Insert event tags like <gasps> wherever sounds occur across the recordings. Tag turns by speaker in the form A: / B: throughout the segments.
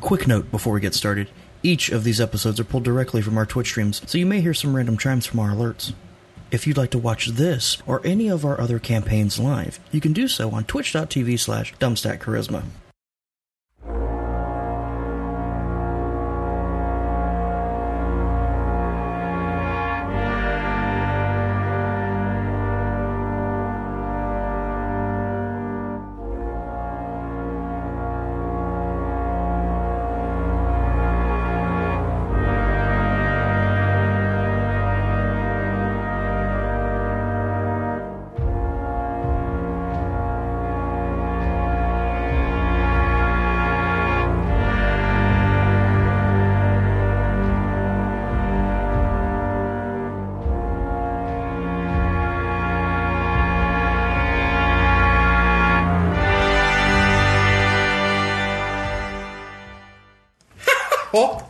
A: Quick note before we get started each of these episodes are pulled directly from our Twitch streams, so you may hear some random chimes from our alerts. If you'd like to watch this or any of our other campaigns live, you can do so on twitch.tv slash dumbstackcharisma.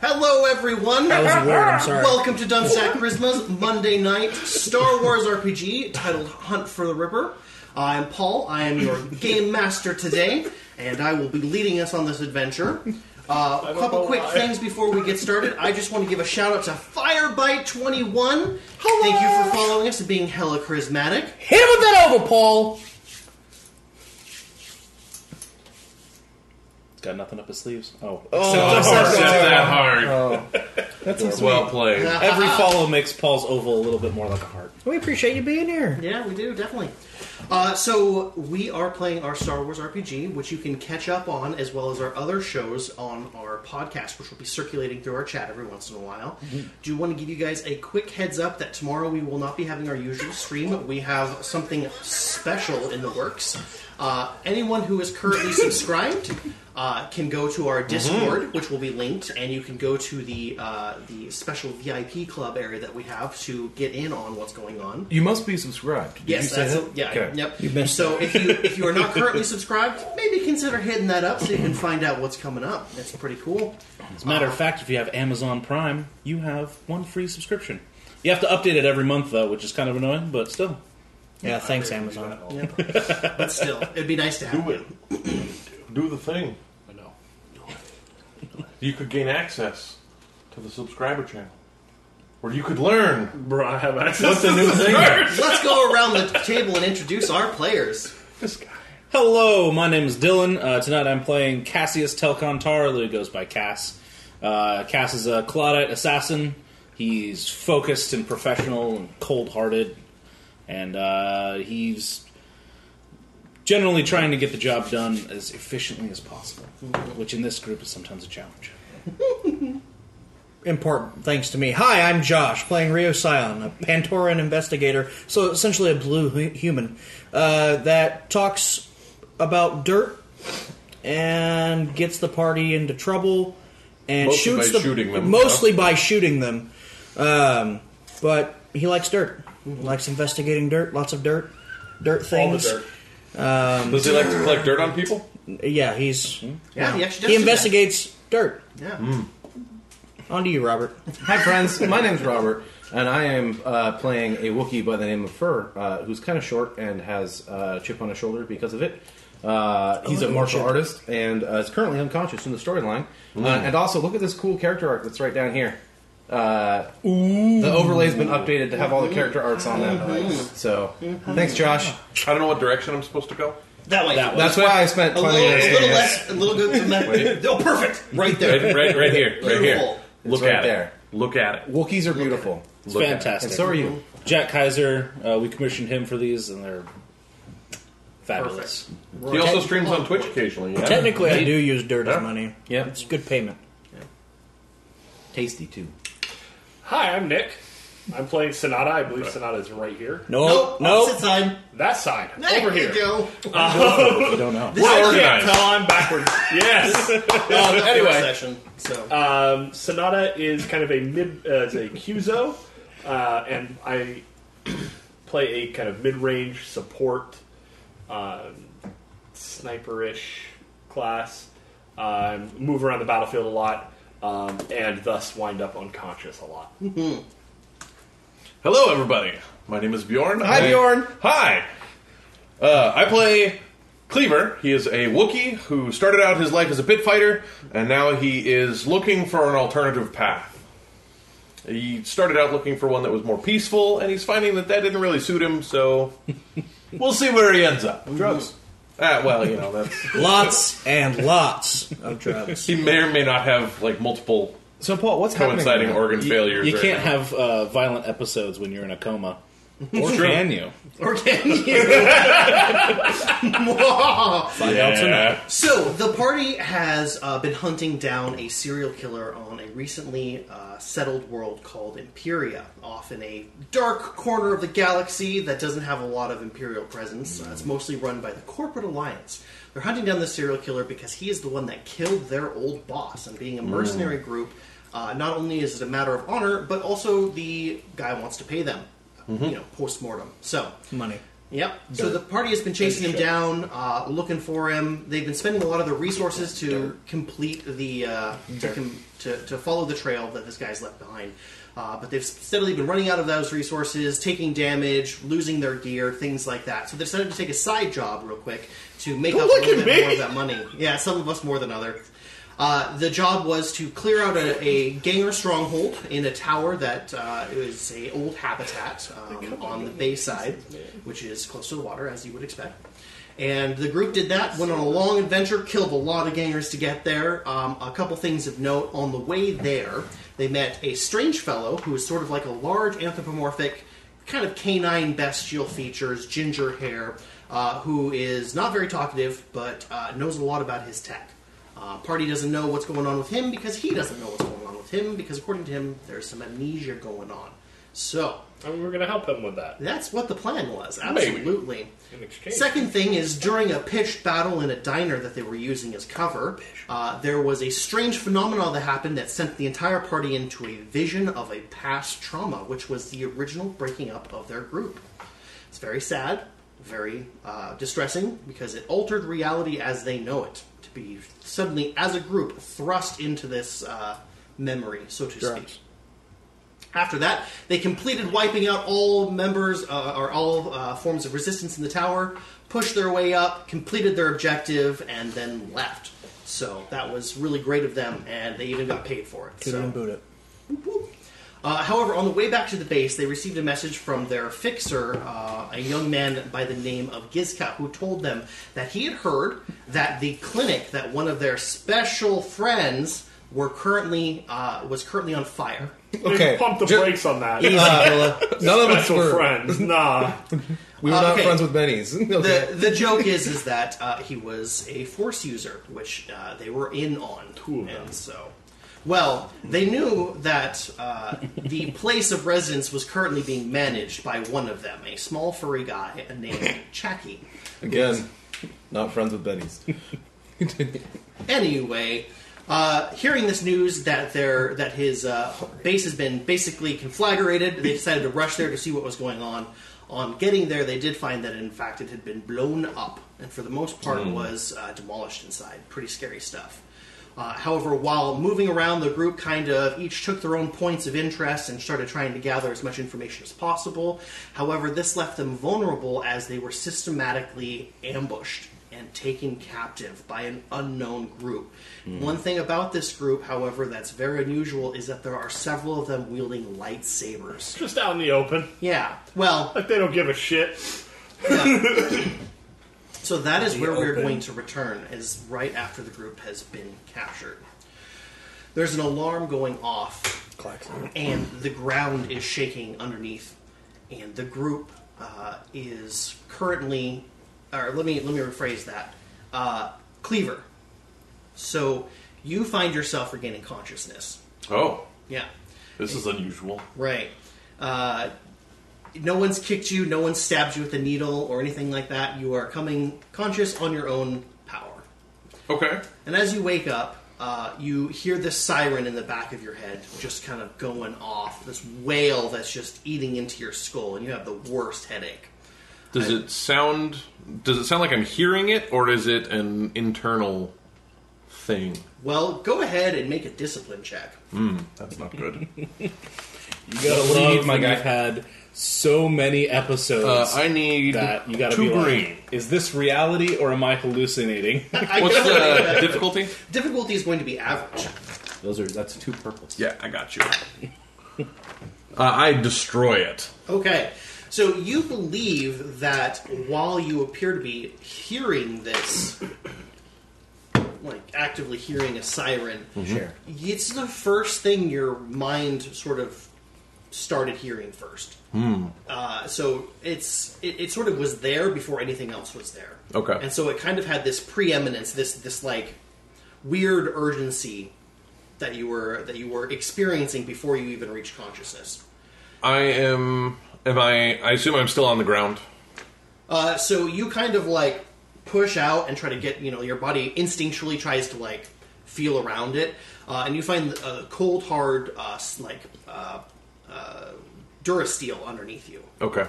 B: Hello, everyone.
C: That was weird. I'm sorry.
B: Welcome to Dunsack Charisma's Monday night Star Wars RPG titled Hunt for the Ripper. I'm Paul. I am your game master today, and I will be leading us on this adventure. Uh, a couple quick things before we get started. I just want to give a shout out to Firebite21. Thank you for following us and being hella charismatic.
C: Hit him with that over, Paul.
D: Got nothing up his sleeves. Oh, <laughs>
E: Oh, it's that hard. Uh,
C: That's so sweet.
E: well played.
D: every follow makes Paul's oval a little bit more like a heart.
C: We appreciate you being here.
B: <laughs> Yeah, we do, definitely. Uh, so, we are playing our Star Wars RPG, which you can catch up on, as well as our other shows on our podcast, which will be circulating through our chat every once in a while. Do want to give you guys a quick heads up that tomorrow we will not be having our usual stream. We have something special in the works. Uh, anyone who is <laughs> currently subscribed uh, can go to our Discord, which will be linked, and you can go to the uh, the special VIP club area that we have to get in on what's going on.
E: You must be subscribed. Did
B: Yes,
E: you say
B: that's
E: that?
B: it. yeah,
E: Okay.
B: yep.
C: You missed
B: so if you if you are not currently subscribed, maybe consider hitting that up so you can find out what's coming up. That's pretty cool.
D: As a matter
E: Oh.
D: of fact, if you have Amazon Prime, you have one free subscription. You have to update it every month though, which is kind of annoying, but still.
C: Yeah, thanks, Amazon.
B: Yep. but still, it'd be nice to have.
F: Do it. Do the thing. I know. You could gain access to the subscriber channel. Or you could learn
E: Bro, I have
F: what
E: access.
F: the new thing
B: <laughs>
F: is.
B: Let's go around the table and introduce our players.
F: This guy.
D: Hello, my name is Dylan. Uh, tonight I'm playing Cassius Telcontara, who goes by Cass. Uh, Cass is a Claudite assassin. He's focused and professional and cold hearted. And uh, he's generally trying to get the job done as efficiently as possible, which in this group is sometimes a challenge.
C: Important thanks to me. Hi, I'm Josh, playing Rio Scion, a Pantoran investigator, so essentially a blue hu- human uh, that talks about dirt and gets the party into trouble and
F: Mostly
C: shoots
F: by
C: the,
F: shooting them,
C: mostly by shooting them. Um, but he likes dirt, likes investigating dirt, lots of dirt, dirt
E: All the
C: things.
E: dirt.
F: Does he like to collect dirt on people?
C: Yeah, he's
E: Hmm.
B: Yeah, he actually does
C: he
B: do that.
C: investigates dirt.
B: Yeah.
C: On to you,
E: <laughs>
C: Robert.
G: Hi, friends. My name's Robert, and I am uh, playing a Wookiee by the name of Fur, uh, who's kind of short and has uh, a chip on his shoulder because of it. Uh,
B: Oh,
G: he's a martial artist and uh, is currently unconscious in the storyline. Uh,
B: Mm.
G: and also, look at this cool character arc that's right down here. Uh, the overlay's been updated to have all the character arts on them.
B: Mm-hmm.
G: So, thanks, Josh.
F: I don't know what direction I'm supposed to go.
B: That way.
D: That way.
G: That's why I spent
B: A little,
G: 20
B: a
G: minutes
B: little
G: doing it.
B: less, a little good from that.
F: Wait.
B: <laughs> Oh, perfect! Right there.
E: Right, right, right here.
F: Right here.
B: Beautiful.
E: Look
G: right
E: at
G: there.
E: it. Look at it.
G: Wookiees are beautiful.
D: It's
E: Look at it.
D: fantastic.
G: And so are you.
D: Jack Kaiser, uh, we commissioned him for these, and they're fabulous.
F: He also streams
B: Oh.
F: on Twitch occasionally. Yeah?
C: Technically, I do use dirt
F: Yeah.
C: as money.
G: Yeah.
C: It's good payment.
G: Tasty, too.
E: Hi, I'm Nick. I'm playing Sonata. I believe Sonata is right here.
C: No,
B: Nope,
C: no.
B: Oh, opposite side.
E: That side.
B: There
E: over
B: you
E: here.
B: go.
D: <laughs>
E: I
F: organized.
E: can't tell I'm backwards. yes. <laughs>
D: Um,
B: Uh, the first
E: Anyway.
B: session, so. <laughs>
E: Um, Sonata is kind of a mid, uh, is a Cuzo, uh, and I <clears throat> play a kind of mid-range support, um, sniper-ish class. Um, move around the battlefield a lot, um, and thus wind up unconscious a lot.
F: Hello, everybody. My name is Bjorn.
G: Hi,
F: I-
G: Bjorn.
F: Hi. Uh, I play Cleaver, he is a Wookiee who started out his life as a pit fighter, and now he is looking for an alternative path. He started out looking for one that was more peaceful, and he's finding that that didn't really suit him, so we'll see where he ends up. Drugs. Ah, well, you know, that's.
C: Lots and lots <laughs> of drugs.
F: He may or may not have, like, multiple
G: So, Paul, what's happening?
F: coinciding
G: right now?
F: organ
D: You,
F: failures.
D: you
F: right
D: can't
F: now.
D: have uh, violent episodes when you're in a coma. Or can you?
B: Or can <laughs> you?
F: Yeah.
B: So the party has uh, been hunting down a serial killer on a recently uh, settled world called Imperia, off in a dark corner of the galaxy that doesn't have a lot of Imperial presence. Uh, it's mostly run by the Corporate Alliance. They're hunting down the serial killer because he is the one that killed their old boss. And being a mercenary group, uh, not only is it a matter of honor, but also the guy wants to pay them, you know, post mortem. So
C: Money.
B: Yep. So the party has been chasing him down, uh, looking for him. They've been spending a lot of their resources to complete the uh, to, com- to to follow the trail that this guy's left behind. Uh, but they've steadily been running out of those resources, taking damage, losing their gear, things like that. So they decided to take a side job real quick to make up a
F: Look
B: little
F: at
B: bit
F: me!
B: more of that money. Yeah, some of us more than others. Uh, the job was to clear out a, a ganger stronghold in a tower that uh, is a old habitat um, on the bay side, which is close to the water, as you would expect. And the group did that, went on a long adventure, killed a lot of gangers to get there. Um, a couple things of note on the way there, they met a strange fellow who is sort of like a large anthropomorphic, kind of canine bestial features, ginger hair, uh, who is not very talkative but uh, knows a lot about his tech. Uh, party doesn't know what's going on with him because he doesn't know what's going on with him because according to him, there's some amnesia going on. So
E: I mean, we're going to help him with that.
B: that's what the plan was.
F: Maybe.
B: Absolutely.
E: In exchange.
B: Second thing is during a pitched battle in a diner that they were using as cover, uh, there was a strange phenomenon that happened that sent the entire party into a vision of a past trauma, which was the original breaking up of their group. It's very sad, very uh, distressing, because it altered reality as they know it. To be suddenly, as a group, thrust into this uh, memory, so to speak. After that, they completed wiping out all members uh, or all uh, forms of resistance in the tower, pushed their way up, completed their objective, and then left. So that was really great of them, and they even got paid for it.
C: Could
B: So.
C: have been Buddha.
B: Uh, however, on the way back to the base, they received a message from their fixer, uh, a young man by the name of Gizka, who told them that he had heard that the clinic that one of their special friends were currently uh, was currently on fire.
E: Okay.
G: Okay.
E: Pump the
G: Ju-
E: brakes on
D: <laughs>
E: that.
G: None of us
E: Special
G: were.
E: <laughs> friends. Nah.
G: We were
B: Uh,
G: not
B: okay.
G: friends
D: <laughs>
G: with Benny's. Okay.
B: the the joke is <laughs> is that uh, he was a force user, which uh, they were in on,
E: Two of them.
B: and so. Well, they knew that uh, the place of residence was currently being managed by one of them, a small furry guy named Chacky.
G: Again, not friends with Benny's.
B: Anyway, uh, hearing this news that their that his uh, base has been basically conflagrated, they decided to rush there to see what was going on. On getting there, they did find that in fact it had been blown up, and for the most part was uh, demolished inside. Pretty scary stuff. Uh, however, while moving around, the group kind of each took their own points of interest and started trying to gather as much information as possible. However, this left them vulnerable as they were systematically ambushed and taken captive by an unknown group. One thing about this group, however, that's very unusual is that there are several of them wielding lightsabers.
E: Just out in the open.
B: Yeah, well,
E: Like they don't give a shit.
B: So that is where we're
C: open.
B: going to return, is right after the group has been captured. There's an alarm going off, and the ground is shaking underneath, and the group uh, is currently, or let me let me rephrase that, uh, Cleaver. So you find yourself regaining consciousness.
F: Oh,
B: Yeah.
F: this is unusual.
B: Right. Uh, no one's kicked you, no one's stabbed you with a needle or anything like that. You are coming conscious on your own power.
F: Okay.
B: And as you wake up, uh, you hear this siren in the back of your head just kind of going off, this wail that's just eating into your skull, and you have the worst headache.
F: Does it sound? Does it sound like I'm hearing it, or is it an internal thing?
B: Well, go ahead and make a discipline check.
F: That's not good.
D: You gotta
G: What do you
D: love
G: need, my
D: when
G: guy?
D: you've had so many episodes.
F: <laughs> Uh, I need
D: that you gotta
F: two
D: be like,
F: green.
D: is this reality or am I hallucinating? <laughs>
B: I
F: What's
B: definitely think
F: the
B: that
F: difficulty?
B: difficulty is going to be average.
G: Those are that's two purples.
F: Yeah, I got you. Uh, I destroy it.
B: Okay. So you believe that while you appear to be hearing this, like actively hearing a siren,
G: Sure.
B: it's the first thing your mind sort of started hearing first. Uh, so it's it, it sort of was there before anything else was there.
F: Okay.
B: And so it kind of had this preeminence, this this like weird urgency that you were that you were experiencing before you even reached consciousness.
F: I am. Am I? I assume I'm still on the ground.
B: Uh, so you kind of like push out and try to get, you know, your body instinctually tries to like feel around it, uh, and you find a cold, hard, uh, s- like uh, uh, Durasteel underneath you.
F: Okay.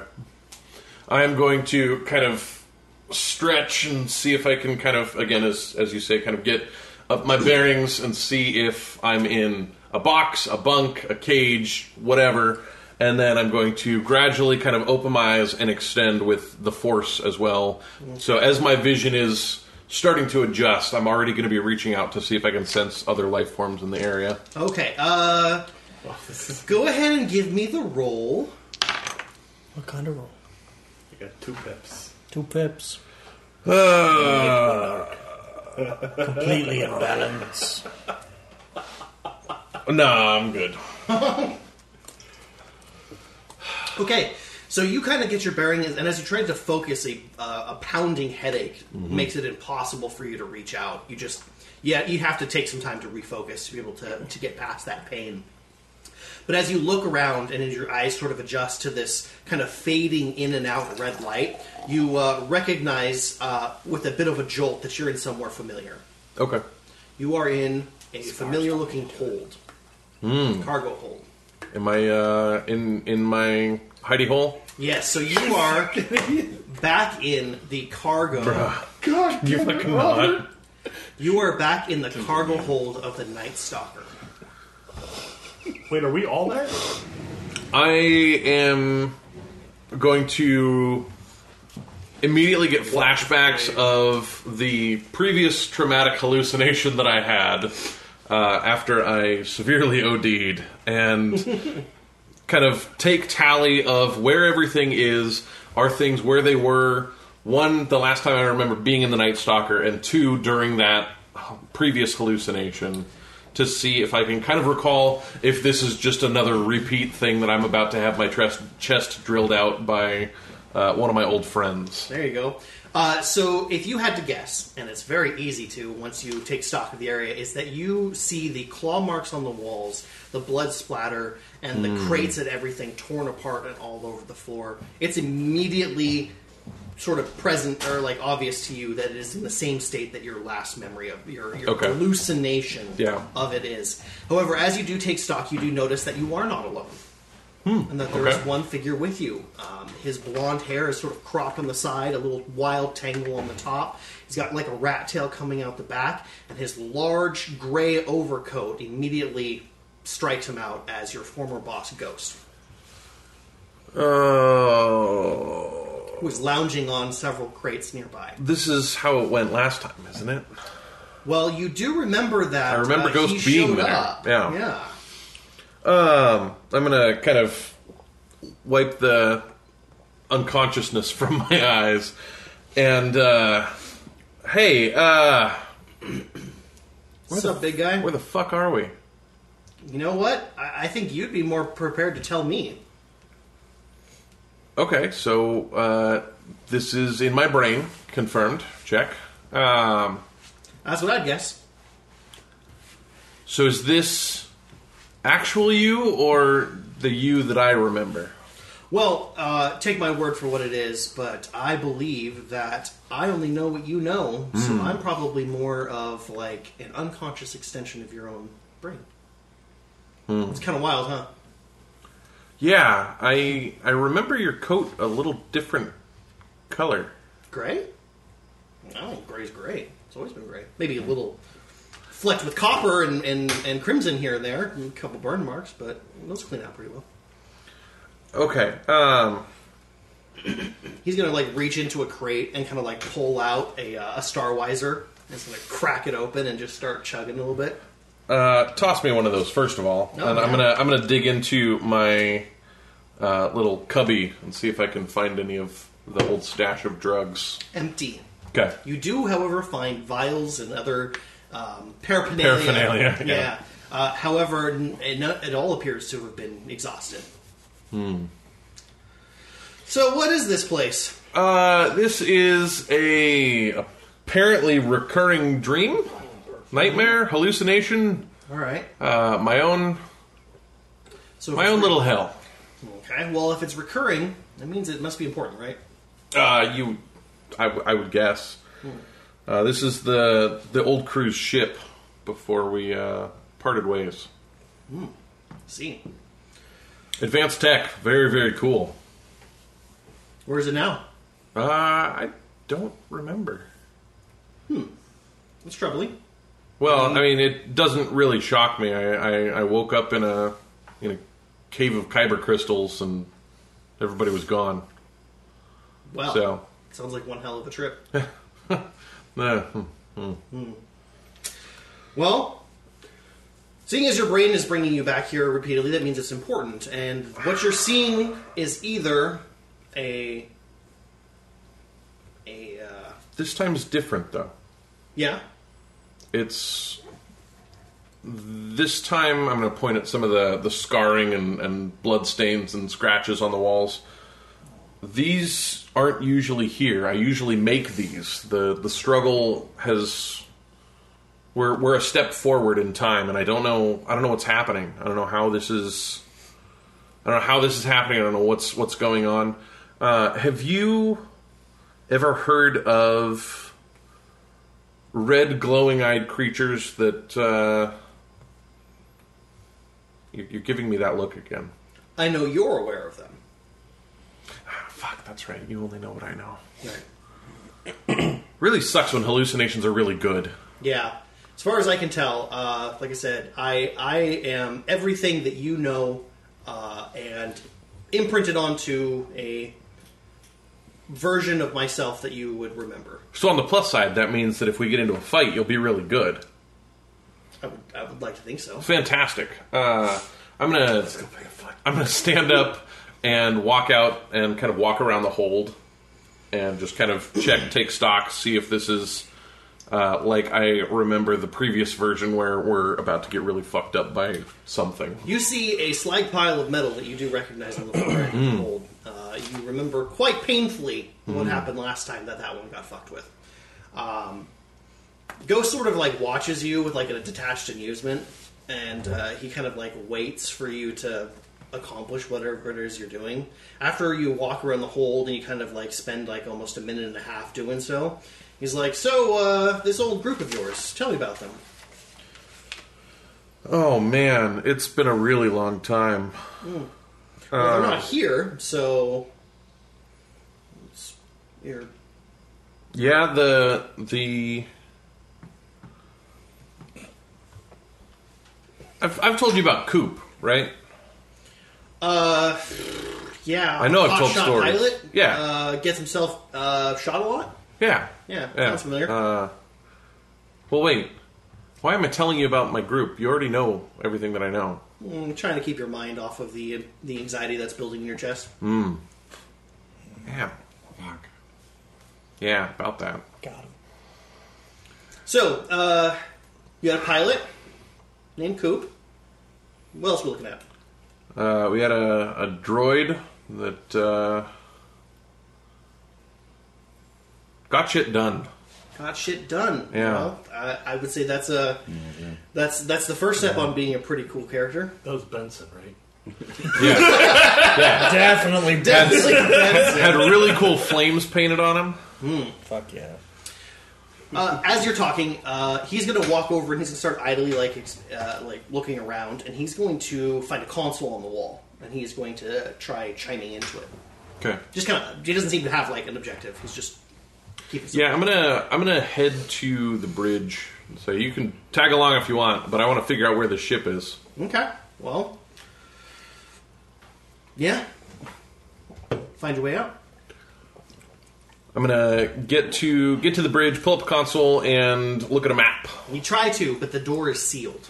F: I am going to kind of stretch and see if I can kind of, again, as as you say, kind of get up my bearings and see if I'm in a box, a bunk, a cage, whatever. And then I'm going to gradually kind of open my eyes and extend with the force as well. So as my vision is starting to adjust, I'm already going to be reaching out to see if I can sense other life forms in the area.
B: Okay, uh, go ahead and give me the roll.
C: What kind of roll?
E: I got two pips.
C: Two pips.
F: Uh,
C: Completely in balance.
F: nah, I'm good.
B: Okay, so you kind of get your bearings, and as you try to focus, a, uh, a pounding headache makes it impossible for you to reach out. You just, yeah, you have to take some time to refocus to be able to, to get past that pain. But as you look around and as your eyes sort of adjust to this kind of fading in and out red light, you uh, recognize uh, with a bit of a jolt that you're in somewhere familiar.
F: Okay.
B: You are in a familiar looking hold, cargo hold.
F: Am I uh, in in my hidey hole?
B: Yes, so you are back in the cargo.
F: <laughs>
E: God,
F: You
E: damn it,
F: fucking
E: Robert.
F: not.
B: You are back in the cargo hold of the Night Stalker.
E: Wait, are we all there?
F: I am going to immediately get flashbacks of the previous traumatic hallucination that I had uh, after I severely OD'd and kind of take tally of where everything is, are things where they were. One, the last time I remember being in the Night Stalker, and two, during that previous hallucination, to see if I can kind of recall if this is just another repeat thing that I'm about to have my chest, chest drilled out by uh, one of my old friends.
B: There you go. Uh, so, if you had to guess, and it's very easy to once you take stock of the area, is that you see the claw marks on the walls, the blood splatter, and
F: Hmm.
B: the crates and everything torn apart and all over the floor. It's immediately sort of present or like obvious to you that it is in the same state that your last memory of your, your
F: Okay.
B: hallucination
F: Yeah.
B: of it is. However, as you do take stock, you do notice that you are not alone. and that there is
F: okay.
B: one figure with you. Um, his blonde hair is sort of cropped on the side, a little wild tangle on the top. He's got like a rat tail coming out the back, and his large gray overcoat immediately strikes him out as your former boss, Ghost,
F: Oh.
B: who is lounging on several crates nearby.
F: This is how it went last time, isn't it?
B: Well, you do remember that.
F: I remember
B: uh,
F: Ghost
B: he
F: being
B: showed
F: there.
B: Up.
F: Yeah.
B: Yeah.
F: Um, I'm gonna kind of wipe the unconsciousness <laughs> from my eyes, and uh, hey, uh,
B: What's up, big guy?
F: where the fuck are we?
B: You know what? I-, I think you'd be more prepared to tell me.
F: Okay, so uh, this is in my brain, confirmed. Check. Um,
B: That's what I'd guess.
F: so is this actual you or the you that I remember?
B: Well, uh, take my word for what it is, but I believe that I only know what you know, so I'm probably more of like an unconscious extension of your own brain. It's kind of wild, huh?
F: Yeah, I I remember your coat a little different color.
B: Gray? No, gray's gray. It's always been gray. Maybe a little flecked with copper and, and, and crimson here and there, and a couple burn marks, but those clean out pretty well.
F: Okay. Um,
B: He's gonna like reach into a crate and kind of like pull out a, uh, a Starwizer. He's gonna crack it open and just start chugging a little bit.
F: uh, toss me one of those first of all,
B: Oh,
F: and I'm
B: yeah.
F: gonna I'm gonna dig into my uh, little cubby and see if I can find any of the old stash of drugs.
B: Empty.
F: Okay.
B: You do, however, find vials and other um, paraphernalia.
F: Paraphernalia,
B: <laughs> Yeah.
F: yeah.
B: Uh, however, n- it, no- it all appears to have been exhausted. Hmm. So, what is this place?
F: Uh, this is a apparently recurring dream, nightmare, hallucination,
B: All right.
F: uh, my own
B: So if
F: my
B: it's
F: own
B: re-
F: little hell.
B: Okay. Well, if it's recurring, that means it must be important, right?
F: Uh, you, I, w- I would guess. Uh, this is the the old cruise ship before we uh, parted ways.
B: See,
F: Advanced tech, very very cool.
B: where is it now?
F: Uh, I don't remember.
B: It's troubling.
F: Well, I mean, it doesn't really shock me. I, I, I woke up in a in a cave of kyber crystals and everybody was gone.
B: Well,
F: So.
B: sounds like one hell of a trip.
F: Uh, hmm.
B: Well, seeing as your brain is bringing you back here repeatedly, that means it's important. And what you're seeing is either a a uh,
F: This time is different, though.
B: yeah.
F: It's this time. I'm going to point at some of the the scarring and, and blood stains and scratches on the walls. These aren't usually here. I usually make these. the The struggle has we're we're a step forward in time, and I don't know. I don't know what's happening. I don't know how this is. I don't know how this is happening. I don't know what's what's going on. Uh, have you ever heard of? red glowing eyed creatures that uh you're, you're giving me that look again
B: I know you're aware of them.
F: Ah, fuck that's right you only know what i know <clears throat> really sucks when hallucinations are really good
B: Yeah. As far as I can tell, uh, like I said, I I am everything that you know uh, and imprinted onto a version of myself that you would remember.
F: so on the plus side that means that if we get into a fight you'll be really good
B: I would, I would like to think so.
F: fantastic uh i'm gonna i'm gonna stand up and walk out and kind of walk around the hold and just kind of check take stock see if this is uh, like I remember the previous version where we're about to get really fucked up by something.
B: You see a slag pile of metal that you do recognize on the floor and hold. Uh, you remember quite painfully what happened last time that that one got fucked with. Um, Ghost sort of like watches you with like a detached amusement, and uh, he kind of like waits for you to accomplish whatever it is you're doing. After you walk around the hold and you kind of like spend like almost a minute and a half doing so, he's like, "So uh, this old group of yours, tell me about them."
F: Oh man, it's been a really long time. Uh,
B: Well, they're not here, so it's- you're
F: Yeah, the the I've I've told you about Coop, right?
B: uh, yeah.
F: I know I've
B: hot
F: told
B: shot
F: stories.
B: Pilot,
F: Yeah.
B: uh, gets himself uh, shot a lot.
F: Yeah.
B: Yeah, sounds familiar.
F: Uh, well, wait. Why am I telling you about my group? You already know everything that I know.
B: Mm, trying to keep your mind off of the the anxiety that's building in your chest.
F: Yeah. Fuck. Yeah, about that.
C: Got him.
B: So uh, you had a pilot named Coop. What else are we looking at?
F: Uh, we had a, a droid that uh, got shit <laughs> done.
B: Got shit done.
F: Yeah.
B: Well, I, I would say that's a that's that's the first step on being a pretty cool character.
E: That was Benson, right?
F: Yeah.
C: Definitely
B: Definitely. that's it.
F: had really cool flames painted on him.
C: Fuck yeah.
B: Uh, as you're talking, uh, he's going to walk over and he's going to start idly like ex- uh, like looking around, and he's going to find a console on the wall, and he's going to try chiming into it.
F: Okay.
B: Just kind of, he doesn't seem to have like an objective. He's just keeping. some-
F: Yeah, I'm gonna I'm gonna head to the bridge. So you can tag along if you want, but I want to figure out where the ship is.
B: Okay. Well. Yeah. Find your way out.
F: I'm gonna get to get to the bridge, pull up a console, and look at a map.
B: You try to, but the door is sealed.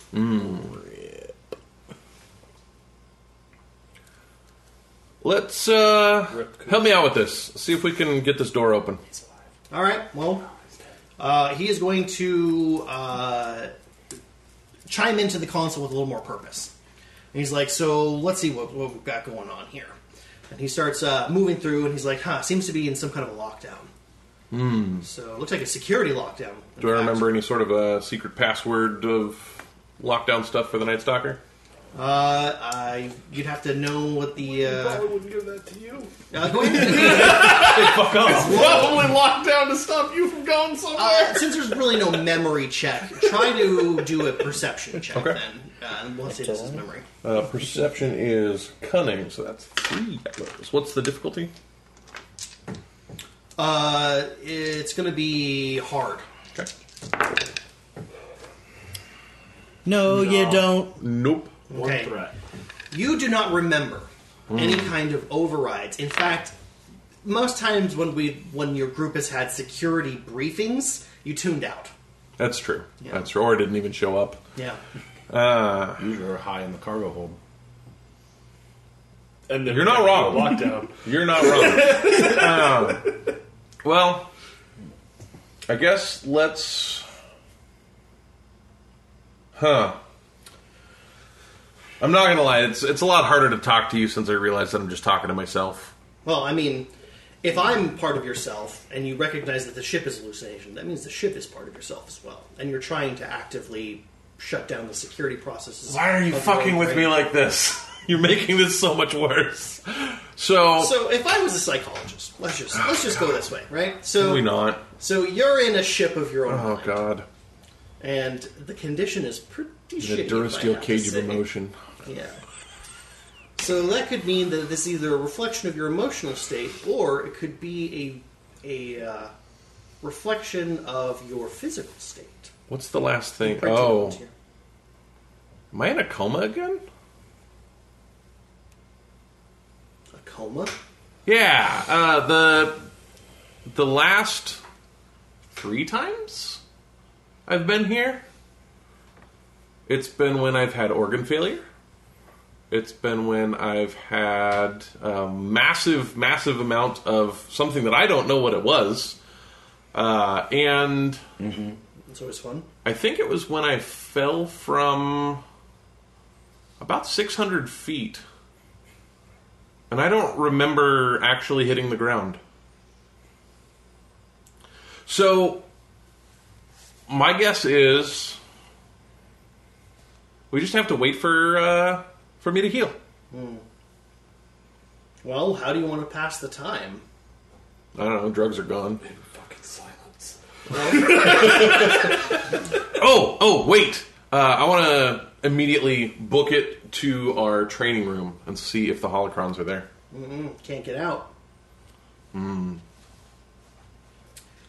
F: Let's uh, help me out with this. See if we can get this door open.
B: All right. Well, uh, he is going to uh, chime into the console with a little more purpose. And he's like, "So let's see what, what we've got going on here." And he starts uh, moving through, and he's like, "Huh, seems to be in some kind of a lockdown." Mm. So it looks like a security lockdown. in
F: Hmm. Do I
B: fact.
F: remember any sort of a secret password of lockdown stuff for the Night Stalker?
B: Uh, I, you'd have to know what the. Uh,
E: wouldn't give that to you.
B: uh, go ahead. <laughs>
F: Probably lockdown to stop you from going somewhere.
B: uh, since there's really no memory check, try to do a perception check
F: Okay.
B: then. Uh, and let's see if this is memory.
F: Uh, perception is cunning, so that's three yellows. What's the difficulty?
B: Uh, it's going to be hard.
F: Okay.
C: No, you don't.
F: Nope.
E: One
B: Okay.
E: threat.
B: You do not remember any
F: Hmm.
B: kind of overrides. In fact, most times when we when your group has had security briefings, you tuned out.
F: That's true. That's true. Or it didn't even show up.
B: Yeah.
F: Uh,
G: Usually are high in the cargo hold.
E: And then
F: You're not wrong.
E: Lockdown.
F: <laughs> You're not wrong. um, well, I guess let's. Huh. I'm not gonna lie. It's it's a lot harder to talk to you since I realize that I'm just talking to myself.
B: Well, I mean, if I'm part of yourself and you recognize that the ship is a hallucination, that means the ship is part of yourself as well, and you're trying to actively shut down the security processes.
F: Why are you
B: of your
F: fucking
B: own
F: with me
B: brain.
F: like this? <laughs> You're making this so much worse. So,
B: So, if I was a psychologist, let's just let's just go this way, right? So
F: Ah. we not.
B: So you're in a ship of your own.
F: Oh
B: mind.
F: god,
B: and the condition is pretty
F: the
B: shitty. if I
F: durasteel
B: have
F: cage
B: to
F: of
B: say.
F: emotion.
B: Yeah. So that could mean that this is either a reflection of your emotional state, or it could be a a uh, reflection of your physical state.
F: What's the last thing?
B: Particular
F: Oh,
B: to you.
F: am I in a coma again?
B: a coma.
F: Yeah, uh, the the last three times I've been here, it's been when I've had organ failure. It's been when I've had a massive, massive amount of something that I don't know what it was, uh, and
B: That's always fun.
F: I think it was when I fell from about 600 feet, and I don't remember actually hitting the ground. So, my guess is we just have to wait for uh, for me to heal.
B: Well, how do you want to pass the time?
F: I don't know. Drugs are gone.
E: Fucking silence.
F: Oh, oh, wait. Uh, I want to immediately book it to our training room and see if the holocrons are there.
B: Can't get out. Hmm.
F: Hmm.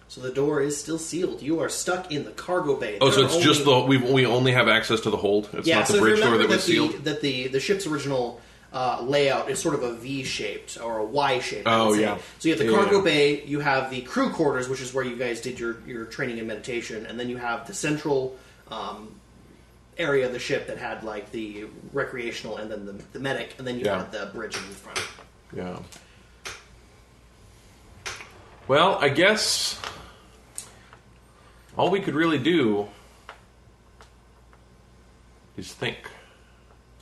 B: So the door is still sealed. You are stuck in the cargo bay.
F: Oh, so
B: There are
F: it's just
B: only-
F: the we, we only have access to the hold. It's
B: yeah,
F: not the
B: so if you
F: bridge door
B: remember
F: that was
B: the,
F: sealed.
B: That the the ship's original uh, layout is sort of a V shaped or a Y shaped. I
F: Oh,
B: would say.
F: yeah.
B: So you have the
F: Yeah,
B: cargo
F: yeah.
B: bay, you have the crew quarters, which is where you guys did your your training and meditation, and then you have the central. Um, area of the ship that had like the recreational and then the, the medic and then you
F: Yeah.
B: had the bridge in front
F: Yeah. Well, I guess all we could really do is think.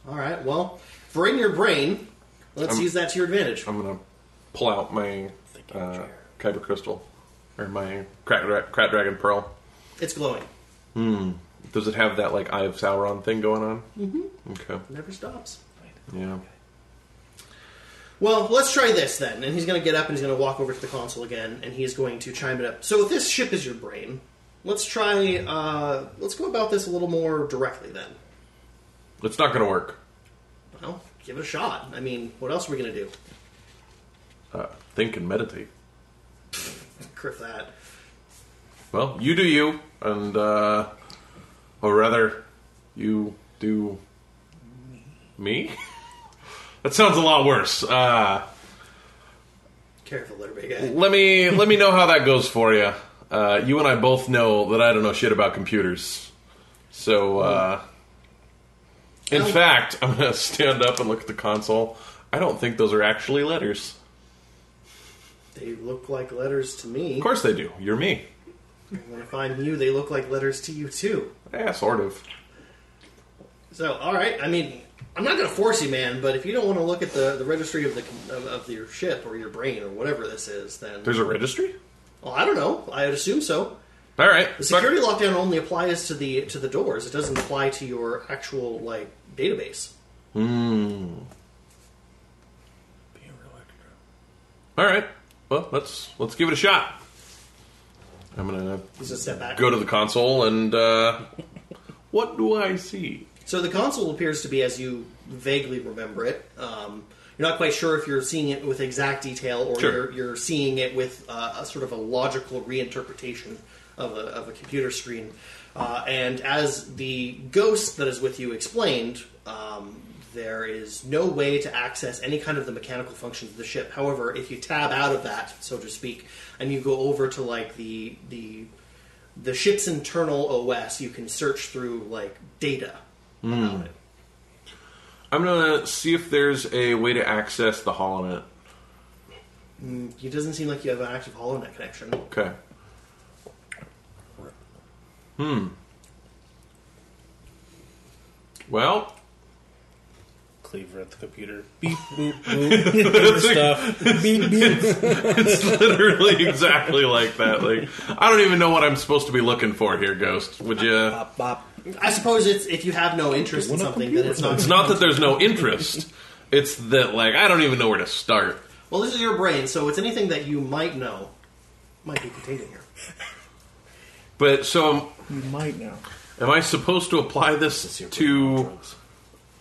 B: all right well for in your brain let's
F: Um,
B: use that to your advantage
F: I'm gonna pull out my uh, kyber crystal or my crack, dra- crack dragon pearl.
B: it's glowing
F: Does it have that like Eye of Sauron thing going on? Mm-hmm. Okay.
B: never stops
F: Yeah.
B: Well, let's try this then. And he's going to get up and he's going to walk over to the console again, and he is going to chime it up. So if this ship is your brain, let's try. Uh, let's go about this a little more directly then.
F: It's not gonna work.
B: Well, give it a shot. I mean, what else are we going to do?
F: Think and meditate.
B: Criff that.
F: Well, you do you, and uh, or rather, you do <laughs> me. that sounds a lot worse. Uh,
B: Careful, little big guy.
F: Let me let me know how that goes for you. Uh, you and I both know that I don't know shit about computers. So, uh, in fact, I'm gonna stand up and look at the console. I don't think those are actually letters.
B: They look like letters to me.
F: Of course they do. You're me.
B: When I find you, they look like letters to you too.
F: Yeah, sort of.
B: So, all right. I mean, I'm not going to force you, man. But if you don't want to look at the, the registry of the com- of, of your ship or your brain or whatever this is, then
F: There's a registry.
B: well, I don't know. I would assume so.
F: All right.
B: The security lockdown only applies to the to the doors. It doesn't apply to your actual like database.
F: All right. Well, let's let's give it a shot. I'm gonna
B: It's a step back.
F: go to the console and uh, what do I see?
B: So the console appears to be as you vaguely remember it. Um, you're not quite sure if you're seeing it with exact detail or
F: Sure.
B: you're, you're seeing it with uh, a sort of a logical reinterpretation of a, of a computer screen. Uh, and as the ghost that is with you explained, um, there is no way to access any kind of the mechanical functions of the ship. However, if you tab out of that, so to speak, and you go over to like the the the ship's internal OS, you can search through like data about it.
F: I'm gonna see if there's a way to access the holonet.
B: It doesn't seem like you have an active HoloNet connection.
F: Okay. Hmm. Well,
D: Cleaver at the computer. Beep boop boop. Computer stuff. Beep beep.
F: <laughs> it's literally exactly like that. Like, I don't even know what I'm supposed to be looking for here, Ghost. Would you?
C: Bop, bop.
B: I suppose it's if you have no interest in something, then it's not.
F: It's not that there's no interest. It's that like I don't even know where to start.
B: Well, this is your brain, so it's anything that you might know might be contained in here.
F: But so,
C: You might know.
F: am I supposed to apply this to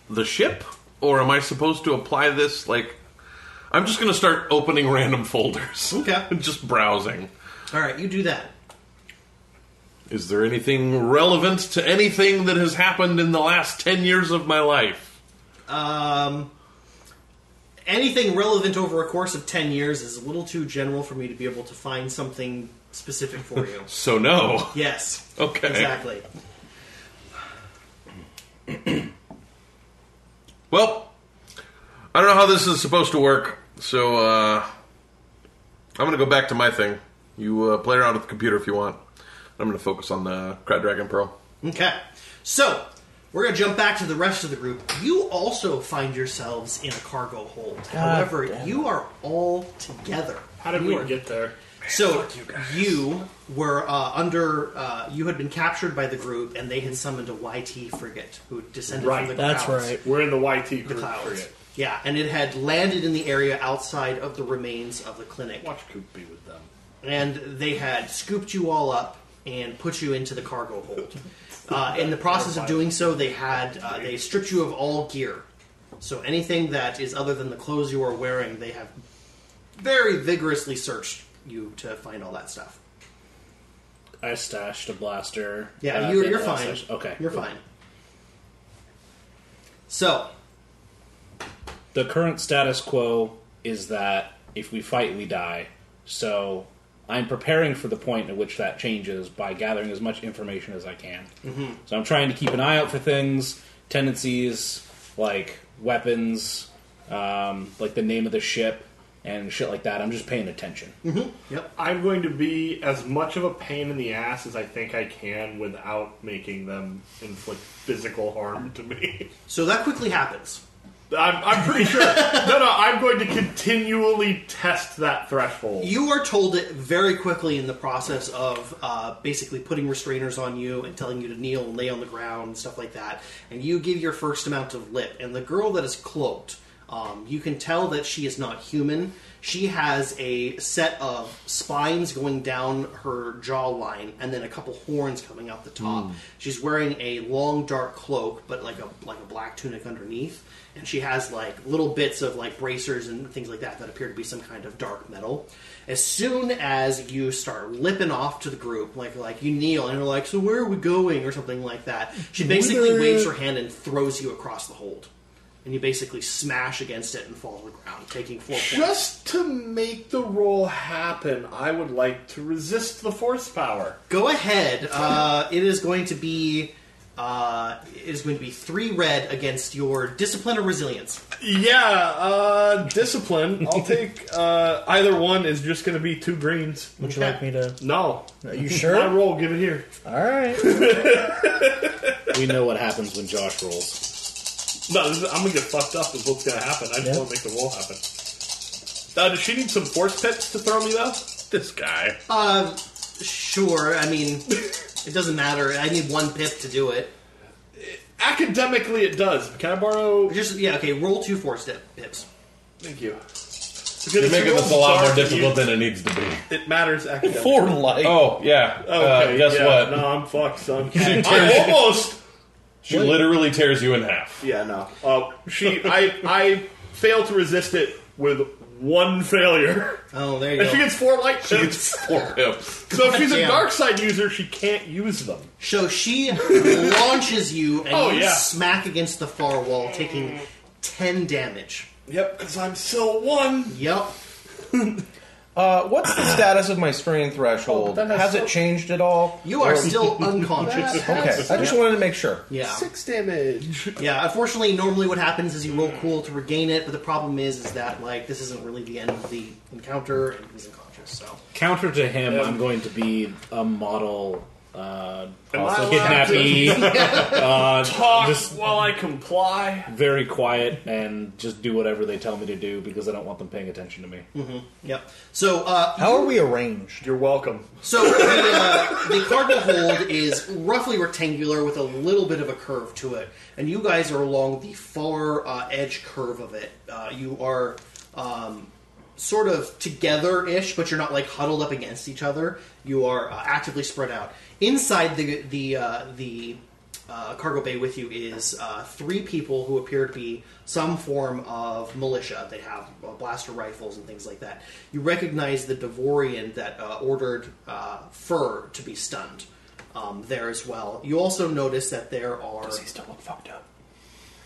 F: the ship, or am I supposed to apply this like? I'm just gonna start opening random folders.
B: Okay.
F: and <laughs> just browsing.
B: All right, you do that.
F: Is there anything relevant to anything that has happened in the last 10 years of my life?
B: Um, anything relevant over a course of ten years is a little too general for me to be able to find something specific for you.
F: So, no. <laughs>
B: yes.
F: Okay.
B: Exactly.
F: Well, I don't know how this is supposed to work, so uh, I'm going to go back to my thing. You uh, play around with the computer if you want. I'm going to focus on the Crab Dragon Pearl.
B: Okay. So, we're going to jump back to the rest of the group. You also find yourselves in a cargo hold. However, you are all together.
E: How did
B: You
E: we
B: are-
E: get there?
B: So, you, were uh, under, uh, you had been captured by the group, and they had summoned a YT frigate who descended
E: Right,
B: from the
C: that's
B: clouds.
C: right.
E: We're in the YT
B: The
E: group.
B: clouds.
E: Forget.
B: Yeah, and it had landed in the area outside of the remains of the clinic.
E: Watch Coop be with them.
B: and they had scooped you all up and put you into the cargo hold. Uh, in the process of doing so, they had uh, they stripped you of all gear. So anything that is other than the clothes you are wearing, they have very vigorously searched you to find all that stuff.
D: I stashed a blaster.
B: Yeah,
D: Uh,
B: you're,
D: the
B: you're
D: last
B: fine.
D: session. Okay,
B: you're
D: cool.
B: fine. So
D: The current status quo is that if we fight, we die. So I'm preparing for the point at which that changes by gathering as much information as I can. Mm-hmm. So I'm trying to keep an eye out for things, tendencies, like weapons, um, like the name of the ship, and shit like that. I'm just paying attention.
B: yep,
E: I'm going to be as much of a pain in the ass as I think I can without making them inflict physical harm to me. <laughs>
B: so that quickly happens.
E: I'm, I'm pretty sure. No, no, I'm going to continually test that threshold.
B: You are told it very quickly in the process of uh, basically putting restrainers on you and telling you to kneel and lay on the ground and stuff like that. And you give your first amount of lip. And the girl that is cloaked, um, you can tell that she is not human. She has a set of spines going down her jawline and then a couple horns coming out the top. She's wearing a long dark cloak, but like a like a black tunic underneath. And she has like little bits of like bracers and things like that that appear to be some kind of dark metal. As soon as you start lipping off to the group, like like you kneel and you're like, "So where are we going?" or something like that, she basically waves her hand and throws you across the hold. and you basically smash against it and fall to the ground, taking four points.
E: Just to make the roll happen, I would like to resist the force power.
B: Go ahead. Uh, it is going to be. Uh, it is going to be three red against your discipline or resilience.
E: Yeah, uh, discipline.
F: <laughs>
E: I'll take uh, either one is just going to be two greens.
A: Would you like me to?
E: No,
C: Are you
E: not
C: sure?
E: roll. Give it here.
C: All right.
D: We know what happens when Josh rolls.
E: No, this is, I'm gonna get fucked up. Is what's gonna happen. I just
C: Yeah.
E: want to make the roll happen. Uh, does she need some force pits to throw me though?
F: This guy.
B: Uh, sure. I mean, it doesn't matter. I need one pip to do it.
E: Academically, it does. Can I borrow?
B: Just yeah. Okay, roll two force dip, pips.
E: Thank you.
F: You're making this a lot more difficult than it needs to be.
E: it matters academically.
C: life.
F: Oh yeah.
E: Okay,
F: uh, guess
E: yeah,
F: what?
E: No, I'm
F: <laughs>
E: fucked, son.
F: She
E: I
F: tears.
E: almost.
F: She literally tears you in half.
E: Yeah, no. Uh, she, I, I fail to resist it with one failure,
B: Oh, there you
E: and
B: go.
E: she gets four light
F: She
E: pips.
F: gets four pips.
E: So if she's a
B: Goddamn.
E: dark side user, she can't use them.
B: So she <laughs> launches you and
E: Oh,
B: you
E: yeah.
B: smack against the far wall, taking 10 damage.
E: Yep, because I'm still one.
B: Yep.
G: Uh, what's the status of my strain
E: Oh,
G: threshold?
E: that has
G: Has
E: so-
G: it changed at all?
B: You are <laughs> still unconscious.
G: Okay, I just wanted to make sure.
B: Yeah.
E: Six damage.
B: Yeah, unfortunately, normally what happens is you roll cool to regain it, but the problem is is that, like, this isn't really the end of the encounter, and he's unconscious, so.
D: Counter to him, I'm going to be a model. Uh,
E: Am I
D: also <laughs>
E: allowed
D: kidnappy, uh,
E: Talk
D: just
E: while I comply.
D: very quiet, and just do whatever they tell me to do because I don't want them paying attention to me.
B: Yep. So, uh,
C: How are we arranged?
E: You're welcome.
B: So the, uh, the cardinal hold is roughly rectangular with a little bit of a curve to it, and you guys are along the far uh, edge curve of it. Uh, you are um, sort of together-ish, but you're not like huddled up against each other. You are uh, actively spread out. Inside the the uh, the uh, cargo bay with you is uh, three people who appear to be some form of militia. They have uh, blaster rifles and things like that. You recognize the Devorian that uh, ordered uh, Fur to be stunned um, there as well. You also notice that there are.
G: still look fucked up.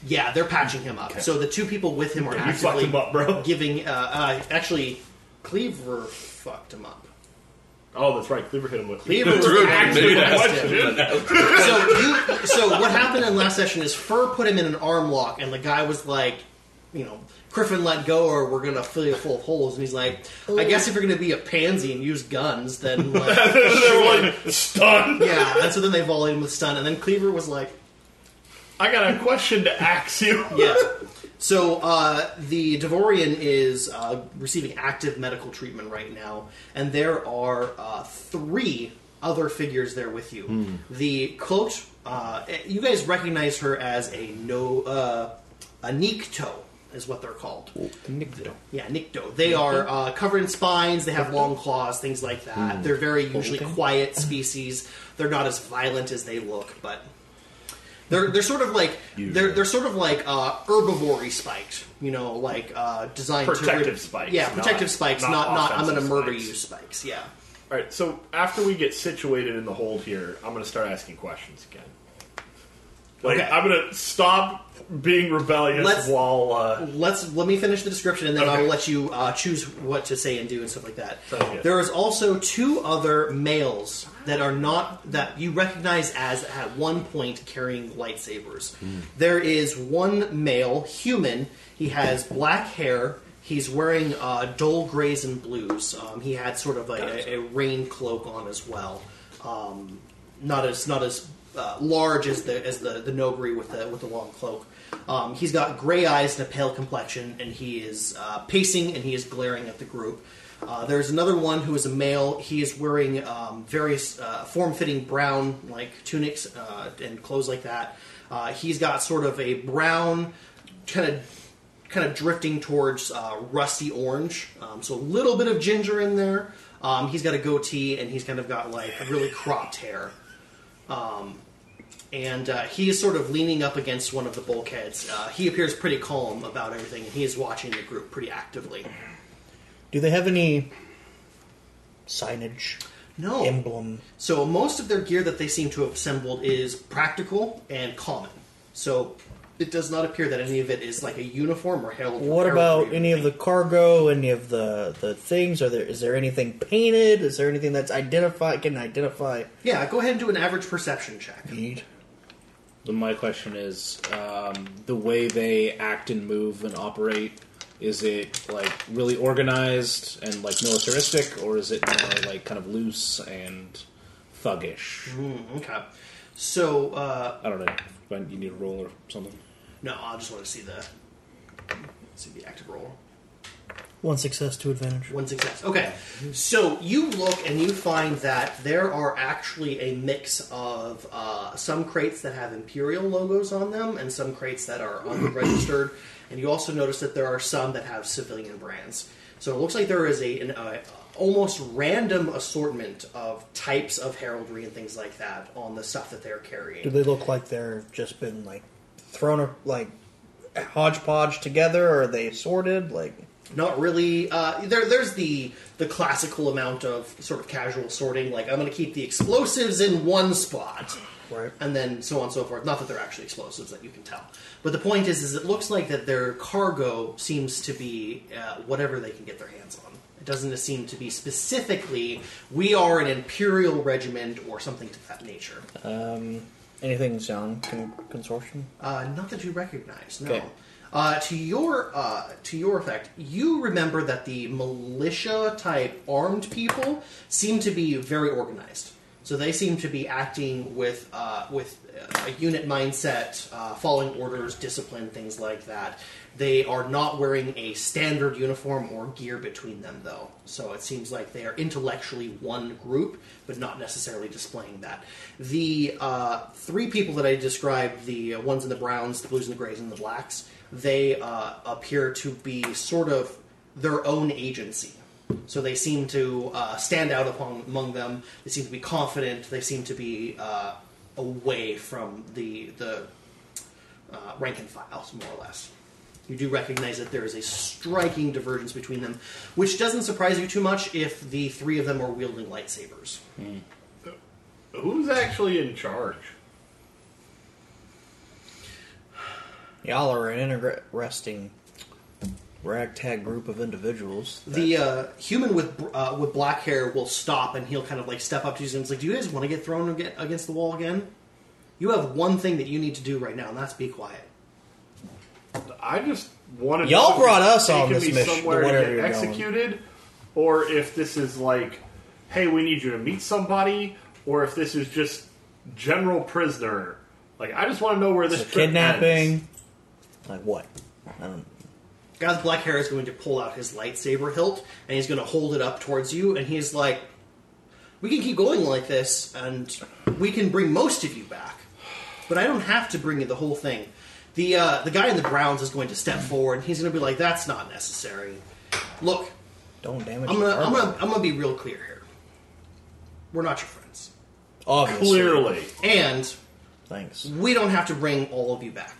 B: Yeah, they're patching him up. So the two people with him are
E: You fucked
B: actively
E: him up, bro.
B: giving. Uh, uh, actually, Cleaver fucked him
E: <laughs>
B: up.
E: Oh, that's right. Cleaver hit him with.
B: Cleaver was
F: Drew
B: actively
F: did that.
B: against him. So, you, so what happened in last session is Fur put him in an arm lock, and the guy was like, you know, Griffin, let go, or we're gonna fill you full of holes. And he's like, I guess if you're gonna be a pansy and use guns, then like, <laughs>
E: They're like stunned.
B: yeah. And so then they volleyed him with stun, and then Cleaver was like,
E: I got a question to ask you. <laughs>
B: yeah. So uh, the Devorian is uh, receiving active medical treatment right now, and there are uh, three other figures there with you. The cloaked, uh, you guys recognize her as a no, uh, a Nikto is what they're called. Yeah, Nikto. They are uh, covered in spines. They have long claws, things like that.
E: Hmm.
B: They're very usually quiet species. They're not as violent as they look, but they're they're sort of like they're they're sort of like uh, herbivory spiked. You know, like uh, designed to
E: Protective spikes,
B: Yeah,
E: not-
B: protective spikes.
E: not
B: Not not, I'm going to
E: offensive
B: murder
E: spikes.
B: you spikes. Yeah.
E: All right. So after we get situated in the hold here, I'm going to start asking questions again. Like
B: Okay.
E: I'm going to stop being rebellious
B: Let's-
E: while. Uh,
B: Let's let me finish the description, and then
E: Okay.
B: I will let you uh, choose what to say and do and stuff like that.
E: Sounds good.
B: There is also two other males that are not that you recognize as at one point carrying lightsabers.
E: Hmm.
B: There is one male human. He has black hair. He's wearing uh, dull grays and blues. Um, he had sort of a, a, a rain cloak on as well. Um, not as not as uh, large as the as the the nobri with the with the long cloak. Um, he's got gray eyes and a pale complexion, and he is uh, pacing and he is glaring at the group. Uh, there's another one who is a male. He is wearing um, various uh, form-fitting brown like tunics uh, and clothes like that. Uh, he's got sort of a brown kind of kind of drifting towards uh, rusty orange. Um, so a little bit of ginger in there. Um, he's got a goatee and he's kind of got like really cropped hair. Um, and uh, he is sort of leaning up against one of the bulkheads. Uh, he appears pretty calm about everything and he is watching the group pretty actively.
C: Do they have any signage,
B: No.
C: emblem?
B: So most of their gear that they seem to have assembled is practical and common. So it does not appear that any of it is like a uniform or held.
C: What about any of the cargo? Any of the the things? Are there is there anything painted? Is there anything that's identified? Can identify?
B: Yeah, go ahead and do an average perception check.
D: Then my question is, um, the way they act and move and operate, is it like really organized and like militaristic, or is it more like kind of loose and thuggish?
B: Okay. So uh,
D: I don't know. But you need a roll or something.
B: no, I just want to see the see the active roll.
C: One success, two advantage.
B: One success. Okay. So you look and you find that there are actually a mix of uh, some crates that have Imperial logos on them and some crates that are unregistered. and you also notice that there are some that have civilian brands. So it looks like there is a an uh, almost random assortment of types of heraldry and things like that on the stuff that they're carrying.
C: Do they look like they're just been like thrown up like hodgepodge together? Or are they assorted? Like
B: not really. Uh, there, there's the the classical amount of sort of casual sorting, like I'm going to keep the explosives in one spot,
C: Right.
B: and then so on and so forth. Not that they're actually explosives that you can tell, but the point is, is it looks like that their cargo seems to be uh, whatever they can get their hands on. It doesn't seem to be specifically we are an imperial regiment or something to that nature.
C: anything sound con- consortium?
B: Uh, not that you recognize. No.
C: Okay.
B: Uh, to your uh, to your effect, you remember that the militia type armed people seem to be very organized. So they seem to be acting with uh, with uh, a unit mindset, uh, following orders, discipline, things like that. They are not wearing a standard uniform or gear between them, though. So it seems like they are intellectually one group, but not necessarily displaying that. The uh, three people that I described the uh, ones in the browns, the blues and the grays, and the blacks they uh, appear to be sort of their own agency. So they seem to uh, stand out upon, among them. They seem to be confident. They seem to be uh, away from the the uh, rank and files, more or less. You do recognize that there is a striking divergence between them, which doesn't surprise you too much if the three of them are wielding lightsabers.
E: Who's actually in charge?
C: Y'all are an interesting ragtag group of individuals. that-
B: The uh, human with br- uh, with black hair will stop and he'll kind of like step up to you and he's like, "Do you guys want to get thrown aga- against the wall again? You have one thing that you need to do right now, and that's be quiet."
E: I just wanted.
C: Y'all
E: somebody
C: brought us
E: taking
C: on this
E: me
C: mission,
E: somewhere
C: whatever
E: to
C: you're
E: get
C: going.
E: executed, or if this is like, hey, we need you to meet somebody, or if this is just general prisoner. Like, I just want to know where
C: the
E: this trip ends.
C: kidnapping. Like what? I don't.
B: Guy with black hair is going to pull out his lightsaber hilt and he's going to hold it up towards you, and he's like, "We can keep going like this, and we can bring most of you back, but I don't have to bring you the whole thing." The uh, the guy in the browns is going to step forward and he's going to be like, "That's not necessary." Look,
C: Don't damage.
B: I'm
C: the
B: gonna, I'm
C: cargo.
B: gonna, I'm gonna be real clear here. We're not your friends,
C: Obviously.
E: Clearly,
B: and
C: Thanks.
B: we don't have to bring all of you back.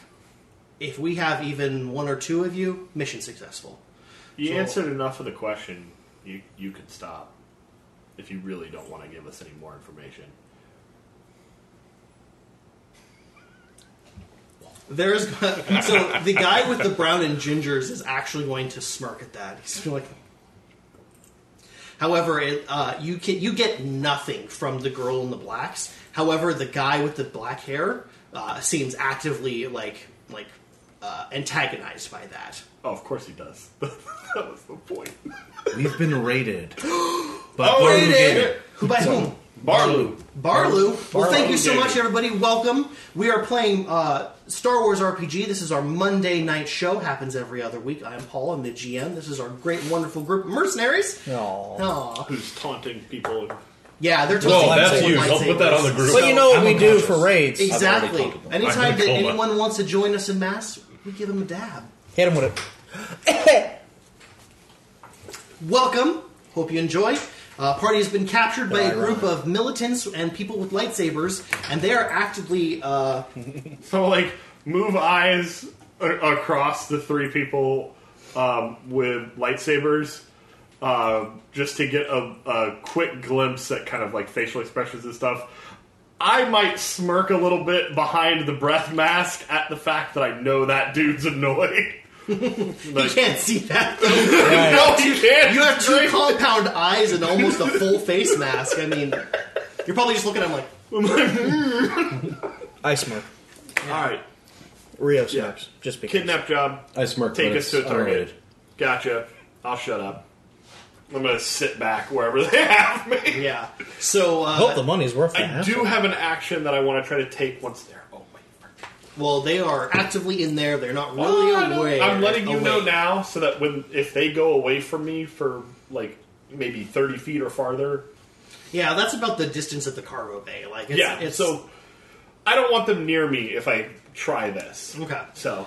B: If we have even one or two of you, mission successful.
E: you
B: So-
E: answered enough of the question. You you could stop if you really don't want to give us any more information.
B: There's so the guy with the brown and gingers is actually going to smirk at that. He's gonna be like, however, it, uh, you can you get nothing from the girl in the blacks. However, the guy with the black hair uh, seems actively like like uh, antagonized by that.
E: Oh, of course he does. <laughs> that was the point.
G: We've been raided. But
F: Oh,
G: Baru
F: raided!
G: gave it.
B: Who by whom?
F: Barlu.
B: Barlu. Well, thank you so
E: Barlu.
B: much, everybody. Welcome. We are playing uh, Star Wars RPG. This is our Monday night show. Happens every other week. I am Paul. I'm the GM. This is our great, wonderful group of mercenaries.
C: Aw.
B: Aw.
E: Who's taunting people?
B: Yeah, they're
F: Whoa,
B: totally
F: that's you. I'll put that on the group.
C: But you know what
G: I'm
C: we do
G: unconscious.
C: for raids.
B: Exactly. Anytime
F: in
B: that
F: coma.
B: anyone wants to join us in mass, we give them a dab.
C: Hit him with it.
B: Welcome. Hope you enjoy. Uh, party has been captured by a
C: They're
B: group of militants and people with lightsabers, and they are actively uh,
E: So like move eyes a- across the three people um, with lightsabers, uh, just to get a, a quick glimpse at kind of like facial expressions and stuff. I might smirk a little bit behind the breath mask at the fact that I know that dude's <laughs> annoyed.
B: You can't see that.
E: No, you can't.
B: You have two compound eyes and almost a full face mask. I mean, you're probably just looking at him like,
C: I smirk.
E: All right,
C: Rio smirks. Just because.
E: kidnap job.
G: I smirk.
E: Take
G: but
E: us to a
G: it's
E: target.
G: unrelated.
E: Gotcha. I'll shut up. I'm gonna sit back wherever <laughs> they have me.
B: yeah. So, uh,
C: Hope the money's worth
E: I
C: that.
E: do have an action that I want to try to take once they're away.
B: well, they are actively in there. They're not really
E: I don't-
B: aware.
E: I'm letting you know
B: away.
E: now so that when if they go away from me for like maybe 30 feet or farther.
B: Yeah, that's about the distance of the cargo bay. Like, it's,
E: yeah.
B: it's
E: so I don't want them near me if I try this.
B: okay.
E: So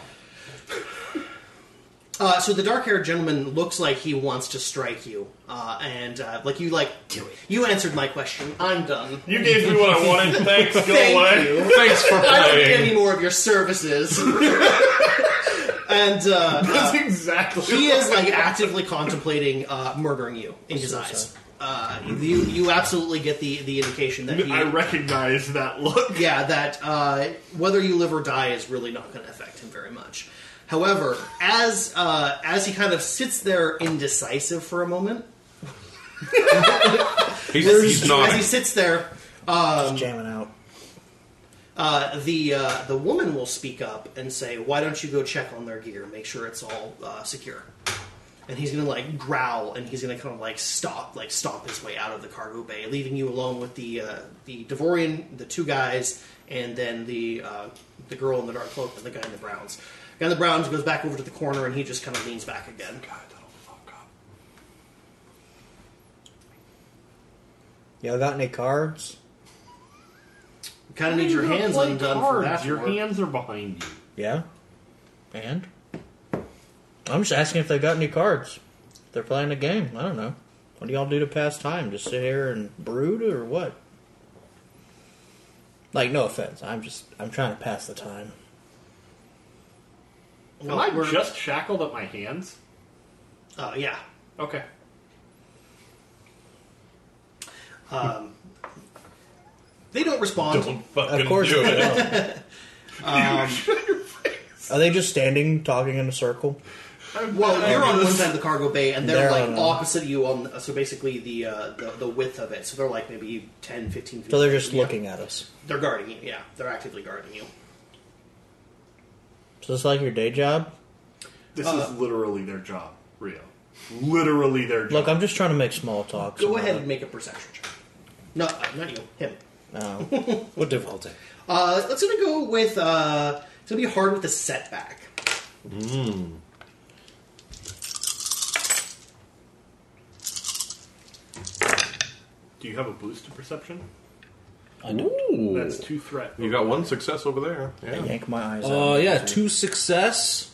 B: Uh, so the dark-haired gentleman looks like he wants to strike you, uh, and uh, like you, like you answered my question. I'm done.
E: you gave me what
B: <laughs>
E: I wanted. Thanks. Go
B: Thank
E: away.
B: you.
F: Thanks for
B: I don't need any
F: playing.
B: more of your services. <laughs> and uh,
E: <laughs>
B: uh,
E: <laughs> That's exactly.
B: he
E: what-
B: is like actively contemplating uh, murdering you in his eyes. Uh, you you absolutely get the the indication that he,
E: I recognize that look.
B: yeah, that uh, whether you live or die is really not going to affect him very much. However, as uh, as he kind of sits there indecisive for a moment,
F: <laughs> He's, he's
B: as he
F: nodding.
B: sits there,
C: Just jamming out.
B: uh, the uh, the woman will speak up and say, "Why don't you go check on their gear? Make sure it's all uh, secure." And he's gonna like growl, and he's gonna kind of like stop, like stomp his way out of the cargo bay, leaving you alone with the uh, the Devorian, the two guys, and then the uh, the girl in the dark cloak and the guy in the browns. guy in the browns goes back over to the corner, and he just kind of leans back again.
C: Y'all got any cards?
B: Kind of need your hands undone for that.
E: Your
B: work.
E: hands are behind you.
C: Yeah. And? I'm just asking if they got any cards. If they're playing a game. I don't know. What do y'all do to pass time? Just sit here and brood or what? Like, no offense. I'm just, I'm trying to pass the time.
B: Well,
E: Am I
B: Oh, we're-
E: just shackled at my hands?
B: Uh, yeah.
E: Okay.
B: They don't respond.
F: Fucking
C: Of course
F: do
C: they
F: it.
C: don't.
F: <laughs>
B: Um,
C: Are they just standing, talking in a circle?
B: Well, you're on one side of the cargo bay, and they're,
C: They're
B: like
C: on the-
B: opposite you on. So basically, the, uh, the the width of it. So they're like maybe 10, 15 feet.
C: So they're just
B: Yeah.
C: looking at us.
B: They're guarding you. Yeah, they're actively guarding you.
C: So it's like your day job?
E: This is literally their job, Rio. Literally their job.
C: Look, I'm just trying to make small talk.
B: Go ahead and make a perception check. uh, No, uh, not you. Him.
C: No. what difficulty?
B: Uh, let's gonna go with. Uh, it's gonna be hard with the setback.
E: Do you have a boost to perception?
F: Ooh.
E: That's two threat.
F: You got one success over there. Yeah.
C: Yank my eyes out.
D: Uh, yeah, two success.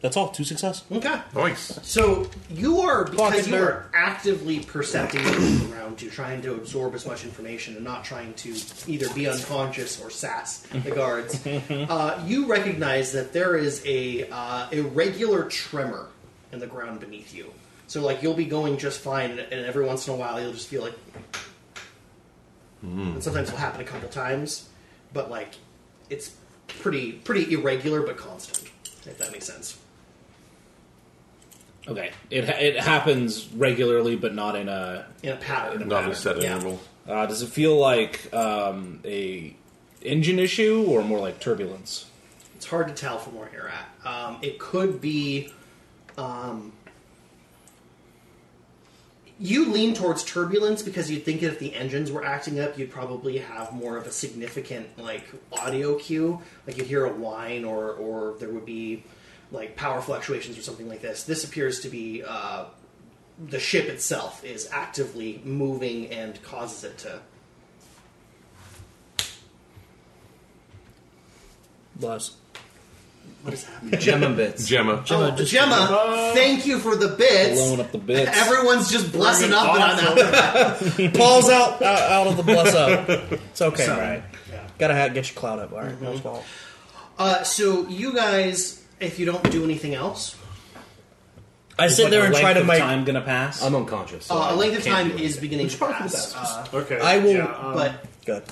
D: That's all. Two success.
B: Okay.
F: Nice.
B: So you are because
C: Pocket
B: you are actively percepting the world around you, trying to absorb as much information and not trying to either be unconscious or sass the guards. uh, you recognize that there is a uh, irregular tremor in the ground beneath you. So like you'll be going just fine, and and every once in a while you'll just feel like, and sometimes it'll happen a couple times, but like it's pretty pretty irregular but constant. If that makes sense.
D: Okay, it ha- it happens regularly, but not in a.
B: In a pattern.
F: Not a set
B: Yeah.
F: interval.
D: Uh, does it feel like um, a engine issue or more like turbulence?
B: It's hard to tell from where you're at. Um, it could be. Um, you lean towards turbulence because you'd think if the engines were acting up, you'd probably have more of a significant like audio cue, like you'd hear a whine or or there would be like power fluctuations or something like this. This appears to be uh, the ship itself is actively moving and causes it to.
C: Bless.
B: What is happening?
G: Gemma bits.
F: Gemma.
B: Gemma,
C: just-
B: Oh, Gemma thank you for the bits.
D: Blowing up the bits.
B: Everyone's just blessing up, and I'm out.
E: <laughs>
C: Paul's out, out out of the bless up. It's okay, right?
B: Yeah.
C: Gotta ha- get your cloud up. All right, no fault.
B: Uh, so you guys, if you don't do anything else,
C: I sit
D: Like
C: there
D: a
C: and try
D: length
C: to
D: of
C: make.
D: Time gonna pass.
G: I'm unconscious. So
B: uh,
G: I
B: a length of time
G: can't do
B: is
G: anything.
B: beginning to
G: probably for the
B: pass.
E: um,
G: best.
B: Uh,
E: Okay.
C: I will-
E: yeah, um,
B: but
C: Good.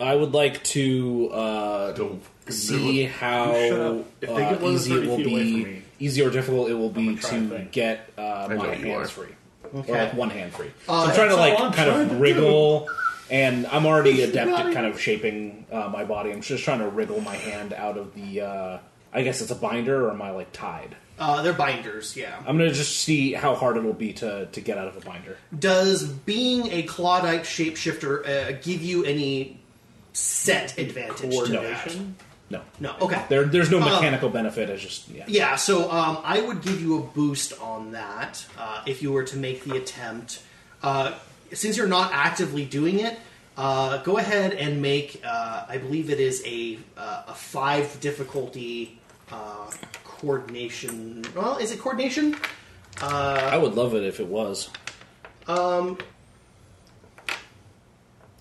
D: I would like to uh,
F: Don't
D: see how
E: If they
D: uh,
E: get one
D: easy it
E: 30
D: will
E: feet away from
D: be,
E: me,
D: easy or difficult it will be
E: gonna try and
D: to
E: think.
D: get uh,
F: know
D: my
F: you
D: hands
F: are.
D: free, or like one hand free. so I'm
B: that's
D: trying to like
E: all Uh, I'm
D: kind
E: trying to
D: of
E: do.
D: wriggle, and I'm already adept at kind of shaping uh, my body. I'm just trying to wriggle my hand out of the. Uh, I guess it's a binder, or am I like tied?
B: Uh, they're binders, yeah.
D: I'm gonna just see how hard it'll be to to get out of a binder.
B: Does being a Claudite shapeshifter uh, give you any set advantage to that?
E: coordination.
D: No,
B: No, okay. Uh,
D: there there's
E: Uh,
D: no mechanical benefit. It's just yeah.
B: Yeah, so um, I would give you a boost on that uh, if you were to make the attempt. Uh, since you're not actively doing it, uh, go ahead and make, uh, I believe it is a, uh, a five difficulty uh, coordination. Well, is it coordination?
D: I would love it if it was. Um,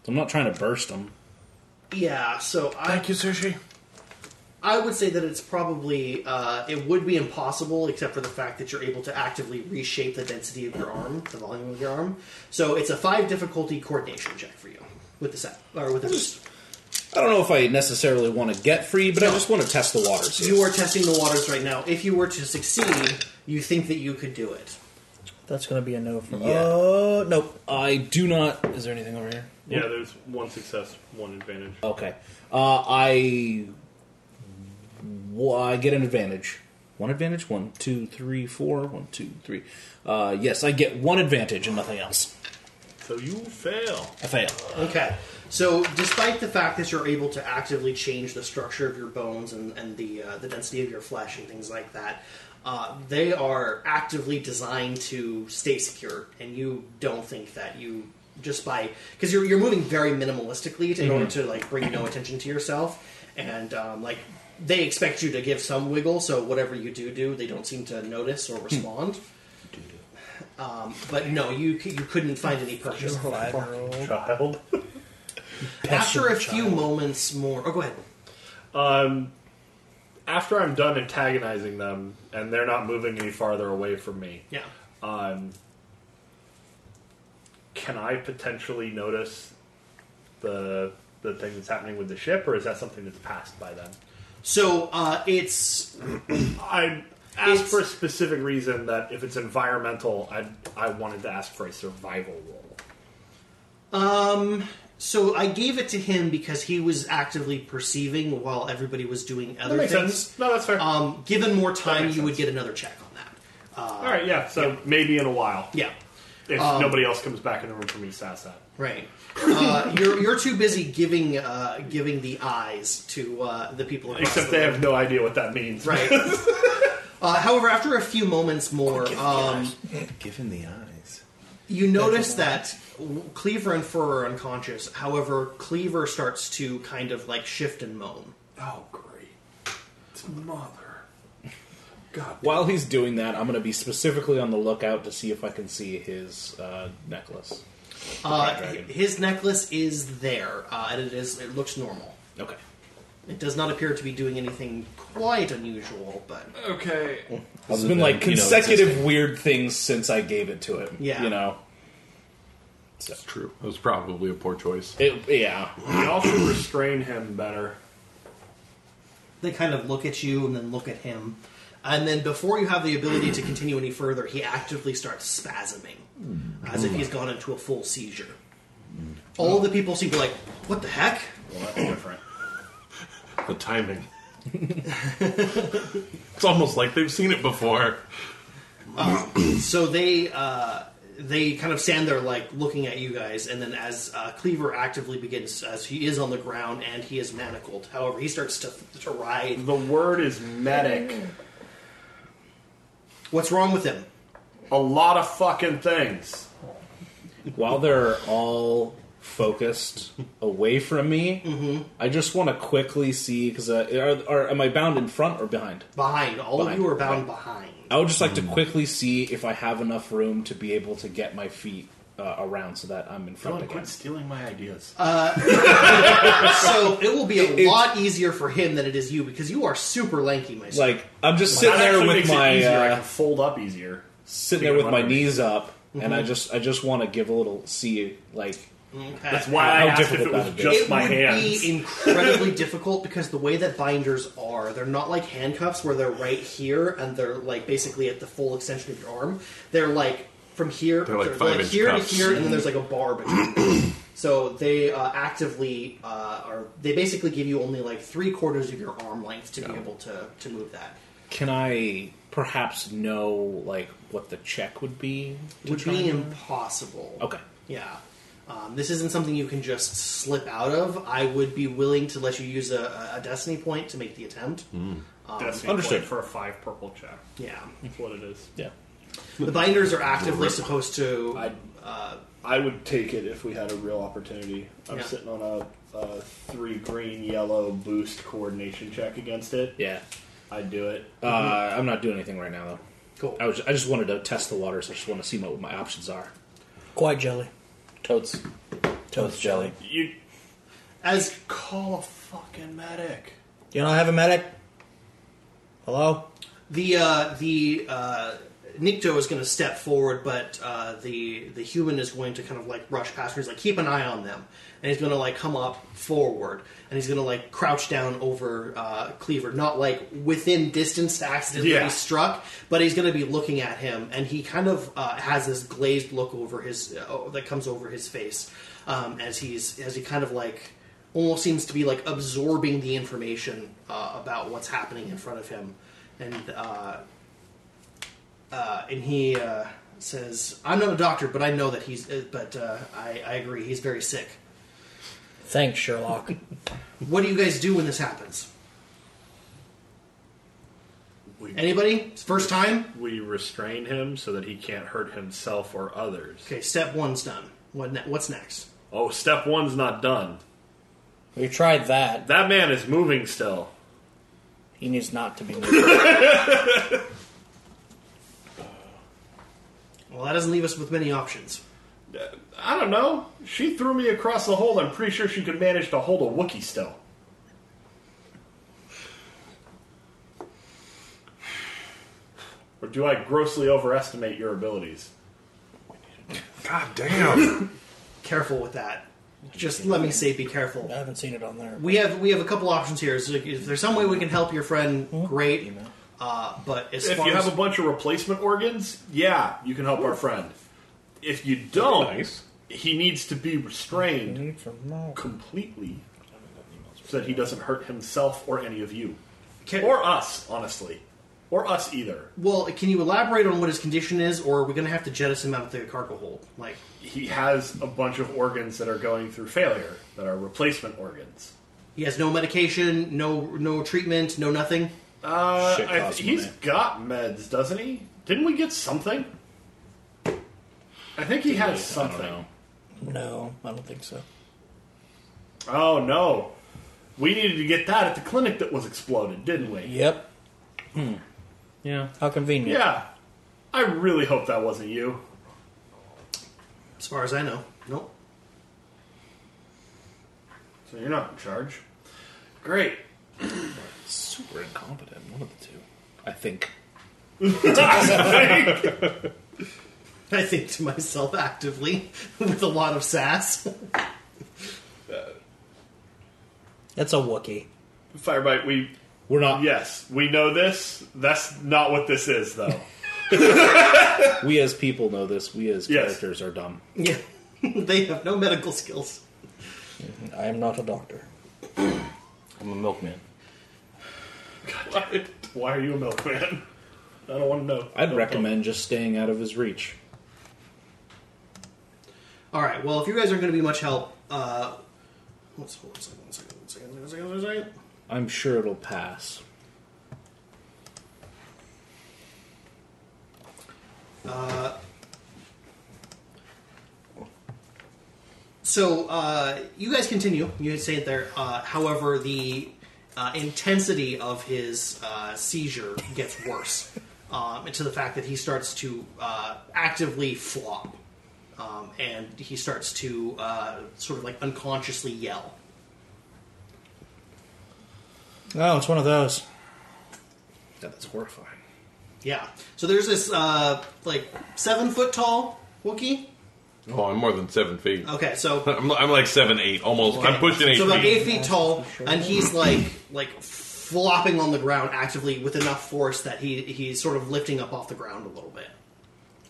D: I'm not trying to burst them.
B: Yeah, so I.
F: Thank you, Sushi.
B: I would say that it's probably uh, it would be impossible, except for the fact that you're able to actively reshape the density of your arm, the volume of your arm. So it's a five difficulty coordination check for you with the set or with the boost.
D: I don't know if I necessarily want to get free, but I just want to test the waters. here.
B: You are testing the waters right now. If you were to succeed, you think that you could do it.
C: That's going to be a no for Oh.
D: Uh, nope. I do not. Is there anything over here?
E: Yeah, there's one success, one advantage.
D: Okay. Uh, I. Well, I get an advantage. One advantage. One, two, three, four. One, two, three. Uh, yes, I get one advantage and nothing else.
E: So you fail.
D: I fail.
B: Okay. So, despite the fact that you're able to actively change the structure of your bones and, and the uh, the density of your flesh and things like that, uh, they are actively designed to stay secure. And you don't think that you just by because you're you're moving very minimalistically to, in order to like bring no attention to yourself and um, like they expect you to give some wiggle. So whatever you do do, they don't seem to notice or respond. Um, but no, you c- you couldn't find any purchase.
E: Child.
B: After a few moments more, oh, go ahead.
E: Um, after I'm done antagonizing them and they're not moving any farther away from me,
B: Yeah.
E: um, can I potentially notice the the thing that's happening with the ship, or is that something that's passed by them?
B: So uh, it's
E: I asked
B: It's-
E: for a specific reason that if it's environmental, I I wanted to ask for a survival roll.
B: so I gave it to him because he was actively perceiving while everybody was doing other
E: That makes
B: things.
E: sense. No, that's fair.
B: Um, given more time, you
E: makes
B: would
E: sense.
B: get another check on that.
E: All right, yeah. So maybe in a while,
B: Yeah.
E: if nobody else comes back in the room for me to sass that.
B: Right. Uh, you're you're too busy giving uh, giving the eyes to uh, the people. across
E: Except
B: the
E: they have no idea what that means. <laughs>
B: room. right. Uh, however, after a few moments more, um,
G: Given the eyes.
B: You notice that Cleaver and Fur are unconscious. However, Cleaver starts to kind of like shift and moan.
E: Oh, great. It's mother. God.
D: While he's doing that, I'm going to be specifically on the lookout to see if I can see his uh, necklace. The
B: Uh,
D: Grand Dragon.
B: his necklace is there, uh, and it is it looks normal.
D: Okay.
B: It does not appear to be doing anything quite unusual, but
E: Okay.
D: It's been like consecutive weird things since I gave it to him.
B: Yeah.
D: You know?
F: It's true. It was probably a poor choice.
D: It, yeah.
E: We all should restrain him better.
B: they kind of look at you and then look at him, and then before you have the ability to continue any further, he actively starts spasming, as if he's gone into a full seizure. All the people seem to be like, "What the heck?"
D: Well, that's different.
F: The timing. <laughs> it's almost like they've seen it before.
B: So they uh, they kind of stand there like looking at you guys, and then as uh, Cleaver actively begins, as he is on the ground and he is manacled. However, he starts to to writhe.
E: The word is medic.
B: What's wrong with him?
E: A lot of fucking things.
D: While they're all focused away from me,
B: Mm-hmm.
D: I just want to quickly see because uh, are, are, am I bound in front or behind?
B: Behind all
D: Behind.
B: of you are bound
E: <laughs>
B: behind.
D: I would just like
F: Mm.
D: to quickly see if I have enough room to be able to get my feet uh, around so that I'm in front again.
E: stealing my ideas.
B: So it will be a lot easier for him than it is you because you are super lanky, my son.
D: Like I'm just
E: that
D: sitting there
E: actually
D: with
E: makes it
D: my
E: easier. I
D: uh,
E: can fold up easier.
D: sitting
E: Speaking
D: there with
E: of
D: my
E: runners.
D: knees up, and I just I just want to give a little see like
E: That's why I
D: How
E: asked if
D: difficult
E: it was
D: that'd be.
E: just
B: it
E: my
B: would
E: hands.
B: be incredibly <laughs> difficult because the way that binders are, they're not like handcuffs where they're right here and they're like basically at the full extension of your arm. They're like from here,
F: They're like five-inch
B: here
F: cuffs.
B: to here, and then there's like a bar between. them. <clears throat> so they uh, actively uh, are. They basically give you only like three quarters of your arm length to be able to to move that.
D: Can I perhaps know like what the check would be? to
B: Would
D: try
B: be
D: and-
B: impossible.
D: okay.
B: Yeah. Um, this isn't something you can just slip out of. I would be willing to let you use a, a- a destiny point to make the attempt.
E: Destiny
D: Understood.
E: point for a five purple check.
B: Yeah.
E: That's what it is.
D: Yeah.
B: The binders are actively supposed to.
E: I uh, I would take it if we had a real opportunity. I'm
B: Yeah.
E: sitting on a, a three green yellow boost coordination check against it.
D: Yeah.
E: I'd do it.
D: Uh, I'm not doing anything right now though.
B: cool.
D: I was I just wanted to test the waters. I just want to see what my options are.
C: Quiet jelly.
H: Totes. Totes jelly.
E: You
B: As
E: call a fucking medic.
C: You don't have a medic? Hello?
B: the uh, the uh, Nikto is going to step forward, but uh, the the human is going to kind of like rush past her. He's like, keep an eye on them, and he's going to like come up forward, and he's going to like crouch down over uh, Cleaver, not like within distance to accidentally
E: Yeah.
B: be struck, but he's going to be looking at him, and he kind of uh, has this glazed look over his uh, that comes over his face um, as he's as he kind of like almost seems to be like absorbing the information uh, about what's happening in front of him and uh, uh, and he uh, says, "I'm not a doctor, but I know that he's. Uh, but uh, I, I agree, he's very sick.
C: Thanks, Sherlock.
B: What do you guys do when this happens?
E: We,
B: Anybody? First time?
E: we restrain him so that he can't hurt himself or others.
B: Okay, step one's done. What ne- what's next?
E: Oh, step one's not done.
C: <laughs> we tried that.
E: That man is moving still.
C: He needs not to be moved. <laughs>
B: Well, that doesn't leave us with many options.
E: I don't know. She threw me across the hold. I'm pretty sure she could manage to hold a Wookiee still. Or do I grossly overestimate your abilities?
F: God damn.
B: Careful with that. Just let me say, be careful.
C: I haven't seen it on there.
B: We have we have a couple options here. So if there's some way we can help your friend,
C: Mm-hmm.
B: great. Uh, but as
E: If
B: far
E: you
B: as
E: have a bunch of replacement organs, yeah, you can help our friend. If you don't,
F: Nice.
E: he needs to be restrained completely so that he doesn't hurt himself or any of you.
B: Can-
E: Or us, honestly. Or us either.
B: Well, can you elaborate on what his condition is, or are we going to have to jettison him out of the cargo hold? Like,
E: he has a bunch of organs that are going through failure that are replacement organs.
B: he has no medication, no no treatment, no nothing.
E: Uh,
D: Shit
E: I-
D: costs
E: he's
D: money.
E: got meds, doesn't he? Didn't we get something? I think he has
D: I don't know.
E: something.
C: No, I don't think so.
E: Oh no, we needed to get that at the clinic that was exploded, didn't we?
C: Yep.
D: Yeah.
C: Hmm. How convenient.
E: Yeah. I really hope that wasn't you.
B: As far as I know, nope.
E: So you're not in charge. Great.
D: Super incompetent. One of the two. I think.
B: I think to myself actively <laughs> with a lot of sass. <laughs>
C: That's a Wookiee.
E: Firebite, we
D: We're not.
E: yes, we know this. That's not what this
D: <laughs>
E: is, though.
D: We as people know this. We as
E: Yes.
D: characters are dumb.
B: yeah, <laughs> they have no medical skills.
C: I am not a
D: <clears throat>
C: doctor.
H: I'm a milkman.
E: Why- Why are you a milkman? I don't want to know.
D: I'd
E: Don't
D: recommend just staying out of his reach.
B: All right. Well, if you guys aren't going to be much help, uh, let's hold on a second, one second, one second, one second, one second.
D: I'm sure it'll pass.
B: So uh, you guys continue. You say it there. Uh, however, the uh, intensity of his uh, seizure gets worse, <laughs> um, and to the fact that he starts to uh, actively flop, um, and he starts to uh, sort of like unconsciously yell.
C: No, Oh, it's one of those.
D: Yeah, that's horrifying.
B: Yeah. So there's this uh, like seven foot tall Wookiee
F: Oh, I'm more than seven feet.
B: Okay, so
F: I'm, I'm like seven eight, almost. I'm pushing eight
B: so about
F: feet.
B: eight feet tall, and he's like like flopping on the ground actively with enough force that he he's sort of lifting up off the ground a little bit.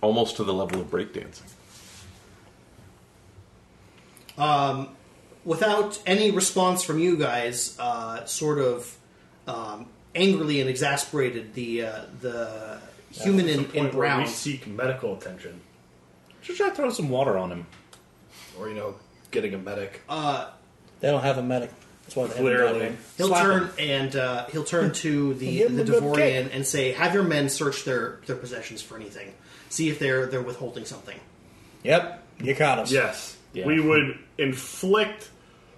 F: almost to the level of breakdancing.
B: without any response from you guys, uh, sort of um, angrily and exasperated, the uh, the human
E: It's
B: in,
E: the point
B: in
E: where
B: brown.
E: We seek medical attention,
D: Should try to throw some water on him.
E: or you know, getting a medic.
C: They don't have a medic. That's why they have a
E: Clearly,
C: medic.
B: He'll
D: Slap
B: turn and uh, he'll turn to the
C: Give him
B: the
C: a good
B: Devorian and say, "Have your men search their, their possessions for anything. See if they're they're withholding something."
C: Yep, you caught us.
E: yes,
D: Yeah.
E: we would inflict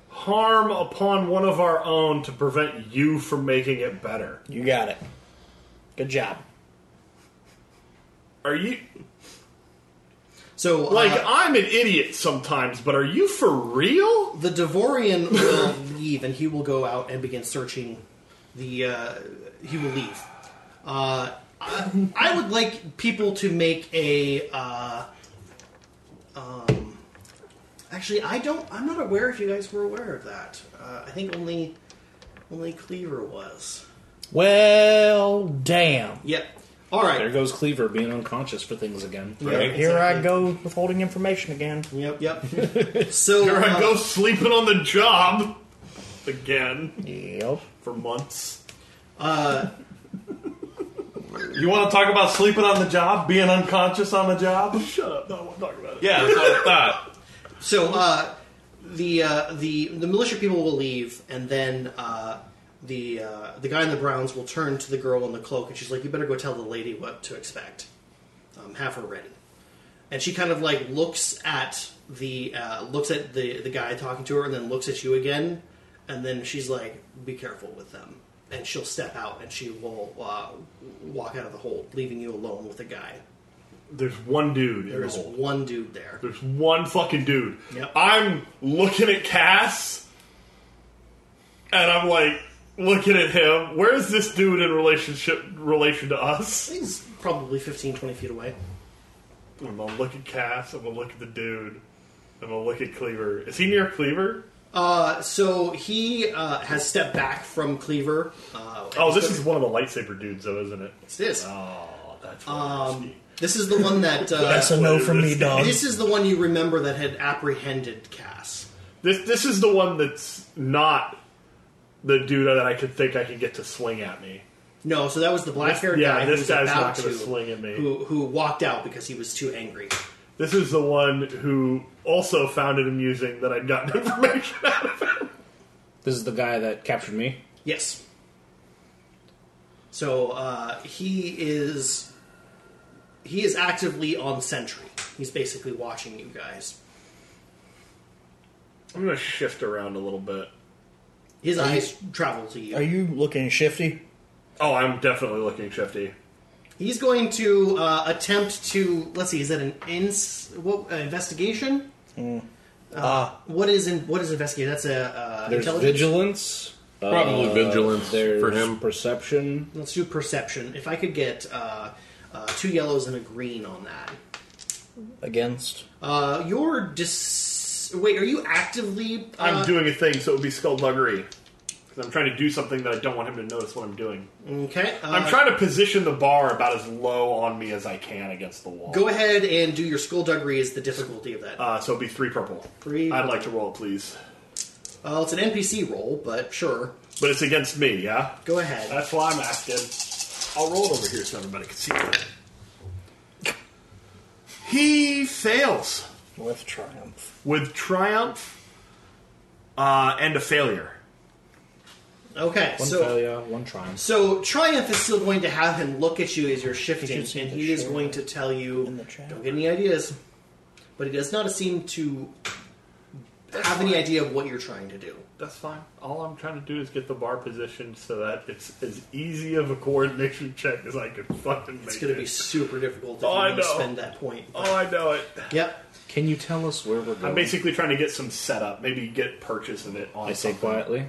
E: harm upon one of our own to prevent you from making it better.
C: You got it. Good job.
E: Are you
B: So, uh,
E: like I'm an idiot sometimes, but are you for real?
B: the Devorian will leave, and he will go out and begin searching. The uh, he will leave. Uh, I, I would like people to make a. Uh, um, actually, I don't. I'm not aware if you guys were aware of that. Uh, I think only only Cleaver was.
C: Well, damn.
B: Yep. All right.
D: There goes Cleaver being unconscious for things again.
B: Yep,
C: Here I
B: exactly.
C: go withholding information again.
B: Yep. Yep. so
E: Here I
B: uh,
E: go sleeping on the job again
C: Yep.
E: for months.
F: You want to talk about sleeping on the job, being unconscious on the job?
E: Shut up! No, I want to talk about it.
F: Yeah, that's what I
D: <laughs>
F: thought.
B: So uh, the uh, the the militia people will leave, and then uh, the uh, the guy in the browns will turn to the girl in the cloak, and she's like, "You better go tell the lady what to expect. Um, have her ready." And she kind of like looks at the uh, looks at the the guy talking to her, and then looks at you again, and then she's like, "Be careful with them." And she'll step out, and she will uh, walk out of the hold, leaving you alone with the guy.
E: There's one dude in the
B: There's
E: hole.
B: one dude there.
E: There's one fucking dude.
B: Yep.
E: I'm looking at Cass, and I'm like looking at him. Where's this dude in relationship relation to us?
B: He's probably 15, 20 feet away.
E: I'm gonna look at Cass. I'm gonna look at the dude. I'm gonna look at Cleaver. Is he near Cleaver?
B: Uh, so he uh, has stepped back from Cleaver. Uh,
E: Oh, this is one of the lightsaber dudes, though, isn't it?
B: It's this.
E: Oh, that's um, risky.
B: This is the one
E: <laughs>
B: that. Uh,
C: That's a no from me, dog.
B: this is the one you remember that had apprehended Cass.
E: This this is the one that's not the dude that I could think I could get to swing at me.
B: No, so that was the black haired
E: yeah,
B: guy. who
E: this
B: was
E: guy's
B: about
E: not gonna
B: to-
E: swing at me.
B: Who, who walked out because he was too angry.
E: This is the one who also found it amusing that I'd gotten <laughs> information out of him.
D: This is the guy that captured me.
B: Yes. So uh, he is. He is actively on sentry. He's basically watching you guys.
E: I'm gonna shift around a little bit.
B: His eyes travel to
C: Are you looking shifty?
E: Oh, I'm definitely looking shifty.
B: He's going to uh, attempt to let's see. Is that an ins what, uh, investigation? Uh, what is in what is investigation? That's a uh,
D: There's
B: intelligence.
D: vigilance.
F: Probably
D: uh,
F: vigilance
D: there's
F: for him.
D: Perception.
B: Let's do perception. If I could get uh, uh, two yellows and a green on that.
C: Against?
B: Uh, your dis- wait. Are you actively? Uh,
E: I'm doing a thing, so it would be skullduggery. Because I'm trying to do something that I don't want him to notice what I'm doing.
B: Okay. Uh,
E: I'm trying to position the bar about as low on me as I can against the wall.
B: Go ahead and do your skullduggery. Is the difficulty of that?
E: Uh, so it'd be three purple.
B: Three
E: I'd
B: purple.
E: like to roll, please.
B: Uh, it's an NPC roll, but sure.
E: But it's against me, yeah?
B: Go ahead.
E: That's why I'm asking. I'll roll it over here so everybody can see it. He fails
C: With triumph.
E: with triumph uh, and a failure.
B: okay.
D: One
B: so
D: failure, one triumph.
B: So Triumph is still going to have him look at you as you're shifting,
C: He should see
B: and
C: the
B: he is
C: share
B: going to tell you,
C: in the chat.
B: "Don't get any ideas." But he does not seem to have any idea of what you're trying to do.
E: That's fine. All I'm trying to do is get the bar positioned so that it's as easy of a coordination check as I can fucking make
B: It's going
E: it.
B: to be super difficult if
E: Oh,
B: you
E: I
B: want to
E: know.
B: spend that point.
E: oh, I know it.
B: Yep.
D: Can you tell us where we're going?
E: I'm basically trying to get some setup, maybe get purchase of it on
D: I say
E: something.
D: quietly.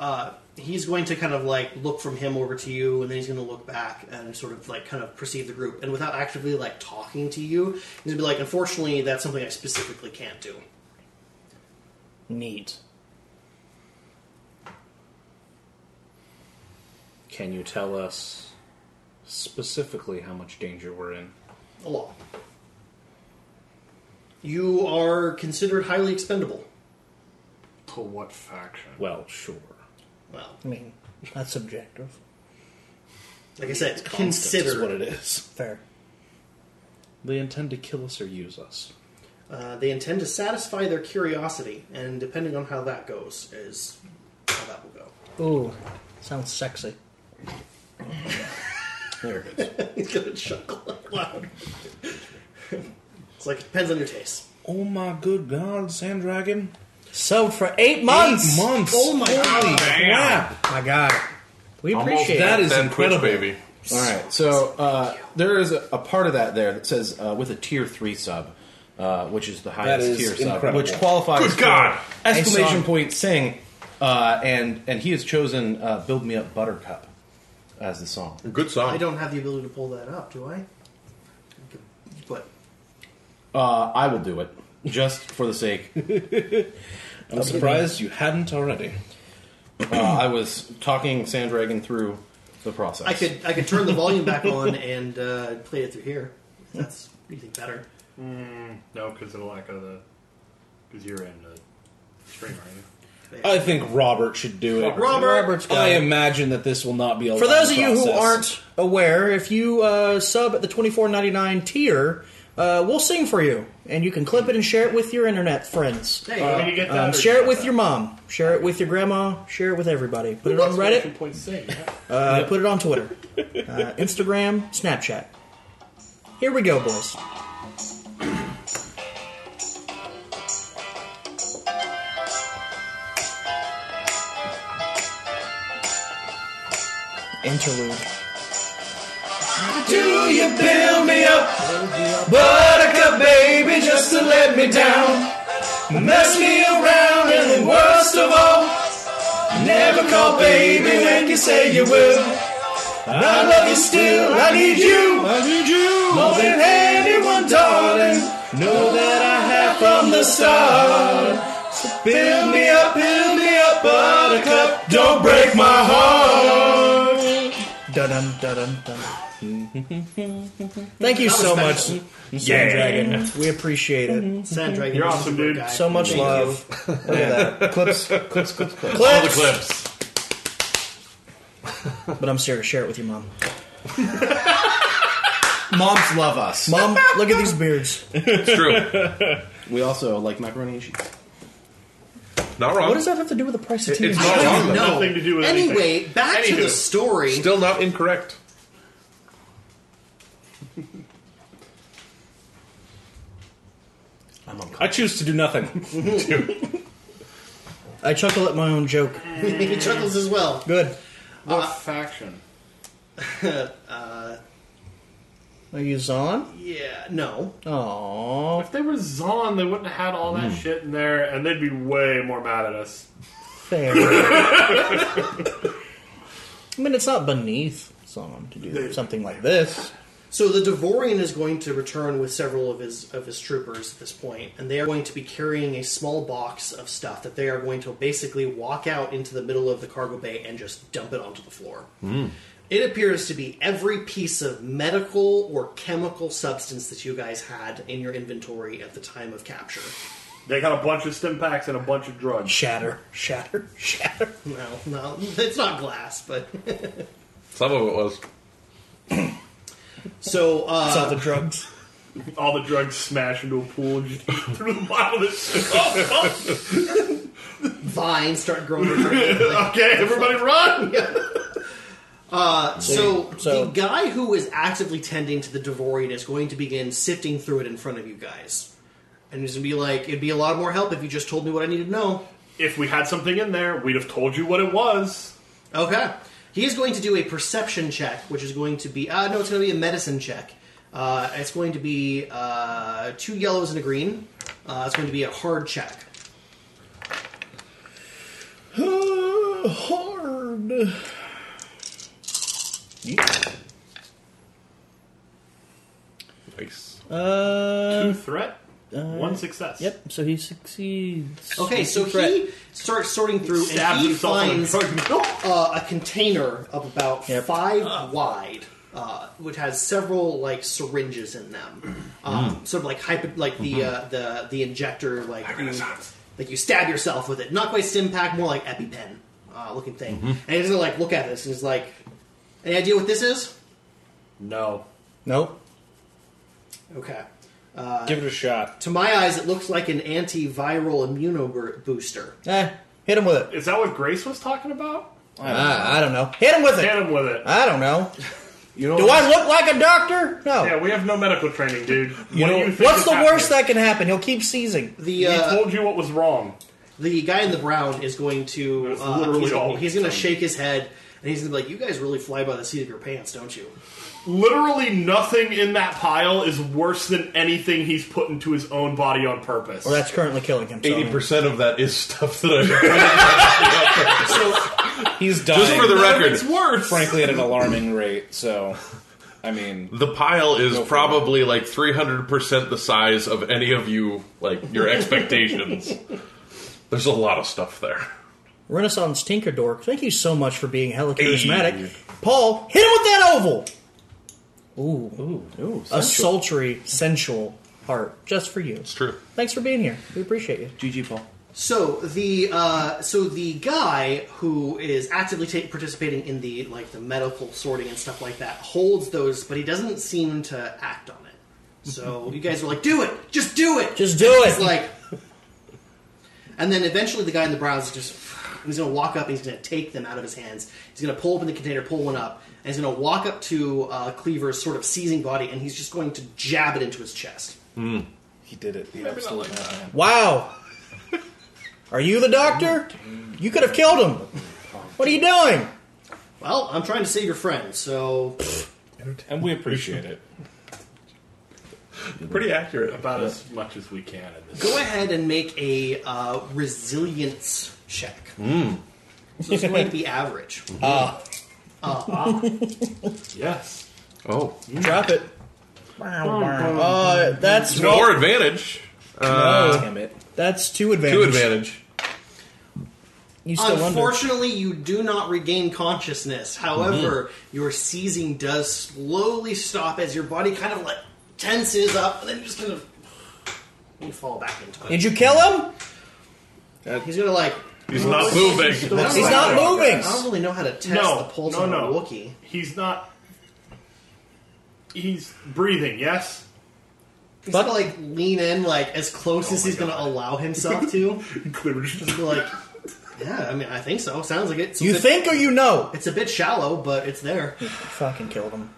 B: uh, he's going to kind of like look from him over to you, and then he's going to look back and sort of like kind of perceive the group. And without actively like talking to you, he's going to be like, unfortunately, that's something I specifically can't do.
D: Neat. Can you tell us specifically how much danger we're in?
B: A lot. You are considered highly expendable.
E: To what faction?
D: Well, sure.
B: Well,
C: I mean, that's subjective.
B: like I said,
D: Constant is
B: considered.
D: what it is.
C: Fair.
D: They intend to kill us or use us.
B: Uh, they intend to satisfy their curiosity, and depending on how that goes, is how that will go. <laughs>
C: Ooh, sounds sexy.
H: There it is.
B: He's gonna chuckle out loud. <laughs> it's like depends on your taste.
D: Oh my good god, Sand Dragon!
C: So for eight months.
D: Eight months!
C: Oh my god!
F: Damn.
C: My God. We
F: Almost
C: appreciate
F: that
C: it.
D: is
F: is that
D: incredible.
F: Twitch baby.
G: All right, so uh, there is a, a part of that there that says uh, with a tier three sub, uh, which is the highest
D: is
G: tier sub,
D: incredible.
G: which qualifies.
F: Good
G: for
F: God!
C: I
G: Exclamation
C: saw-
G: point! Sing, uh, and and he has chosen uh, "Build Me Up, Buttercup" as
D: <laughs>
G: the song.
F: Good song.
B: I don't have the ability to pull that up, do I? But
G: Uh, I will do it just for the sake.
D: <laughs> I'm surprised you hadn't already.
G: Uh, I was talking Sandragon through the process.
B: I could I could turn the volume back on and uh, play it through here. If that's what you think better.
E: No, because of the lack of the. Because you're in the stream, aren't you?
D: I think Robert should do it.
B: Robert!
C: Robert's got
D: I
C: it.
D: imagine that this will not be a
C: For
D: long
C: those of you who
D: process.
C: aren't aware, if you uh, sub at the twenty four ninety nine tier, uh, we'll sing for you, and you can clip it and share it with your internet friends.
B: There you
E: Uh,
B: go.
E: when you get that,
C: Um,
E: or
C: share
E: you
C: it
E: get
C: with
E: that?
C: your mom. Share it with your grandma. Share it with everybody. Put it on Reddit.
E: Exclamation point sing, yeah.
C: Uh, put it on Twitter, uh, Instagram, Snapchat. Here we go, boys. Interlude.
G: Do you build me up, buttercup baby, just to let me down? Mess me around, and then worst of all, never call baby like you say you will. I love you still, I need you, I need you more than anyone, darling. Know that I have from the start. So build me up, build me up, buttercup, don't break my heart.
C: Dun dun dun dun. Thank you so much, Sun Dragon. We appreciate it.
B: Sand Dragon,
E: Uh, You're
B: this is
E: awesome,
B: a good
E: dude.
B: guy.
C: So much
B: Thank you.
C: love. Look at that. Clips, clips, clips, clips.
F: All the clips.
C: But I'm serious. Share it with your mom.
G: Moms love us.
C: Mom, look at these beards.
F: It's <laughs> true.
G: We also like macaroni and cheese.
F: Not wrong.
C: What does that have to do with the price of tea?
F: It's
B: I
F: not
B: don't
F: wrong.
B: even
F: though.
B: know.
E: Nothing to do with
B: anyway, back to
E: Anywho.
B: the story.
F: Still not incorrect.
D: I choose to do nothing.
C: I chuckle at my own joke.
B: he chuckles as well.
C: Good.
E: What
D: Uh,
E: faction?
C: Are you Zon?
B: Yeah, no.
C: Aww.
E: If they were Zon, they wouldn't have had all that shit in there, and they'd be way more mad at us. <laughs>
C: Fair. I mean, it's not beneath Zon to do something like this.
B: So the Devorian is going to return with several of his of his troopers at this point, and they are going to be carrying a small box of stuff that they are going to basically walk out into the middle of the cargo bay and just dump it onto the floor. It appears to be every piece of medical or chemical substance that you guys had in your inventory at the time of capture.
E: They got a bunch of stim packs and a bunch of drugs.
C: Shatter, shatter, shatter.
B: No, no, <laughs> it's not glass, but <laughs>
F: Some of it was.
B: so
C: It's all
B: uh,
C: the drugs.
E: All the drugs smash into a pool and just <laughs> through the bottom of this.
C: Oh,
B: vines start growing.
E: <laughs>
B: organically.
E: okay, everybody
C: <laughs>
E: run!
B: So,
C: So-
B: the guy who is actively tending to the Devorian is going to begin sifting through it in front of you guys. And he's going to be like, it'd be a lot more help if you just told me what I needed to know.
E: If we had something in there, we'd have told you what it was.
B: Okay. He is going to do a perception check, which is going to be, uh, no, it's going to be a medicine check. Uh, it's going to be uh, two yellows and a green. Uh, it's going to be a hard check.
C: hard.
F: Nice.
C: Uh,
E: Two threat, one success.
A: Yep, so he succeeds.
B: Okay, so he starts sorting through and
E: Stabs
B: he
E: himself in the
B: finds
E: drug middle.
B: uh, a container of about
A: Yep.
B: five wide, uh, which has several like syringes in them, um,
E: Mm.
B: sort of like hypo- like the
E: Mm-hmm.
B: uh, the the injector like you, like you stab yourself with it. Not quite Simpac, more like EpiPen uh, looking thing.
E: Mm-hmm.
B: And he's gonna like look at this and he's like, "Any idea what this is?"
E: No.
C: nope.
B: Okay.
D: Give it a shot.
B: To my eyes, it looks like an antiviral immuno booster.
C: Eh, hit him with it.
E: Is that what Grace was talking about?
C: Ah, I don't know. Hit him with
E: Hit
C: it.
E: him with it.
C: I
B: <laughs>
C: don't know.
G: You know
C: Do I look like a doctor? No.
E: Yeah, we have no medical training, dude. What
G: know,
E: do you think
C: What's
E: is
C: the worst
E: happening?
C: that can happen? He'll keep seizing.
B: The
E: We
B: uh,
E: told you what was wrong.
B: the guy in the brown is going to
E: That's
B: uh,
E: literally
B: he's,
E: all
B: he's going to
E: he's done.
B: shake his head and he's going to be like, "You guys really fly by the seat of your pants, don't you?"
E: Literally nothing in that pile is worse than anything he's put into his own body on purpose.
C: Well, that's currently killing him. so-
F: Eighty percent of that is stuff that I. <laughs>
D: He's dying.
F: Just for the record,
E: it's worse.
D: frankly, at an alarming rate. So, I mean,
F: the pile is
D: Go for
F: probably like three hundred percent the size of any of you like your <laughs> expectations. There's a lot of stuff there.
C: Renaissance Tinker Dork, thank you so much for being hella charismatic.
F: Hey.
C: Paul, hit him with that oval! Ooh. A sultry, sensual heart just for you.
F: It's true.
C: Thanks for being here. We appreciate you.
G: GG Paul.
B: So the uh, so the guy who is actively ta- participating in the like the medical sorting and stuff like that holds those, but he doesn't seem to act on it. So you guys were like, "Do it, just do it,
C: Just do
B: It's
C: it!
B: like, and then eventually the guy in the brown is just he's going to walk up and he's going to take them out of his hands. He's going to pull open the container, pull one up, and he's going to walk up to uh, Cleaver's sort of seizing body, and he's just going to jab it into his chest.
D: he did it. He absolutely did it.
C: wow! Are you the doctor? You could have killed him. What are you doing?
B: Well, I'm trying to save your friend, so
D: and we appreciate it.
F: Pretty accurate.
E: About as much as we can in this.
B: go ahead and make a uh, resilience check. So it's going to be average.
E: Yes.
F: Oh,
C: Drop it. Uh, that's
F: no or advantage.
G: Damn it.
C: that's two advantage.
F: Two advantage.
C: You still under.
B: Unfortunately, you do not regain consciousness. However,
C: Mm-hmm.
B: your seizing does slowly stop as your body kind of like tenses up, and then just kind of you fall back into it.
C: Did you kill him?
B: He's gonna like.
F: He's not moving.
B: I
C: He's
B: don't
C: not
B: know-
C: moving.
B: I don't really know how to test the
E: No,
B: pulse
E: no,
B: on
E: no.
B: a Wookiee.
E: He's not. He's breathing. Yes.
B: He's gonna like lean in like as close
E: Oh
B: as he's gonna allow himself to.
E: <laughs>
B: Just be like, yeah, I mean, I think so. Sounds like it. It's a
C: You
B: bit-
C: think or you know?
B: It's a bit shallow, but it's
E: <laughs>
B: there.
C: Fucking killed him.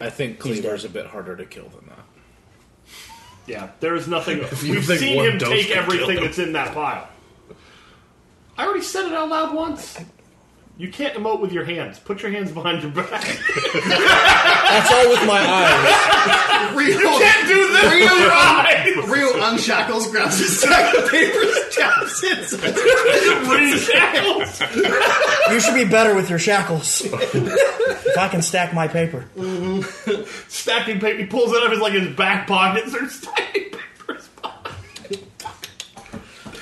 D: I think Cleaver's a bit harder to kill than that.
E: Yeah. There is nothing.
F: you
E: We've
F: think
E: seen
F: one
E: him
F: dose
E: take
F: could kill
E: everything
F: him.
E: that's in that pile. I already said it out loud once. You can't emote with your hands. Put your hands behind your back. <laughs>
C: That's all with my eyes.
B: Rio,
E: can't do this.
B: <laughs> Rio,
E: Right.
B: Rio unshackles, grabs his stack of papers, jabs it.
E: <laughs> Three shackles.
C: You should be better with your shackles. if I can stack my paper.
E: Stacking paper. He pulls it out of his like his back pocket. Starts stacking papers.
G: Let's be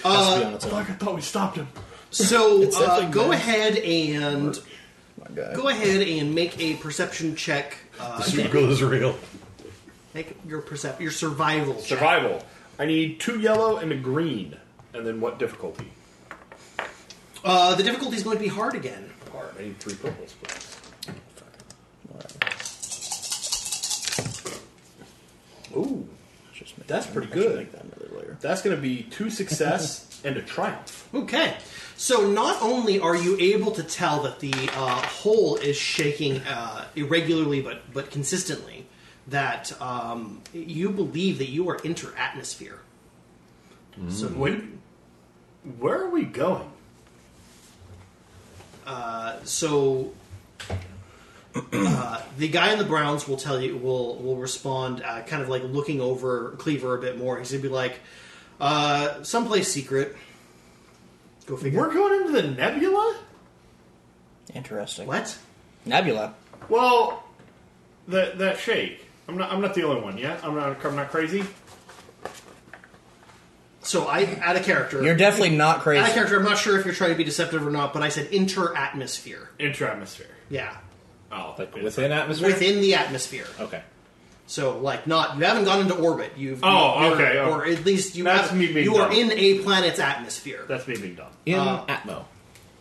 G: honest.
E: Fuck! I thought we stopped him.
B: So uh,
G: something,
B: go
G: man.
B: ahead and go ahead and make a perception check. Uh,
F: Struggle is real.
B: make your percep your survival. check.
E: Survival. I need two yellow and a green. And then what difficulty?
B: Uh, the difficulty is going to be hard again.
E: Hard. I need three purples, please. Ooh, that's pretty good. That's going to be two <laughs> success and a triumph.
B: Okay. So not only are you able to tell that the uh, hole is shaking uh, irregularly but but consistently, that um, you believe that you are inter atmosphere. So
E: Where are we going?
B: so uh, the guy in the Browns will tell you will will respond uh, kind of like looking over Cleaver a bit more. He's gonna be like, uh, someplace secret. Go figure.
E: We're going into the nebula?
I: Interesting.
B: What?
I: Nebula.
E: Well, that that shake. I'm not. I'm not the only one. Yeah. I'm not. I'm not crazy.
B: So I out of character.
I: You're definitely not
B: out of
I: crazy.
B: character. I'm not sure if you're trying to be deceptive or not, but I said inter atmosphere.
E: Inter atmosphere.
B: Yeah,
E: Oh,
D: Like within atmosphere?
B: within the atmosphere.
D: Okay.
B: So like not you haven't gone into orbit. You've
E: Oh,
B: you're-
E: okay,
B: or
E: okay.
B: at least you
E: That's
B: have,
E: me being
B: you are
E: dumb.
B: in a planet's atmosphere.
E: that's me being dumb.
G: In Atmo.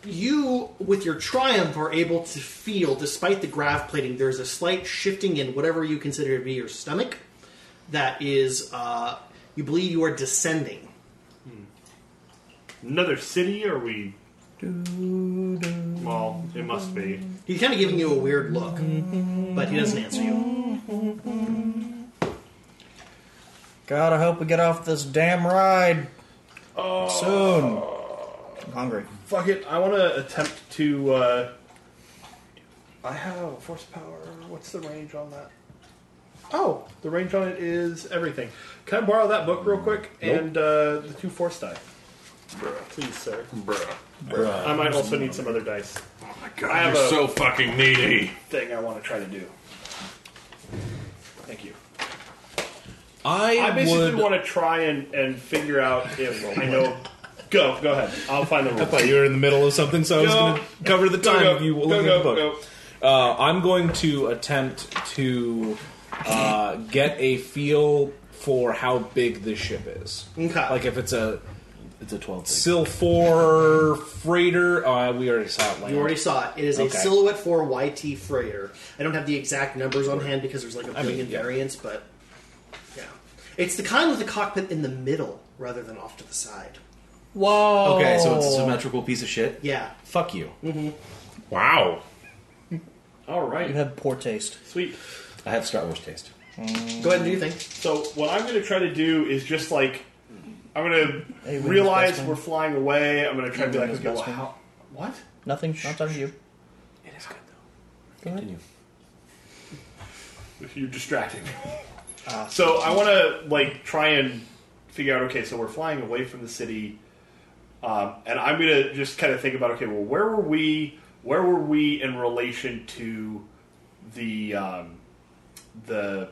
B: you, with your triumph, are able to feel, despite the grav plating, there's a slight shifting in whatever you consider to be your stomach. That is, uh, you believe you are descending.
E: Another city? Are we? Well, it must be.
B: He's kind of giving you a weird look, but he doesn't answer you.
I: God, I hope we get off this damn ride soon. I'm hungry.
E: Fuck it. I want to attempt to. Uh, I have force power. What's the range on that? Oh, the range on it is everything. Can I borrow that book real quick and uh, the two force die? Please, sir.
F: Bruh.
E: I might also need some other dice
F: Oh my god,
E: I have
F: you're
E: a-
F: so fucking needy.
E: thing I want to try to do. Thank you.
D: I,
E: I
D: would.
E: basically want to try and, and figure out if I know. Go, go ahead. I'll find the rules.
D: thought you were in the middle of something, so I was
E: Go.
D: going to cover the
E: Go,
D: time
E: go,
D: if you
E: go,
D: look at
E: go,
D: the book.
E: go.
D: Uh, I'm going to attempt to uh, get a feel for how big this ship is.
B: Okay.
D: Like if it's a
H: It's a 12 thing.
D: Sil 4 freighter. Uh, we already saw it land.
B: You already saw it. It is a
D: Okay.
B: silhouette for YT freighter. I don't have the exact numbers on hand because there's like a billion
D: yeah.
B: variants, but yeah, it's the kind with the cockpit in the middle rather than off to the side.
I: Whoa.
G: Okay, so it's a symmetrical piece of shit.
B: Yeah,
G: Fuck you.
F: Wow.
E: All right.
I: You have poor taste.
E: Sweet.
G: I have Star Wars taste.
B: go ahead and do your thing.
E: So what I'm going to try to do is just like I'm going
I: Hey,
E: to
I: Wingman's
E: realize
I: best
E: we're
I: wing.
E: flying away. I'm going to try to be like,
I: Wingman's
E: okay, well,
I: best wing.
E: how? What?
I: Nothing. Not talking to you.
E: You're distracting. me. so I want to like try and figure out. Okay, so we're flying away from the city, um, and I'm going to just kind of think about. Okay, well, where were we? Where were we in relation to the um, the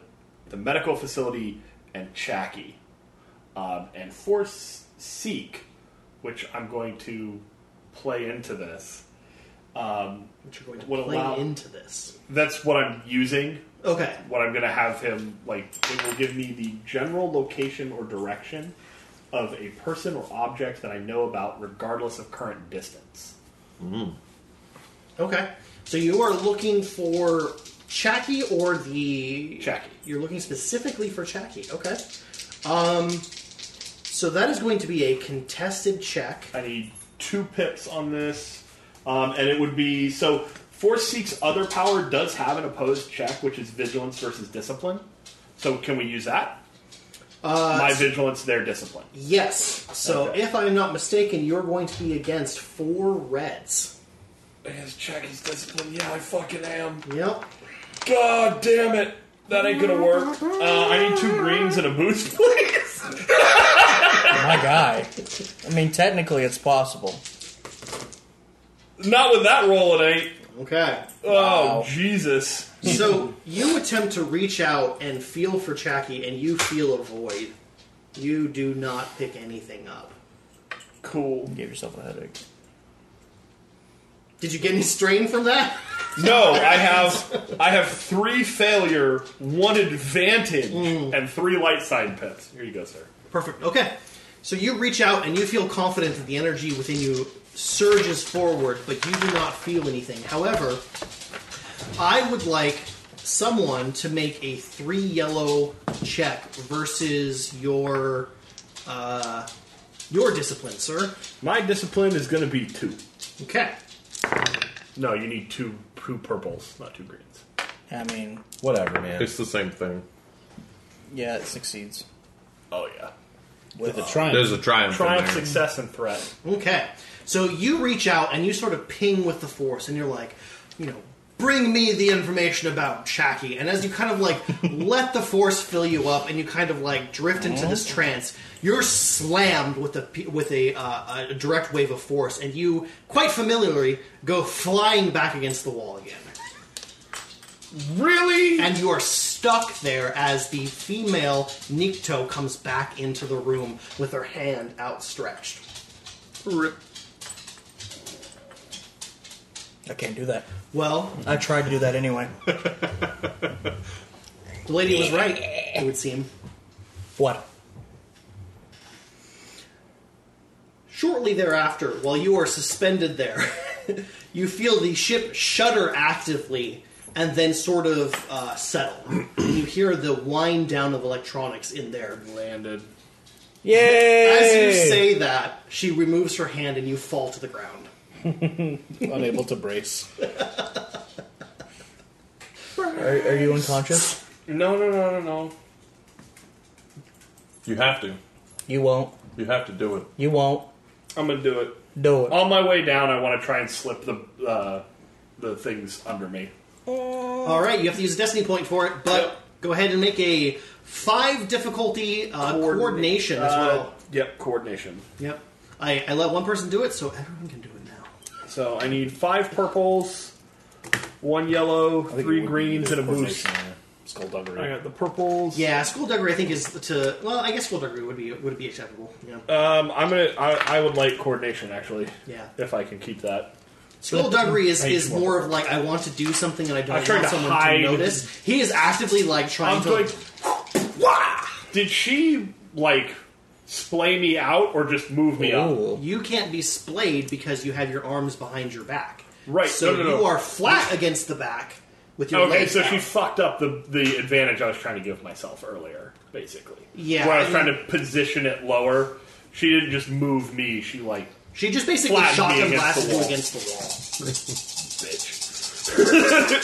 E: the medical facility and Chacky, um, and Force Seek, which I'm going to play into this. Um,
B: Which you're going to
E: Would
B: play
E: allow-
B: into this.
E: that's what I'm using
B: Okay.
E: what I'm going to have him like. It will give me the general location or direction of a person or object that I know about, regardless of current distance.
B: Okay. So you are looking for Chacky or the
E: Chacky.
B: You're looking specifically for Chacky. Okay. Um. So that is going to be a contested check.
E: I need two pips on this, um, and it would be so. Force Seek's other power does have an opposed check, which is vigilance versus discipline. So can we use that? Uh, My vigilance, their discipline.
B: Yes. So
E: Okay.
B: if I'm not mistaken, you're going to be against four reds.
F: Is Chucky's discipline? Yeah, I fucking am.
B: Yep.
F: God damn it.
E: That ain't gonna work. Uh, I need two greens and a boost, <laughs> please.
I: My guy. I mean, technically, it's possible.
E: Not with that roll, it ain't.
B: Okay.
E: Oh Jesus!
B: So you attempt to reach out and feel for Chacky, and you feel a void. You do not pick anything up.
E: Cool.
I: You gave yourself a headache.
B: Did you get any strain from that? <laughs>
E: No, I have I have three failure, one advantage, and three light side pits. Here you go, sir.
B: Perfect. Okay. So you reach out and you feel confident that the energy within you surges forward, but you do not feel anything. However, I would like someone to make a three yellow check versus your uh, your discipline, sir.
E: My discipline is going to be two.
B: Okay.
E: No, you need two two purples, not two greens.
I: I mean,
G: Whatever, man.
F: It's the same thing.
I: yeah, it succeeds.
E: Oh yeah,
D: With the triumph.
F: There's a triumph.
E: triumph,
F: in there.
E: success, and threat.
B: Okay. So you reach out and you sort of ping with the force, and you're like, you know, bring me the information about Chucky. And as you kind of like let the force fill you up, and you kind of like drift into this trance, you're slammed with a p- with a, uh, a direct wave of force, and you quite familiarly go flying back against the wall again. Really? And you are stuck there as the female Nikto comes back into the room with her hand outstretched.
I: I can't do that.
B: Well,
I: I tried to do that anyway.
B: the lady was right, it would seem.
I: What?
B: Shortly thereafter, while you are suspended there, <laughs> you feel the ship shudder actively and then sort of uh, settle. and you hear the wind down of electronics in there.
E: Landed.
I: Yay!
B: As you say that, she removes her hand and you fall to the ground.
D: Unable to brace.
I: are, are you unconscious?
E: No, no, no, no, no.
F: You have to.
I: You won't.
F: You have to do it.
I: You won't
E: I'm gonna do it.
I: do it.
E: On my way down, I want to try and slip the uh, the things under me.
B: All right, you have to use a destiny point for it, but go ahead and make a five difficulty uh, coordination as
E: Uh,
B: well.
E: yep, coordination.
B: Yep, I, I let one person do it, so everyone can do it now.
E: So I need five purples, one yellow,
H: I think it
E: three
H: would be
E: greens, and a boost.
H: coordination, uh,
E: I
H: Skullduggery.
E: got the purples.
B: Yeah, skullduggery I think is to well, I guess skullduggery would be would be acceptable. Yeah,
E: Um, I'm gonna. I, I would like coordination actually.
B: Yeah.
E: If I can keep that.
B: skullduggery is,
E: I
B: is
E: do
B: more of like I want to do something and I
E: I'm
B: don't
E: trying
B: want
E: to
B: someone
E: hide.
B: to notice. He is actively like trying
E: I'm
B: to.
E: going. Wah! Did she like splay me out or just move me
H: Oh.
E: up?
I: Ooh.
B: You can't be splayed because you have your arms behind your back.
E: Right,
B: So
E: no, no, no.
B: you are flat against the back with your
E: Okay,
B: legs
E: so
B: out.
E: she fucked up the the advantage I was trying to give myself earlier, basically.
B: Yeah,
E: Where I
B: I
E: was trying to position it lower. She didn't just move me. She like
B: She just basically
E: Flattened
B: shot
E: me
B: them blasted
E: against the
B: you
E: wall.
B: against the wall.
E: bitch.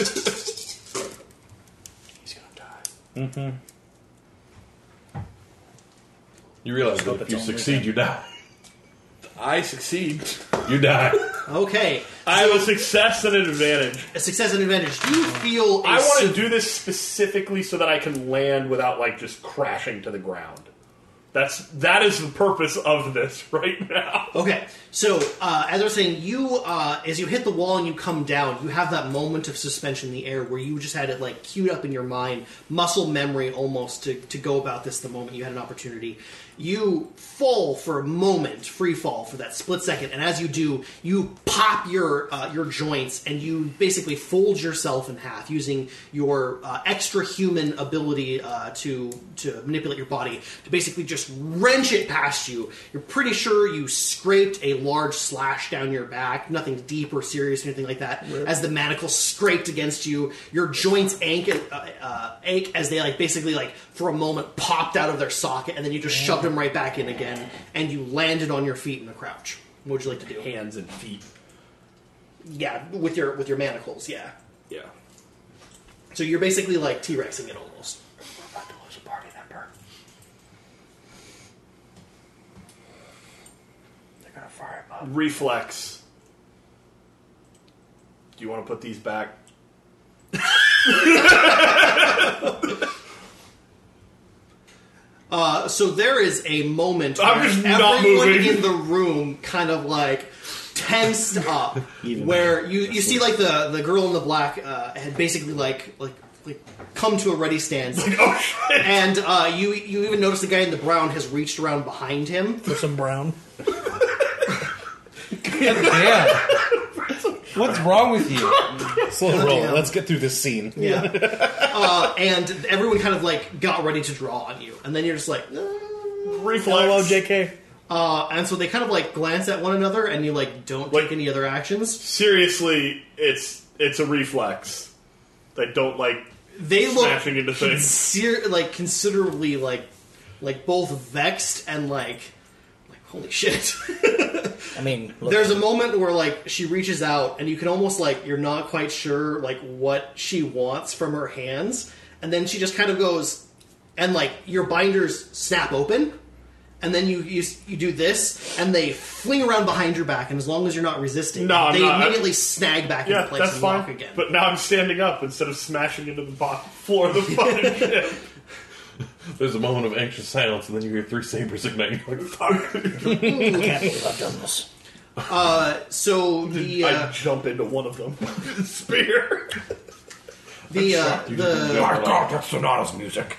E: <laughs> He's gonna die.
F: You realize that if you succeed, you die. <laughs>
E: I succeed.
F: You die.
B: Okay,
E: I have a success and an advantage.
B: a success and advantage. You feel a
E: I want
B: se-
E: to do this specifically so that I can land without like just crashing to the ground. That's that is the purpose of this <laughs> right now.
B: Okay, so uh, as I was saying, you uh, as you hit the wall and you come down, you have that moment of suspension in the air where you just had it like queued up in your mind, muscle memory almost to, to go about this the moment you had an opportunity. You fall for a moment, free fall for that split second, and as you do, you pop your uh, your joints and you basically fold yourself in half using your uh, extra human ability uh, to to manipulate your body to basically just wrench it past you. You're pretty sure you scraped a large slash down your back, nothing deep or serious or anything like that. As the manacle scraped against you, your joints ache, uh, uh, ache as they like basically like for a moment popped out of their socket, and then you just shoved them right back in again, and you landed on your feet in a crouch. What would you like to do?
E: Hands and feet.
B: Yeah, with your with your manacles. Yeah.
E: Yeah.
B: So you're basically like T Rexing it almost.
E: Reflex. Do you want to put these back?
B: Uh, so there is a moment
E: I'm
B: where
E: just not
B: everyone
E: moving.
B: in the room kind of like tensed up,
H: Even
B: where you, you see like the, the girl in the black uh, had basically like like like come to a ready stance,
E: <laughs> Oh shit!
B: and uh, you you even notice the guy in the brown has reached around behind him.
I: For some brown.
G: Yeah. What's wrong with you?
D: Slow roll. Let's get through this scene.
B: Yeah, uh, and everyone kind of like got ready to draw on you, and then you're just like. "Ah."
E: Reflex.
I: Hello, JK.
B: Uh, and so they kind of like glance at one another, and you like don't
E: Like-
B: take any other actions.
E: Seriously, it's it's a reflex. I don't like
B: They look
E: smashing into things.
B: ser- like considerably like like both vexed and like like holy shit. <laughs>
I: I mean, look,
B: There's a moment where like she reaches out and you can almost like you're not quite sure like what she wants from her hands and then she just kind of goes and like your binders snap open and then you, you s- you do this, and they fling around behind your back, and as long as you're not resisting,
E: No, I'm
B: they
E: not.
B: immediately snag back
E: Yeah,
B: into place
E: that's
B: and
E: fine.
B: lock again.
E: But now I'm standing up instead of smashing into the bo-
B: <laughs>
E: floor of the fucking ship.
F: There's a moment of anxious silence, and then you hear three sabers
G: <laughs>
F: ignite. You're
G: Uh,
F: <laughs> like, fuck.
B: so the
E: <laughs> I
B: uh,
E: jump into one of them. <laughs> Spear. <laughs>
B: the uh, the
F: God, that's Sonata's music.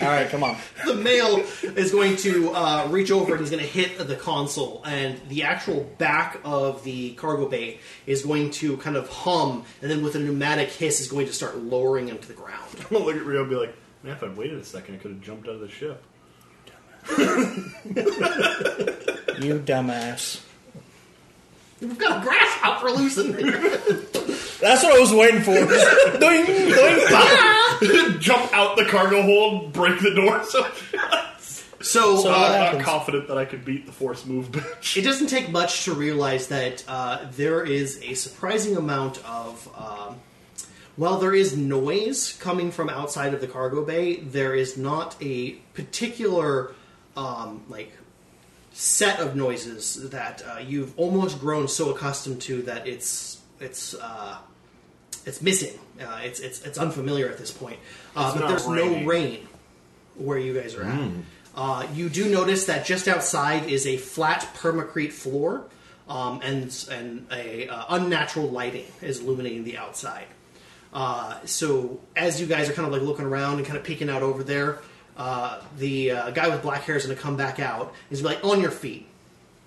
I: All right, come on.
B: the male is going to uh, reach over and he's going to hit the console, and the actual back of the cargo bay is going to kind of hum, and then with a pneumatic hiss is going to start lowering him to the ground.
E: I'm gonna look at Rio and be like, man, if I'd waited a second, I could have jumped out of the ship.
I: You dumbass.
B: We've got a grasshopper loose in there.
I: That's what I was waiting for. <laughs> Doing, doing.
E: Jump out the cargo hold, break the door. <laughs> So uh,
B: So,
I: So, uh,
B: uh,
E: I'm
I: happens.
E: not confident that I could beat the force move, <laughs> bitch.
B: it doesn't take much to realize that uh, there is a surprising amount of. Um, while there is noise coming from outside of the cargo bay, there is not a particular um, like set of noises that uh, you've almost grown so accustomed to that it's it's uh, it's missing. Uh, it's it's it's unfamiliar at this point. Uh, but
E: not
B: there's
E: raining.
B: no rain where you guys are at. Uh, you do notice that just outside is a flat permacrete floor, um, and and a uh, unnatural lighting is illuminating the outside. Uh, so as you guys are kind of like looking around and kind of peeking out over there, uh, the uh, guy with black hair is going to come back out. He's gonna be like on your feet.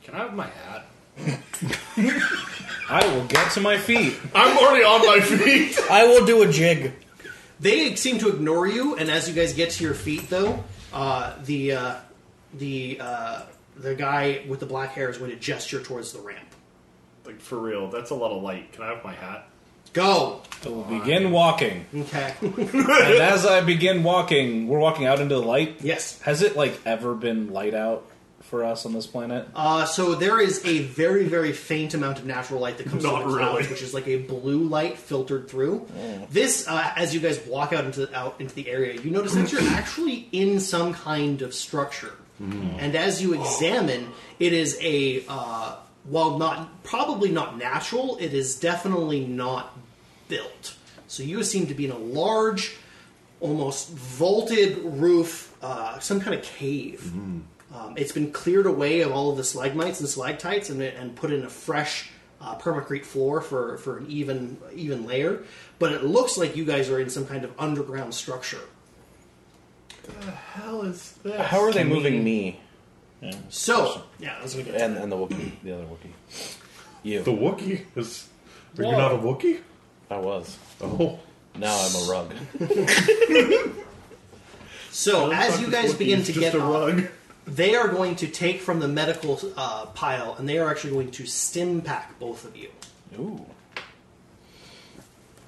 E: Can I have my hat?
D: I will get to my feet.
G: <laughs>
E: I'm already on my <laughs> feet.
I: I will do a jig.
B: They seem to ignore you, and as you guys get to your feet, though, uh, the uh, the uh, the guy with the black hair is going to gesture towards the ramp.
E: like for real, that's a lot of light. Can I have my hat?
B: Go.
D: I will begin walking.
B: Okay.
D: and as I begin walking, we're walking out into the light.
B: yes.
D: Has it like ever been light out for us on this planet?
B: Uh, so there is a very, very faint amount of natural light that comes
E: Not
B: through the clouds,
E: really.
B: which is like a blue light filtered through. This, uh, as you guys walk out into out into the area, you notice that you're actually in some kind of structure, and as you examine, it is a uh, while not probably not natural, it is definitely not built. So you seem to be in a large, almost vaulted roof, uh, some kind of cave. Um, it's been cleared away of all of the stalagmites and stalactites and, and put in a fresh uh, permacrete floor for, for an even even layer. But it looks like you guys are in some kind of underground structure.
E: Hell is this?
G: How are they moving me
B: So yeah, that's what we get.
G: and, and the Wookiee, the other Wookiee? You.
F: The Wookiee is. Are you not a Wookiee?
G: I was.
F: Oh.
G: Now I'm a rug.
B: So as you guys begin to
E: just
B: get
E: a
B: up, <laughs>
E: rug.
B: they are going to take from the medical uh, pile and they are actually going to stim pack both of you.
G: Ooh.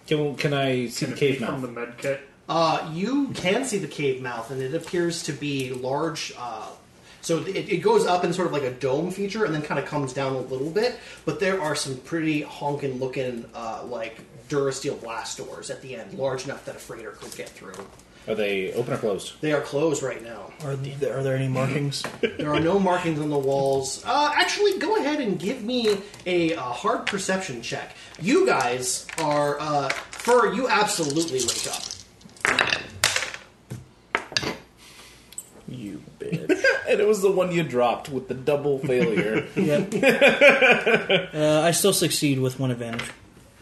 D: Can can I see the cave
E: from
D: mouth?
E: the med kit.
B: Uh, you can see the cave mouth, and it appears to be large. Uh, so it, it goes up in sort of like a dome feature, and then kind of comes down a little bit. But there are some pretty honkin' looking, uh, like Durasteel blast doors at the end, large enough that a freighter could get through.
D: Are they open or closed?
B: They are closed right now.
I: Are there, are there any markings?
B: There are no markings on the walls. Uh, actually, go ahead and give me a, uh hard perception check. You guys are uh, fur. You absolutely wake up.
D: <laughs> You bitch. and it was the one you dropped with the double failure.
I: yep. Uh, I still succeed with one advantage.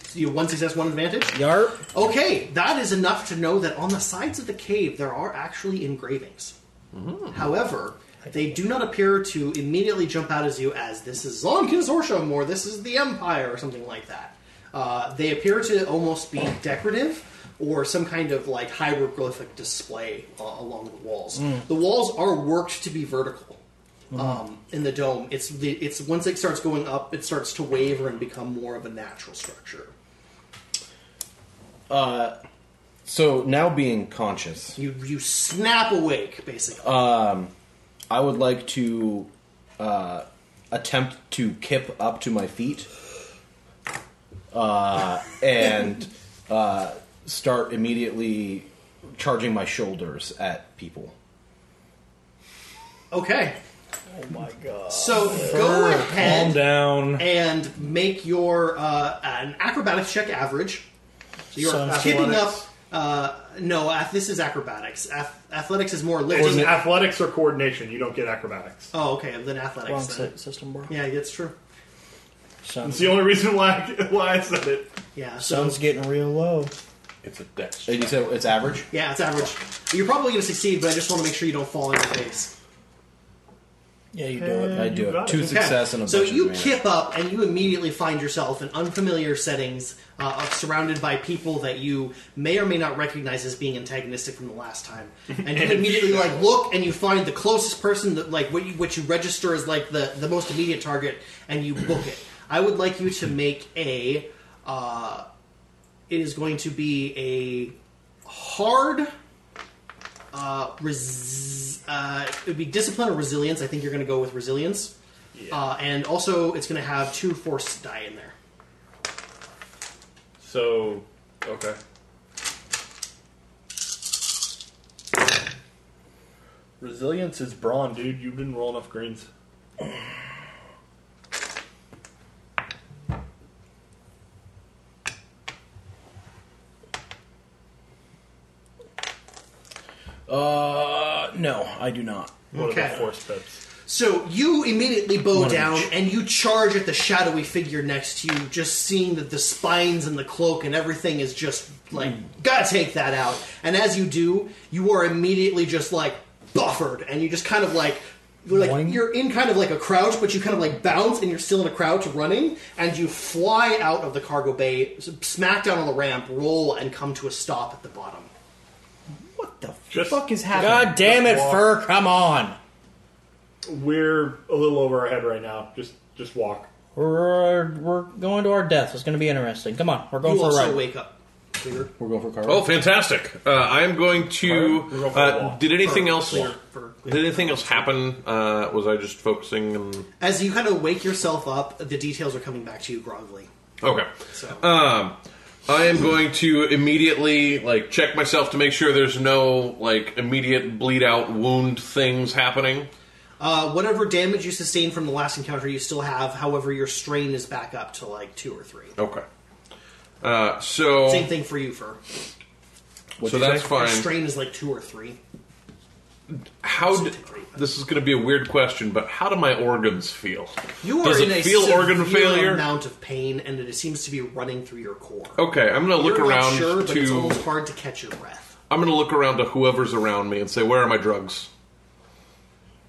B: So you have one success, one advantage.
I: Yarp.
B: Okay, that is enough to know that on the sides of the cave there are actually engravings. However, they do not appear to immediately jump out as you as this is Zon Consortium or this is the Empire or something like that. Uh, they appear to almost be decorative or some kind of like hieroglyphic display uh, along the walls. The walls are worked to be vertical. Um, in the dome, it's the, it's once it starts going up, it starts to waver and become more of a natural structure.
G: <laughs> So now being conscious,
B: You you snap awake basically.
G: I would like to uh, attempt to kip up to my feet uh, and uh, start immediately charging my shoulders at people.
B: Okay.
I: Oh my god.
B: So go
D: Calm
B: ahead
D: down.
B: and make your uh, an acrobatics check average. So you're
I: Sounds
B: keeping up.
I: athletics.
B: Uh, no, ath- this is acrobatics. Ath- athletics is more
E: It's
B: lifting.
E: athletics or coordination. You don't get acrobatics.
B: oh, okay. Then
I: Wrong
B: athletics. Then.
I: sy- system, bro.
B: Yeah, that's true.
I: Sounds,
E: It's the only reason why I, <laughs> why I said it.
B: Yeah. So
I: sounds getting real low.
F: <laughs> It's a dex.
G: And Uh, you said it's average.
B: yeah, it's average. You're probably going to succeed, but I just want to make sure you don't fall on your face.
I: Yeah, you do it.
G: I
E: you
G: do
E: got
G: it. Two
E: it.
B: Okay.
G: success and a
B: so
G: bunch of
B: you
G: advantage.
B: kip up and you immediately find yourself in unfamiliar settings uh, of- surrounded by people that you may or may not recognize as being antagonistic from the last time and you immediately like look and you find the closest person that like what you, what you register as like the, the most immediate target and you book it i would like you to make a uh, it is going to be a hard uh, res- uh, it would be discipline or resilience. I think you're going to go with resilience. Uh, and also, it's going to have two force die in there.
E: So, okay. Resilience is brawn, dude. You didn't roll enough greens.
H: Uh, no, I do not.
E: What
B: Okay.
E: about force pips?
B: So you immediately bow down and you charge at the shadowy figure next to you, just seeing that the spines and the cloak and everything is just like, gotta take that out. And as you do, you are immediately just like buffered and you just kind of like. you're Like
I: Boing.
B: you're in kind of like a crouch, but you kind of like bounce, and you're still in a crouch, running, and you fly out of the cargo bay, s- smack down on the ramp, roll, and come to a stop at the bottom.
I: What the
E: Just-
I: fuck is happening? God damn it, Fur, come on!
E: We're a little over our head right now. Just, just walk.
I: We're, we're going to our death. It's going to be interesting. Come on, we're going
B: you
I: for a
B: also
I: ride.
B: wake up. Clear.
G: We're going for Carl.
F: Oh, fantastic! Uh, I'm going
E: We're
F: to.
E: going for a
F: Uh,
E: walk.
F: did anything
B: For-
F: else?
B: clear- for- clear.
F: Did anything else happen? Uh, was I just focusing? And...
B: As you kind of wake yourself up, the details are coming back to you groggily.
F: Okay.
B: So
F: Um, I am going to immediately like check myself to make sure there's no like immediate bleed out wound things happening.
B: uh, whatever damage you sustained from the last encounter, you still have. However, your strain is back up to like two or three.
F: Okay. Uh, so
B: Same thing for you, Fur.
F: so that's
B: Your
F: fine.
B: strain is like two or three.
F: How d- this is going to be a weird question, but how do my organs feel?
B: You are
F: Does
B: in
F: it
B: a
F: feel
B: severe
F: organ failure?
B: amount of pain, and it seems to be running through your core.
F: Okay, I'm going to look
B: You're
F: around
B: not sure, but it's
F: to
B: almost hard to catch your breath.
F: I'm going to look around to whoever's around me and say, "Where are my drugs?"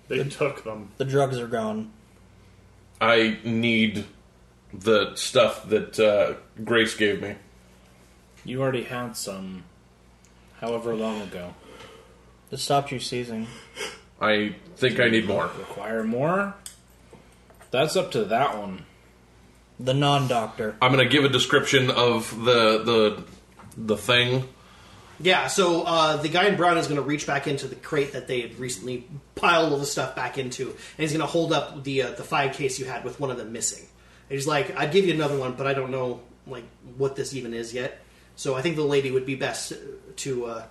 E: They took them.
I: The drugs are gone.
F: I need the stuff that uh, Grace gave me.
D: You already had some, however long ago.
I: It stopped you seizing.
F: I think I need more.
D: Require more? That's up to that one.
I: The non-doctor.
F: I'm gonna give a description of the the the thing.
B: Yeah, so uh, the guy in brown is going to reach back into the crate that they had recently piled all the stuff back into, and he's going to hold up the uh, the five case you had with one of them missing. And he's like, "I'd give you another one, but I don't know like what this even is yet." So I think the lady would be best uh, to uh,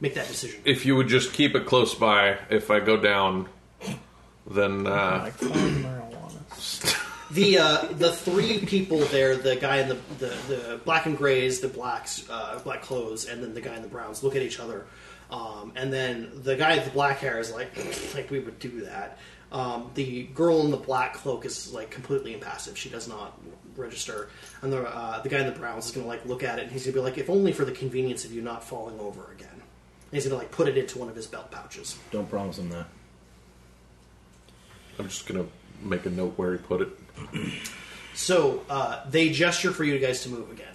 B: make that decision.
F: If you would just keep it close by, if I go down, then uh,
I: Like, fine, marijuana.
B: The uh, the three people there, the guy in the, the, the black and grays, the blacks, uh, black clothes, and then the guy in the browns look at each other, um, and then the guy with the black hair is like, <sniffs> like we would do that. Um, the girl in the black cloak is like completely impassive; she does not register. And the uh, the guy in the browns is gonna like look at it, and he's gonna be like, if only for the convenience of you not falling over again. And he's gonna like put it into one of his belt pouches.
G: Don't promise him that.
F: I'm just gonna make a note where he put it.
B: So uh, they gesture for you guys to move again,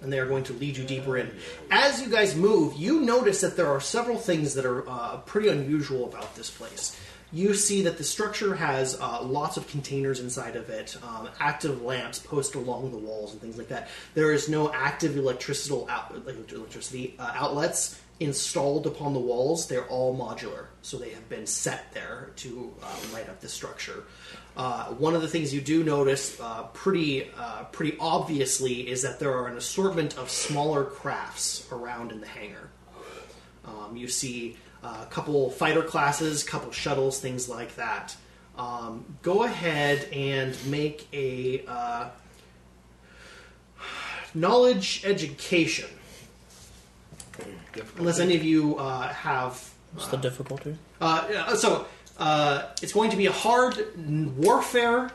B: and they are going to lead you deeper in. As you guys move, you notice that there are several things that are uh, pretty unusual about this place. You see that the structure has uh, lots of containers inside of it, um, active lamps posted along the walls and things like that. There is no active electrical out- like electricity uh, outlets installed upon the walls. They're all modular, so they have been set there to uh, light up the structure. Uh, one of the things you do notice uh, pretty uh, pretty obviously is that there are an assortment of smaller crafts around in the hangar. Um, you see uh, couple fighter classes, couple shuttles, things like that. Um, go ahead and make a uh, knowledge education. Unless any of you uh, have
I: What's the difficulty?
B: uh, yeah, so uh, it's going to be a hard n- warfare,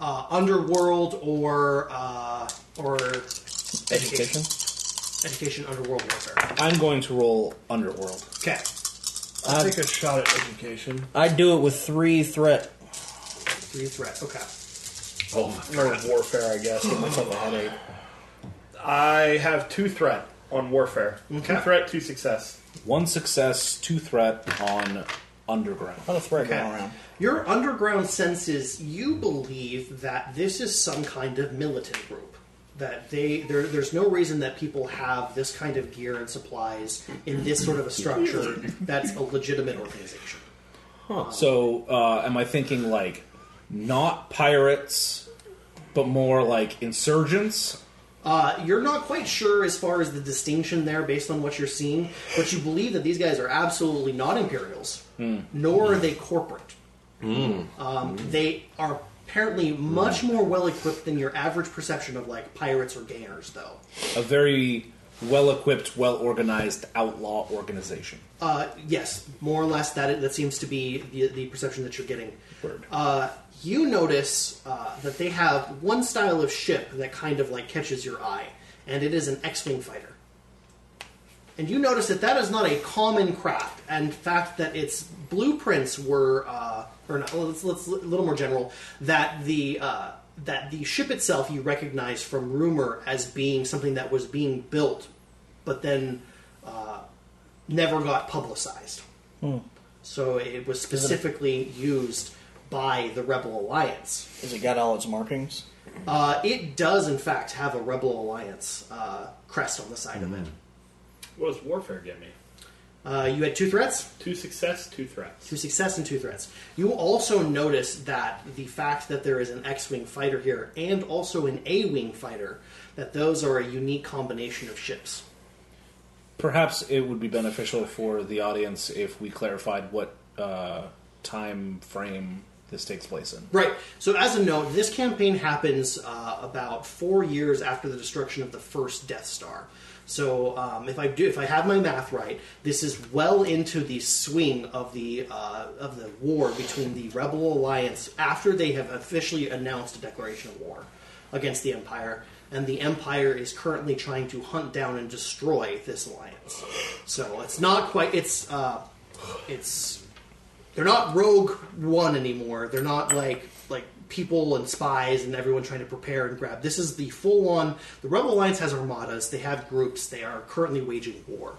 B: uh, underworld, or uh, or
I: Education?
B: education underworld warfare.
D: I'm going to roll Underworld.
B: Okay.
I: I'd-
E: Take a shot at education.
I: I'd do it with three threat.
B: Three threat. Okay.
E: Or warfare, I guess. Give myself a headache. I have two threat on warfare. Two threat, two success.
D: One success, two threat on Underground.
I: Not a threat
B: Okay.
I: going around.
B: Your underground senses, you believe that this is some kind of militant group. That they there, there's no reason that people have this kind of gear and supplies in this sort of a structure that's a legitimate organization.
D: So, uh, am I thinking like not pirates, but more like insurgents?
B: Uh, you're not quite sure as far as the distinction there based on what you're seeing, but you believe that these guys are absolutely not Imperials, nor are they corporate. Um, They are apparently much more well equipped than your average perception of like pirates or gangers, though.
D: A very well equipped, well organized outlaw organization.
B: Uh, yes, more or less that that seems to be the, the perception that you're getting.
D: Word.
B: Uh, you notice uh, that they have one style of ship that kind of like catches your eye, and it is an X-wing fighter. And you notice that that is not a common craft, and the fact that its blueprints were, uh, or not, let's, let's a little more general, that the uh, that the ship itself you recognize from rumor as being something that was being built, but then uh, never got publicized. So it was specifically used by the Rebel Alliance.
I: Has it got all its markings?
B: Uh, it does, in fact, have a Rebel Alliance uh, crest on the side of it.
E: What does warfare get me?
B: Uh, you had two threats,
E: Two success, two threats.
B: two success, and two threats. You also notice that the fact that there is an X-wing fighter here and also an A-wing fighter, that those are a unique combination of ships.
D: Perhaps it would be beneficial for the audience if we clarified what uh, time frame this takes place in.
B: Right. So, as a note, this campaign happens uh, about four years after the destruction of the first Death Star. So, um, if I do, if I have my math right, this is well into the swing of the uh, of the war between the Rebel Alliance after they have officially announced a declaration of war against the Empire, and the Empire is currently trying to hunt down and destroy this alliance. So, it's not quite. It's uh, it's they're not rogue one anymore they're not like like people and spies and everyone trying to prepare and grab this is the full on the rebel alliance has armadas they have groups they are currently waging war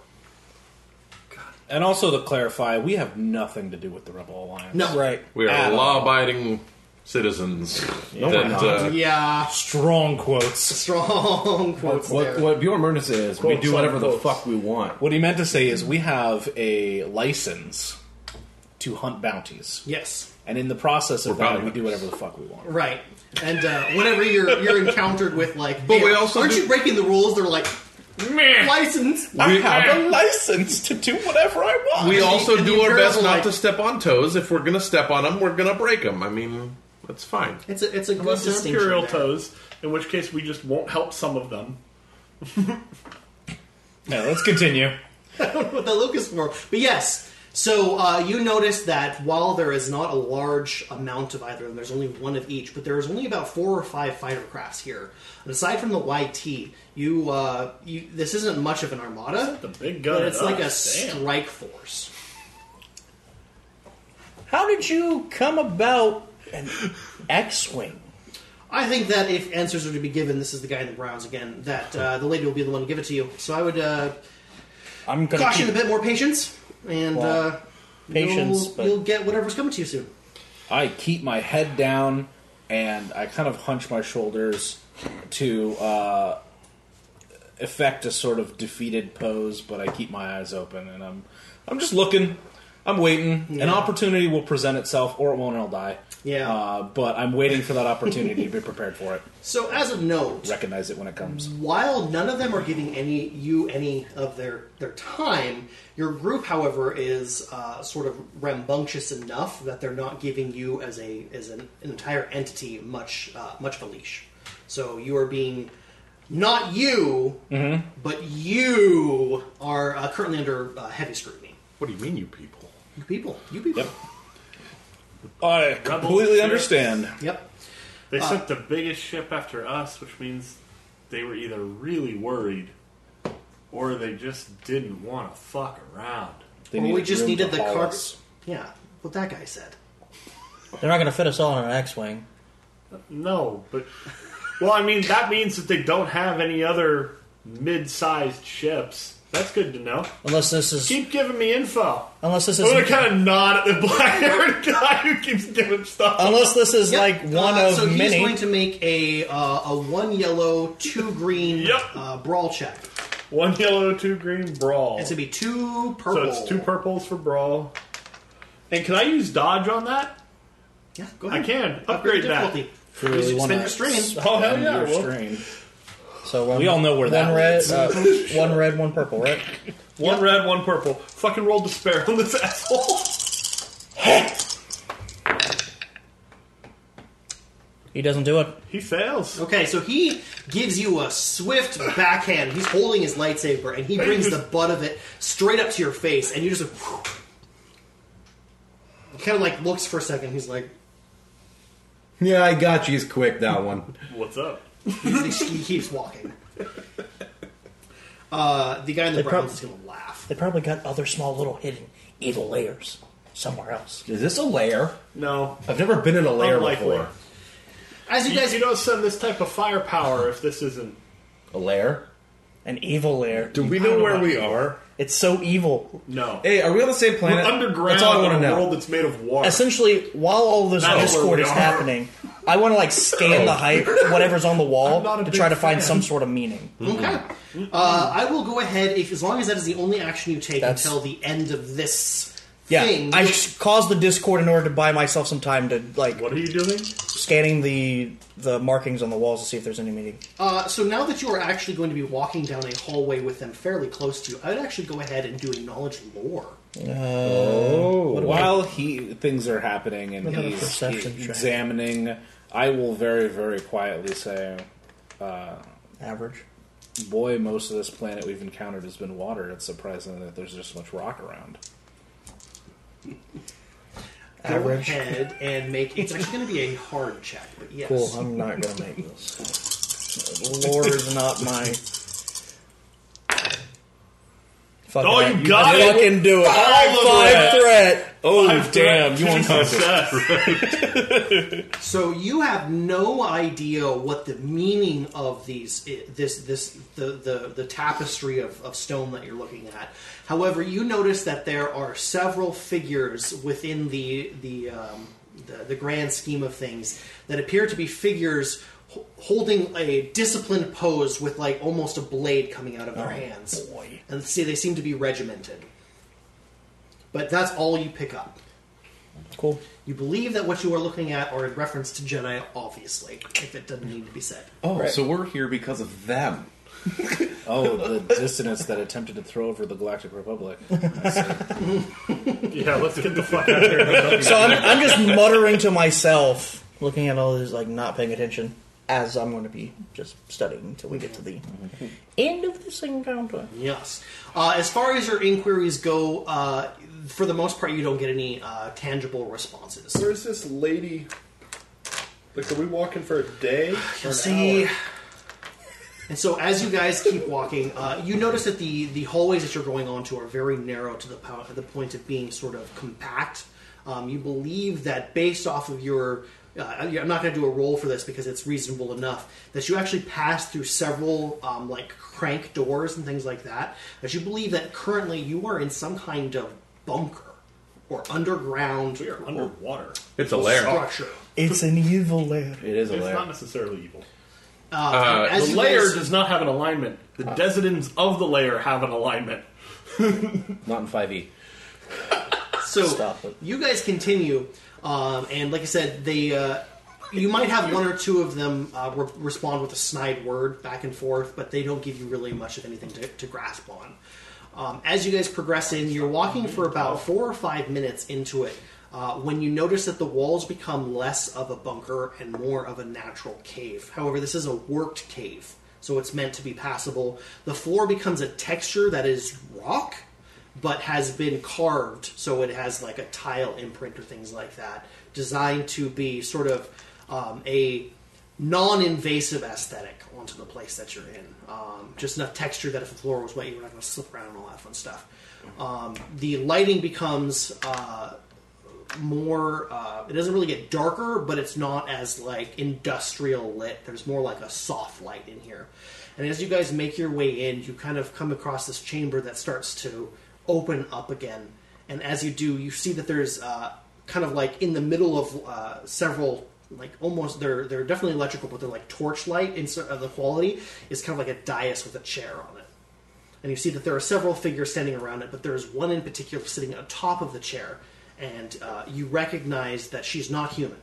D: And also to clarify, we have nothing to do with the Rebel Alliance.
B: no
I: Right.
F: We are
D: At all.
F: law-abiding citizens. that, uh,
B: yeah <laughs>
D: Strong quotes.
B: strong quotes
G: What,
B: there
G: what Bjorn Murden says, we
E: Quotes
G: do whatever
E: on
G: the
E: quotes.
G: fuck we want.
D: What he meant to say is we have a license to hunt bounties.
B: yes
D: And in the process of
F: We're
D: that,
F: bounty
D: we do
F: hunters.
D: whatever the fuck we want.
B: right and uh, whenever you're you're encountered with like but
F: we also
B: aren't
F: do-
B: you breaking the rules they're like license <laughs>
F: We-
D: a license to do whatever I want.
F: we also
B: and
F: do
B: the
F: our
B: Imperials
F: best
B: are
F: not
B: like-
F: to step on toes. If we're going to step on them, we're going to break them. I mean, that's fine.
B: it's a it's a good
E: Unless they're
B: distinction
E: imperial
B: there.
E: toes, in which case we just won't help some of them.
D: Yeah, let's continue.
B: with the locust worm. But yes, so uh, you notice that while there is not a large amount of either, and there's only one of each, but there is only about four or five fighter crafts here. And aside from the YT, you, uh, you this isn't much of an armada,
E: The big gun.
B: but it's
E: at
B: like a
E: us. Damn.
B: strike force.
I: How did you come about an X-wing?
B: I think that if answers are to be given, this is the guy in the browns again. That uh, the lady will be the one to give it to you. So I would uh,
I: I'm gonna
B: caution a
I: keep
B: bit more patience, and
I: Well,
B: uh,
I: patience,
B: You'll,
I: but-
B: you'll get whatever's coming to you soon.
D: I keep my head down and I kind of hunch my shoulders to uh, effect a sort of defeated pose, but I keep my eyes open and I'm I'm just looking. I'm waiting. An opportunity will present itself, or it won't, and I'll die.
B: Yeah.
D: Uh, but I'm waiting for that opportunity to be prepared for it.
B: So as a note,
D: Recognize it when it comes.
B: while none of them are giving any you any of their their time, your group, however, is uh, sort of rambunctious enough that they're not giving you as a as an entire entity much uh, much of a leash. So you are being not you, but you are uh, currently under uh, heavy scrutiny.
F: What do you mean, you people?
B: You people, you people.
D: Yep. I completely
E: spirits.
D: understand.
B: Yep.
E: They
B: Uh,
E: sent the biggest ship after us, which means they were either really worried or they just didn't want to fuck around.
J: They
B: Well, we
J: needed
B: just
J: room
B: needed
J: to
B: the
J: haul
B: car.
J: us.
B: Yeah, what that guy said.
C: They're not going to fit us all in an X-wing.
E: No, but well, I mean that means that they don't have any other mid-sized ships. That's good to know.
C: Unless this is
E: Keep giving me info.
C: unless this
B: Oh,
E: I'm gonna
C: is
E: kind of nod at the <laughs> black-haired guy who keeps giving stuff.
C: unless this is
B: Yep.
C: like one
B: Uh,
C: of
B: so he's
C: many.
B: going to make a uh, a one yellow, two green
E: Yep.
B: uh, brawl check.
E: One yellow, two green, brawl.
B: It's gonna be two
E: so
B: purple.
E: it's two purples for brawl. And can I use dodge on that?
B: Yeah, go
E: I
B: ahead.
E: can upgrade that.
B: Mm. difficulty.
D: If you really
B: Just
D: want
B: spend
D: to
B: your strain.
E: Oh hell yeah!
D: your
E: well,
D: strain.
C: So one,
D: We all know where that
C: one red, uh, one red, one purple, right?
E: One red, one purple. Fucking roll despair on this <laughs> asshole.
C: He doesn't do it.
E: He fails.
B: Okay, so he gives you a swift backhand. He's holding his lightsaber, and he brings the butt of it straight up to your face, and you just kind of like looks for a second. He's like,
J: Yeah, I got you's quick that one.
E: What's up?
B: he he keeps
E: <laughs>
B: walking. Uh, the guy in the brown is gonna laugh.
C: They probably got other small, little hidden evil layers somewhere else.
J: Is this a lair?
E: No.
J: I've never been in a lair
E: Unlikely.
J: before.
B: As you
E: You,
B: guys,
E: you don't send this type of firepower if this isn't.
J: A lair?
C: An evil lair.
F: Do we know where we are?
C: It's so evil.
E: No.
J: Hey, are we on the same
E: We're
J: planet?
E: underground
J: That's all I want
E: in
J: to
E: a
J: know.
E: world that's made of water.
C: Essentially, while all this
E: That's where
C: discord
E: we
C: is
E: are.
C: happening, I want to like scan the
E: <laughs>
C: hype, whatever's on the wall,
E: I'm not a
C: to
E: big
C: try to find
E: fan.
C: some sort of meaning.
E: Hmm.
B: Okay. Uh, I will go ahead if, as long as that is the only action you take
C: That's-
B: until the end of this
C: Yeah,
B: thing.
C: I
B: which-
C: s- caused the discord in order to buy myself some time to like
E: what are you doing?
C: scanning the the markings on the walls to see if there's any meaning.
B: uh, so now that you are actually going to be walking down a hallway with them fairly close to you, I would actually go ahead and do a knowledge lore.
D: While he things are happening and
C: What about a
D: he's
C: perception
D: e-
C: check?
D: examining, I will very very quietly say,
C: Average.
D: "Boy, most of this planet we've encountered has been water. It's surprising that there's this much rock around."
B: Go
C: Average.
B: ahead and make it's actually going to be a hard check, but yes.
C: Cool. I'm not gonna make this.
E: <laughs>
C: Lord is not my. Fuck
E: Oh,
C: I-
E: you got
C: I
E: it!
C: Fucking do it!
E: Five
C: Five threat.
D: Oh
E: Five
D: damn!
E: threat,
D: You
E: two
D: unconscious?
E: success.
B: So you have no idea what the meaning of these this this the the, the tapestry of, of stone that you're looking at. However, you notice that there are several figures within the the um, the, the grand scheme of things that appear to be figures ho- holding a disciplined pose with like almost a blade coming out of their hands. And see, they seem to be regimented. But that's all you pick up.
C: Cool.
B: You believe that what you are looking at are in reference to Jedi, obviously, if it doesn't need to be said.
J: Oh, so we're here because of them.
D: <laughs> Oh, the dissonance that attempted to throw over the Galactic Republic.
E: <laughs> yeah, let's get the fuck out of here.
C: So I'm, I'm just muttering to myself, looking at all this, like not paying attention, as I'm going to be just studying until we get to the end of this encounter.
B: Yes. Uh, as far as your inquiries go, uh, for the most part, you don't get any uh, tangible responses.
F: Where's this lady? Like, are we walking for a day? Or an
B: See.
F: hour?
B: And so, as you guys keep walking, uh, you notice that the, the hallways that you're going onto are very narrow to the, po- the point of being sort of compact. Um, you believe that based off of your. Uh, I'm not going to do a roll for this because it's reasonable enough that you actually pass through several um, like crank doors and things like that. That you believe that currently you are in some kind of bunker or underground
E: we are Oh. underwater.
F: It's a lair.
B: structure.
C: It's an evil lair.
J: It is a
E: It's not
J: lair.
E: necessarily evil.
F: Uh,
B: As
E: The
B: you
E: layer
B: guys-
E: does not have an alignment. The
J: E.
E: desidents of the layer have an alignment.
J: Not in 5e.
B: So
I: Stop it.
B: you guys continue, um, and like I said, they uh, you might have one or two of them uh, re- respond with a snide word back and forth, but they don't give you really much of anything to, to grasp on. Um, as you guys progress in, you're walking for about four or five minutes into it. Uh, when you notice that the walls become less of a bunker and more of a natural cave. However, this is a worked cave, so it's meant to be passable. The floor becomes a texture that is rock, but has been carved, so it has like a tile imprint or things like that, designed to be sort of um, a non-invasive aesthetic onto the place that you're in. Um, just enough texture that if the floor was wet, you were not going to slip around and all that fun stuff. Um, the lighting becomes uh, more. Uh, it doesn't really get darker, but it's not as like industrial lit. There's more like a soft light in here. And as you guys make your way in, you kind of come across this chamber that starts to open up again. And as you do, you see that there's uh, kind of like in the middle of uh, several like almost they're they're definitely electrical, but they're like torchlight. In sort of the quality is kind of like a dais with a chair on it and you see that there are several figures standing around it, but there is one in particular sitting atop of the chair, and uh, you recognize that she's not human.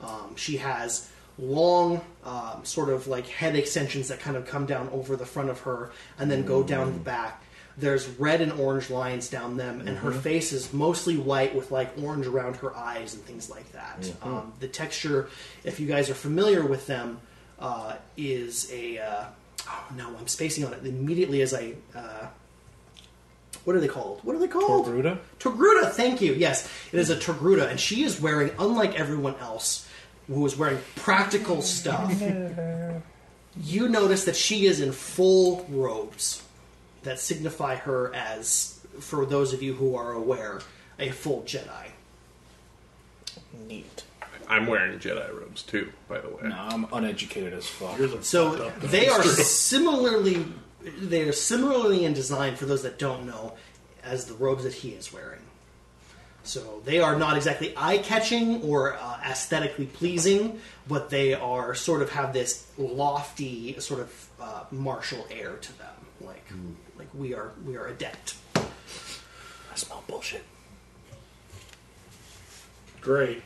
B: Um, she has long, um, sort of like head extensions that kind of come down over the front of her and then go down the back. There's red and orange lines down them, and her face is mostly white with like orange around her eyes and things like that. Um, the texture, if you guys are familiar with them, uh, is a uh, oh no, I'm spacing on it immediately as I. Uh, what are they called? What are they called? Togruta. Togruta. Thank you. Yes, it is a Togruta, and she is wearing, unlike everyone else, who is wearing practical stuff. you notice that she is in full robes that signify her as, for those of you who are aware, a full Jedi.
I: Neat.
F: I'm wearing Jedi robes too, by the way.
D: No, I'm uneducated as fuck.
B: So they are similarly they are similarly in design for those that don't know as the robes that he is wearing. So they are not exactly eye catching or uh, aesthetically pleasing, but they are sort of have this lofty sort of uh, martial air to them. Like like we are we are adept.
D: I smell bullshit.
E: Great.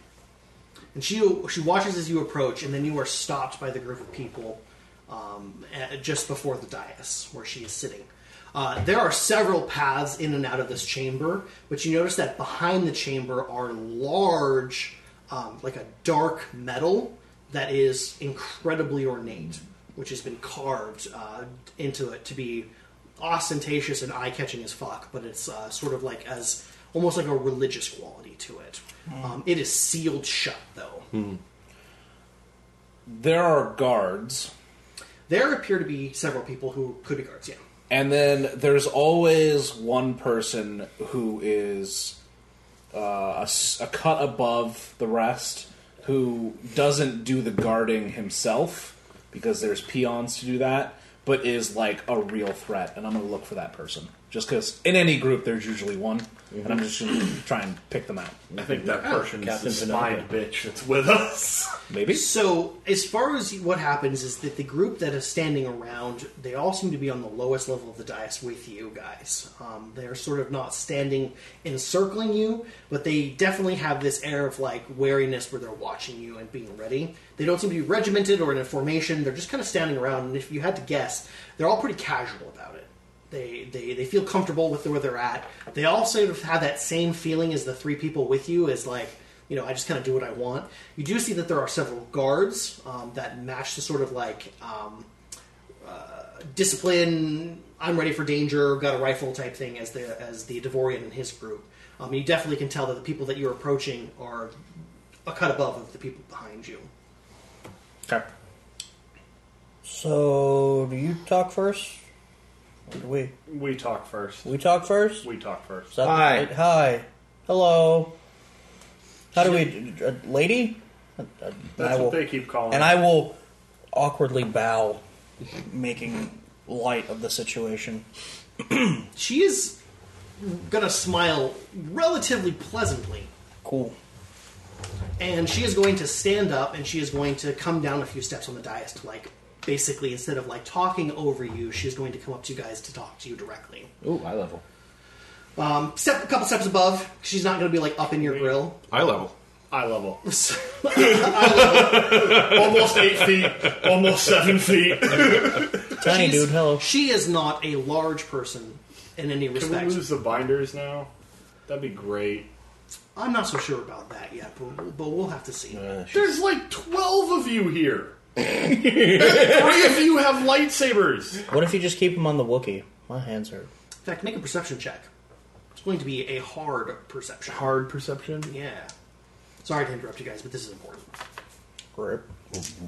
B: And she she watches as you approach, and then you are stopped by the group of people um, at, just before the dais where she is sitting. Uh, there are several paths in and out of this chamber, but you notice that behind the chamber are large, um, like a dark metal that is incredibly ornate, which has been carved uh, into it to be ostentatious and eye catching as fuck, but it's uh, sort of like as almost like a religious quality to it. Um, it is sealed shut though.
D: There are guards,
B: There appear to be several people who could be guards. Yeah,
D: and then there's always one person who is uh, a, s- a cut above the rest, who doesn't do the guarding himself because there's peons to do that, but is like a real threat. And I'm gonna look for that person just because in any group there's usually one, and I'm just gonna try and pick them out.
E: I think Ah. that person's
H: Captain
E: this mind bitch that's with us.
D: Mm-hmm. Maybe.
B: So, as far as what happens is that the group that is standing around, they all seem to be on the lowest level of the dais with you guys. Um, they're sort of not standing encircling you, but they definitely have this air of like wariness where they're watching you and being ready. They don't seem to be regimented or in a formation. They're just kind of standing around, and if you had to guess, they're all pretty casual about it. They, they, they feel comfortable with where they're at. They all sort of have that same feeling as the three people with you, is like, you know, I just kind of do what I want. You do see that there are several guards um, that match the sort of like um, uh, discipline, I'm ready for danger, got a rifle type thing as the as the Devorian and his group. Um, you definitely can tell that the people that you're approaching are a cut above of the people behind you.
D: Okay.
I: So, do you talk first? Or do we?
E: <laughs> We talk first.
I: We talk first?
E: We talk first.
I: Is that
G: Hi.
I: right? Hi. Hello. How do we. A lady? A- a-
E: That's
I: I will,
E: what they keep calling.
I: and I will awkwardly bow, making light of the situation.
B: She is gonna smile relatively pleasantly
I: Cool.
B: and she is going to stand up and she is going to come down a few steps on the dais to like basically instead of like talking over you she's going to come up to you guys to talk to you directly
H: Ooh, eye level.
B: Um, step a couple steps above. She's not going to be like up in your grill.
F: Eye level.
E: Eye <laughs> level. almost eight feet, almost seven feet. <laughs>
C: Tiny
B: She's-
C: dude, hello.
B: She is not a large person in any
E: Can we
B: respect.
E: lose the binders now? That'd be great.
B: I'm not so sure about that yet, but, but we'll have to see.
E: There's like 12 of you <laughs> here. Three of you have lightsabers.
C: What if you just keep him on the Wookiee? My hands hurt.
B: In fact, make a perception check. It's going to be a hard perception.
E: Hard perception.
B: Yeah. Sorry to interrupt you guys, but this is important.
C: Rip.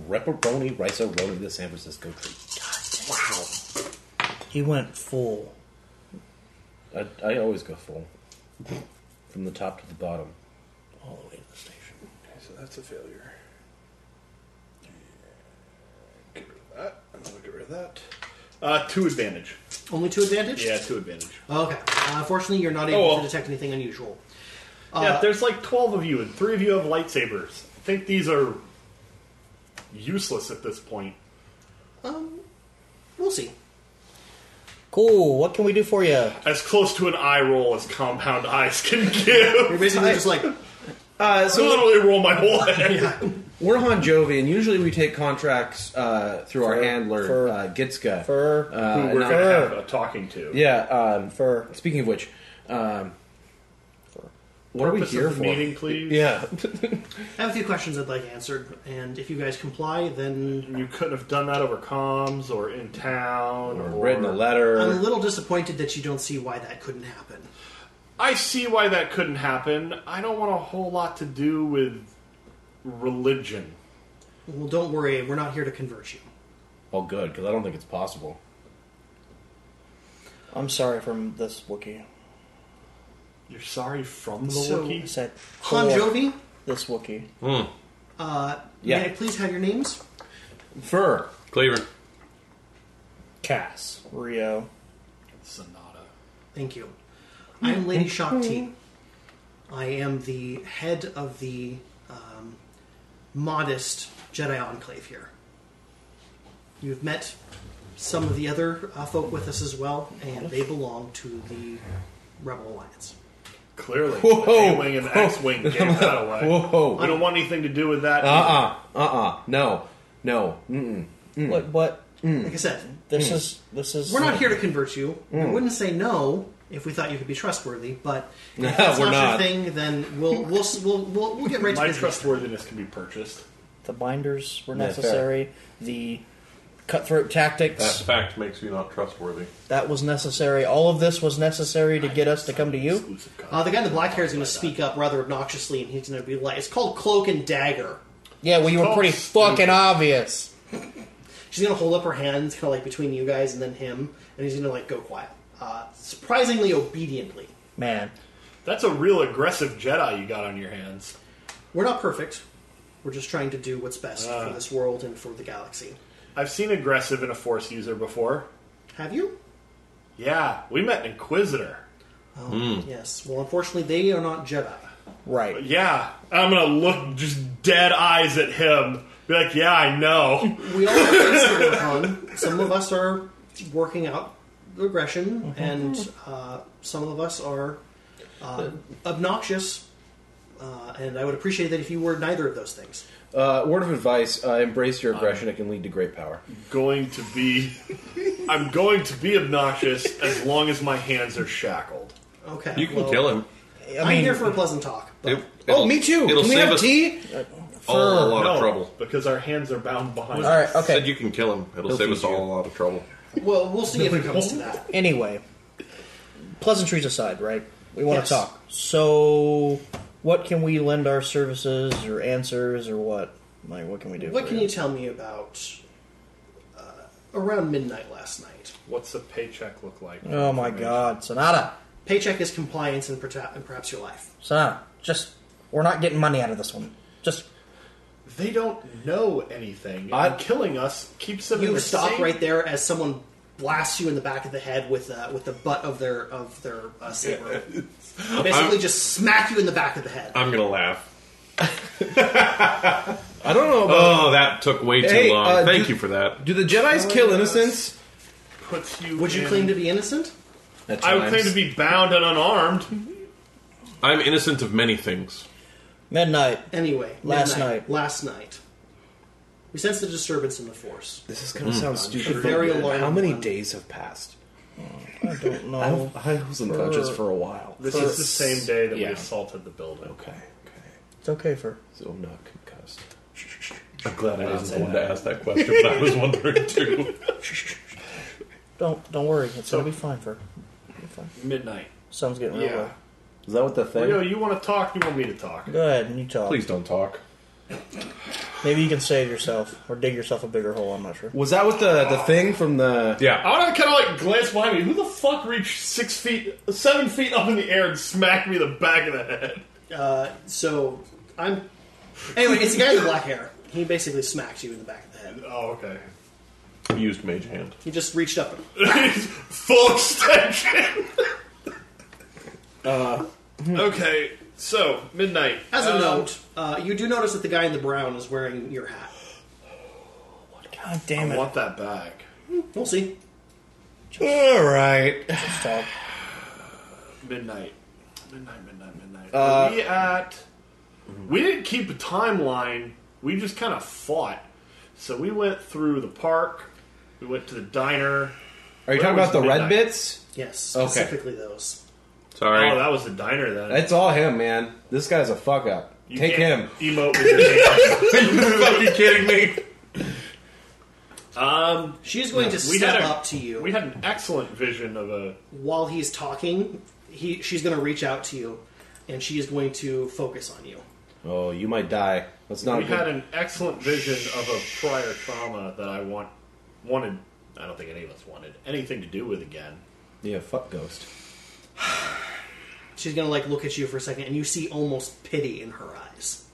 D: Reparoni rice roni the San Francisco treat.
B: Wow.
C: He went full.
D: I, I always go full. From the top to the bottom.
C: all the way to the station.
E: So that's a failure. Get rid of that. I'm gonna get rid of that. Uh, two advantage.
B: Only two advantage?
E: Yeah, two advantage.
B: Okay. Uh, unfortunately, you're not able
E: Oh, well.
B: to detect anything unusual.
D: Uh,
E: yeah, there's like 12 of you, and three of you have lightsabers. I think these are useless at this point.
B: We'll see.
C: Cool. What can we do for you?
E: As close to an eye roll as compound eyes can <laughs> give.
B: You're basically just <laughs> like,
D: Uh,
E: I literally roll my whole head. <laughs>
D: We're on Jovi, and usually we take contracts uh, through our handler,
C: for-
D: uh, Gitska.
C: Fur.
D: uh,
E: Who we're
D: and I-
E: gonna have a talking to.
D: yeah. Um,
C: Fur.
D: speaking of which, um, what are we
E: Purpose of
D: here
E: the
D: for?
E: meeting, please.
D: Yeah.
B: I have a few questions I'd like answered, and if you guys comply, then
E: You couldn't have done that over comms or in town or,
D: Written a
B: I'm
D: letter.
B: a little disappointed that you don't see why that couldn't happen.
E: I see why that couldn't happen. I don't want a whole lot to do with religion.
B: Well, don't worry, we're not here to convert you.
D: Well, good, because I don't think it's possible.
C: I'm sorry from this Wookiee.
E: You're sorry from the
B: So-
C: I
E: Wookiee?
C: said
B: Han
C: for
B: Jovi,
C: This Wookiee.
F: Hmm.
B: uh,
D: Yeah.
B: may I please have your names?
D: Fur.
F: Cleaver.
K: Cass.
C: Rio.
E: Sonata.
B: Thank you. I am Lady Shakti. I am the head of the um, modest Jedi enclave here. You've met some of the other uh, folk with us as well, and they belong to the Rebel Alliance.
E: Clearly.
D: Whoa!
E: The A-Wing and the X-Wing gave that away.
D: Whoa.
E: We don't want anything to do with that.
D: Uh uh. Uh uh. No. No. Mm-mm.
C: What? What?
B: Like I said,
C: This is. This is.
B: we're not here to convert you. We
D: Mm.
B: wouldn't say no if we thought you could be trustworthy, but if
D: <laughs>
B: that's
D: We're
B: not,
D: not.
B: your thing, then we'll we'll we'll, we'll, we'll get right
E: either. My
B: to business.
E: trustworthiness can be purchased.
C: The binders were
D: Yeah,
C: necessary. the cutthroat tactics.
B: Uh.
F: That fact makes you not trustworthy.
C: that was necessary. All of this was necessary to get us to come to you.
E: Exclusive con-
B: Uh, the guy in the black hair is going to speak up rather obnoxiously, and he's going to be like, "It's called cloak and dagger."
C: Yeah, well, you were pretty fucking obvious.
B: She's going to hold up her hands, kind of like between you guys and then him, and he's going to like go quiet, uh, surprisingly obediently.
C: Man,
E: That's a real aggressive Jedi you got on your hands.
B: We're not perfect. We're just trying to do what's best for this world and for the galaxy.
E: I've seen aggressive in a Force user before.
B: Have you?
E: Yeah, we met an Inquisitor.
B: Oh, yes. Well, unfortunately, they are not Jedi.
C: right.
E: Yeah, I'm gonna look just dead eyes at him. Be like, yeah, I know.
B: We all have things to work on. Some of us are working out regression,
F: Mm-hmm.
B: and uh, some of us are uh, obnoxious. Uh, and I would appreciate that if you were neither of those things.
D: Uh, word of advice: uh, embrace your aggression. it can lead to great power.
E: going to be, I'm going to be obnoxious as long as my hands are shackled.
B: Okay.
F: You can
B: well,
F: kill him.
C: I
B: I'm
C: mean, oh,
B: here for a pleasant talk. But
F: It- it'll-
D: oh, me too.
F: It'll
D: Can we
F: save
D: have
F: us
D: tea?
F: all a lot
E: No,
F: of trouble.
E: because our hands are bound behind.
C: all right.
F: Said
C: Okay.
F: you can kill him. It'll save
D: feed
F: us all
D: you.
F: a lot of trouble.
B: well, we'll see if it comes to that.
C: Anyway, pleasantries aside, right? We want
B: Yes.
C: to talk. So, what can we lend our services or answers or what? Like, what can we do?
B: What
C: for
B: can you tell me about uh, around midnight last night?
E: What's a paycheck look like?
C: Oh my God, Sonata,
B: Paycheck is compliance and, perta- and perhaps your life.
C: Sonata, just we're not getting money out of this one. Just
E: They don't know anything. and
D: I-
E: killing us keeps them. in
B: You
E: the
B: stop
E: same-
B: right there as someone blasts you in the back of the head with uh, with the butt of their of their uh, saber. Basically,
F: I'm-
B: just smack you in the back of the head.
F: I'm gonna laugh.
D: I don't know about.
F: Oh, that took way too
D: Hey,
F: long.
D: uh,
F: Thank
D: do-
F: you for that.
D: do the Jedi's kill innocents?
E: Puts you.
B: Would you
E: in-
B: claim to be innocent?
H: At
E: I would claim
H: times.
E: to be bound and unarmed.
F: I'm innocent of many things.
C: Midnight.
B: Anyway,
C: Last
B: midnight,
C: night.
B: Last night. We sensed a disturbance in the force.
G: This is gonna sound stupid.
B: Very
G: but
B: alarming
G: How many
B: one.
G: days have passed?
C: I don't know.
G: I, I was unconscious for a while.
E: This is the same day that
D: Yeah.
E: we assaulted the building.
G: Okay, okay.
C: It's okay for.
G: So I'm not concussed.
F: I'm glad I wasn't the one to ask that question, but I <laughs> was wondering too.
C: Don't don't worry. It's gonna be fine for. be fine.
E: Midnight.
C: Sun's getting real
E: Yeah.
C: low.
G: Is that what the thing?
E: Leo, you want to talk? You want me to talk?
C: Go ahead and you talk.
F: Please don't talk.
C: Maybe you can save yourself or dig yourself a bigger hole. I'm not sure.
G: Was that what the the thing from the?
E: I
F: Yeah.
E: want to kind of like glance behind me. Who the fuck reached six feet, seven feet up in the air and smacked me in the back of the head?
B: Uh, so I'm. Anyway, it's the guy with the black hair. He basically smacked you in the back of the head.
E: Oh, okay.
F: Used mage
E: <laughs>
F: hand.
B: He just reached up. and-
E: Full extension. Uh, okay, so midnight.
B: As a
E: Um,
B: note, uh, you do notice that the guy in the brown is wearing your hat.
C: God damn
E: I
C: it!
E: want that back.
B: We'll see.
G: All right.
C: Just talk.
E: Midnight. Midnight. Midnight. Midnight. Are we at. We didn't keep a timeline. We just kind of fought. So we went through the park. We went to the diner.
G: Are you
E: Where
G: talking
E: was
G: about the
E: midnight?
G: red bits?
B: Yes,
G: Okay.
B: specifically those.
F: Sorry.
E: Oh, that was the diner then.
G: It's all him, man. This guy's a fuck up.
E: You
G: Take him.
E: can't Emote with your
B: <laughs>
E: hand.
F: Are you kidding me?
E: um,
B: She's going to
E: we
B: step
E: had a,
B: up to you
E: We had an excellent vision of a.
B: while he's talking. He, she's going to reach out to you, and she is going to focus on you.
G: Oh, you might die. That's not
E: we
G: a good.
E: had an excellent vision of a prior trauma that I want wanted. I don't think any of us wanted anything to do with again.
G: yeah, fuck ghost.
B: She's going to like look at you for a second, and you see almost pity in her eyes.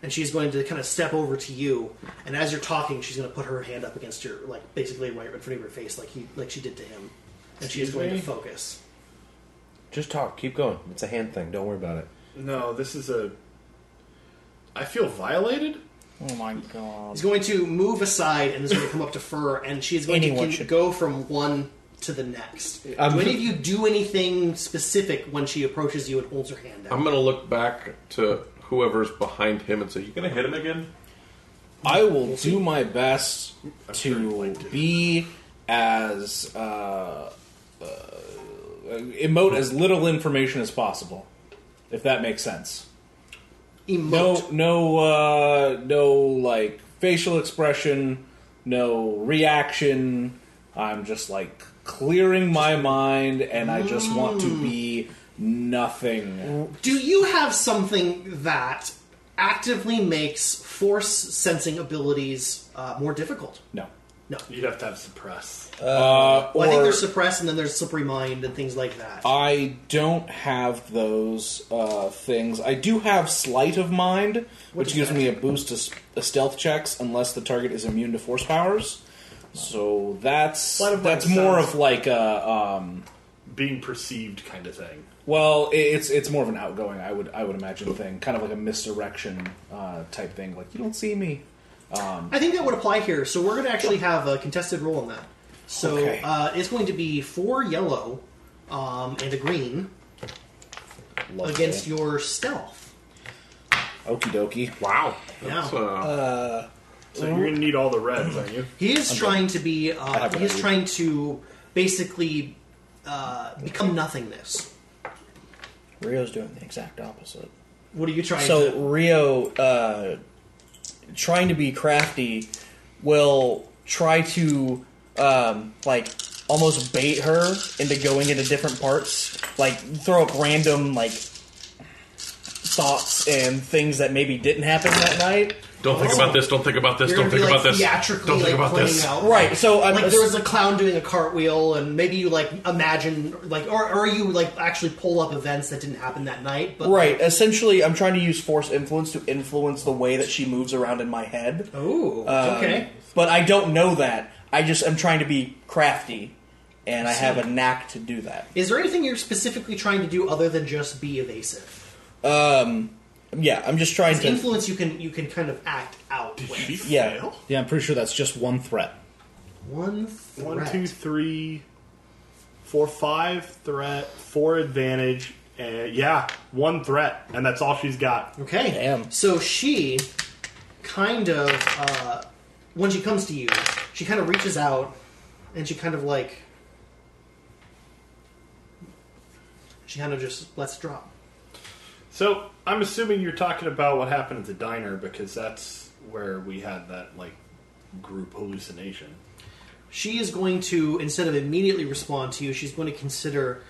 B: And she's going to kind of step over to you, and as you're talking, she's going to put her hand up against your, like basically right in front of your face, like he, like she did to him. And she is
E: Excuse
B: going
E: me?
B: to focus.
G: Just talk. Keep going. It's a hand thing. Don't worry about it.
E: No, this is a. I feel violated.
C: Oh my god.
B: He's going to move aside and is going to come up to Fur, and she's going
C: Anyone
B: to keep-
C: should-
B: go from one to the next.
D: Um,
G: I'm-
B: do any of you do anything specific when she approaches you and holds her hand out?
D: Um,
F: I'm gonna look back to whoever's behind him and say, "You gonna hit him again?"
D: I will do my best to be as uh, uh, emote as little information as possible, if that makes sense.
B: Emote.
D: No, no, uh, no, like facial expression, no reaction. I'm just like clearing my mind, and I just want
B: Mm.
D: to be nothing.
B: Do you have something that actively makes force sensing abilities uh, more difficult?
D: No.
B: No.
E: You'd have to have suppress.
D: Uh,
B: Well, I think
D: or- Uh,
B: there's suppressed, and then there's slippery mind and things like that.
D: I don't have those uh, things. I do have sleight of mind, which
B: is
D: gives
B: that?
D: me a boost to s- uh, stealth checks unless the target is immune to force powers. So that's
E: Sleight of mind
D: that's more
E: sounds-
D: of like a um,
E: Being perceived kind of thing.
D: well, i- it's it's more of an outgoing. I would I would imagine thing, kind of like a misdirection uh, type thing. Like you don't see me.
B: I think that would apply here. So we're going to actually have a contested roll on that. So
D: Okay.
B: uh, it's going to be four yellow um, and a green against your stealth.
D: Okie dokie.
F: Wow.
B: Yeah.
F: So,
E: So you're gonna need all the reds, aren't you?
B: He is trying to be. Uh,
D: have what
B: he
D: I
B: is
D: need.
B: trying to basically uh, become nothingness.
C: Rio's doing the exact opposite.
B: What are you trying?
C: So
B: to...
C: Rio, uh, trying to be crafty, will try to um, like almost bait her into going into different parts, like throw up random like thoughts and things that maybe didn't happen that night.
F: don't think about this. Don't think about this.
B: You're
F: Don't
B: gonna
F: think
B: be,
F: about
B: like,
F: this.
B: Theatrically,
F: Don't think
B: like,
F: about
B: playing
F: this.
B: Out.
C: Right. So um, I'm
B: Like there was a clown doing a cartwheel, and maybe you like imagine, like, or, or you like actually pull up events that didn't happen that night. But
C: Right. Essentially, I'm trying to use force influence to influence the way that she moves around in my head.
B: Ooh,
C: Um,
B: okay.
C: But I don't know that. I just am trying to be crafty, and I have a knack to do that.
B: Is there anything you're specifically trying to do other than just be evasive?
C: Yeah, I'm just trying to.
B: Influence you can you can kind of act out with
C: yeah.
D: Yeah, I'm pretty sure that's just one threat.
B: one threat.
E: One, two, three, Four five threat, four advantage, and yeah, one threat, and that's all she's got.
B: Okay.
I: Damn.
B: So she kind of, uh, when she comes to you, she kind of reaches out and she kind of like, she kind of just lets it drop.
E: So I'm assuming you're talking about what happened at the diner because that's where we had that like group hallucination.
B: She is going to, instead of immediately respond to you, she's going to consider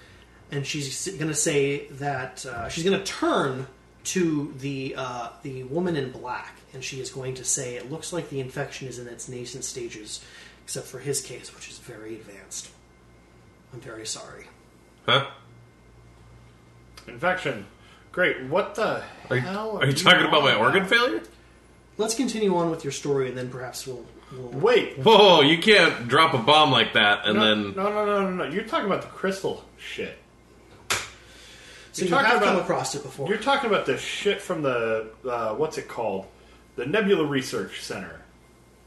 B: and she's going to say that uh, she's going to turn to the uh, the woman in black, and she is going to say, "It looks like the infection is in its nascent stages, except for his case, which is very advanced. I'm very sorry."
F: Huh?
E: Infection. Great. What the
F: Are you,
E: hell?
F: are you talking about my
E: on
F: organ failure?
B: Let's continue on with your story, and then perhaps we'll. we'll...
E: Wait.
F: Whoa, Oh, you can't drop a bomb like that and
E: no,
F: then.
E: no, no, no, no, no. You're talking about the crystal shit.
B: So you
E: You're talking
B: have come
E: about-
B: across it before.
E: You're talking about the shit from the uh, what's it called? The Nebula Research Center,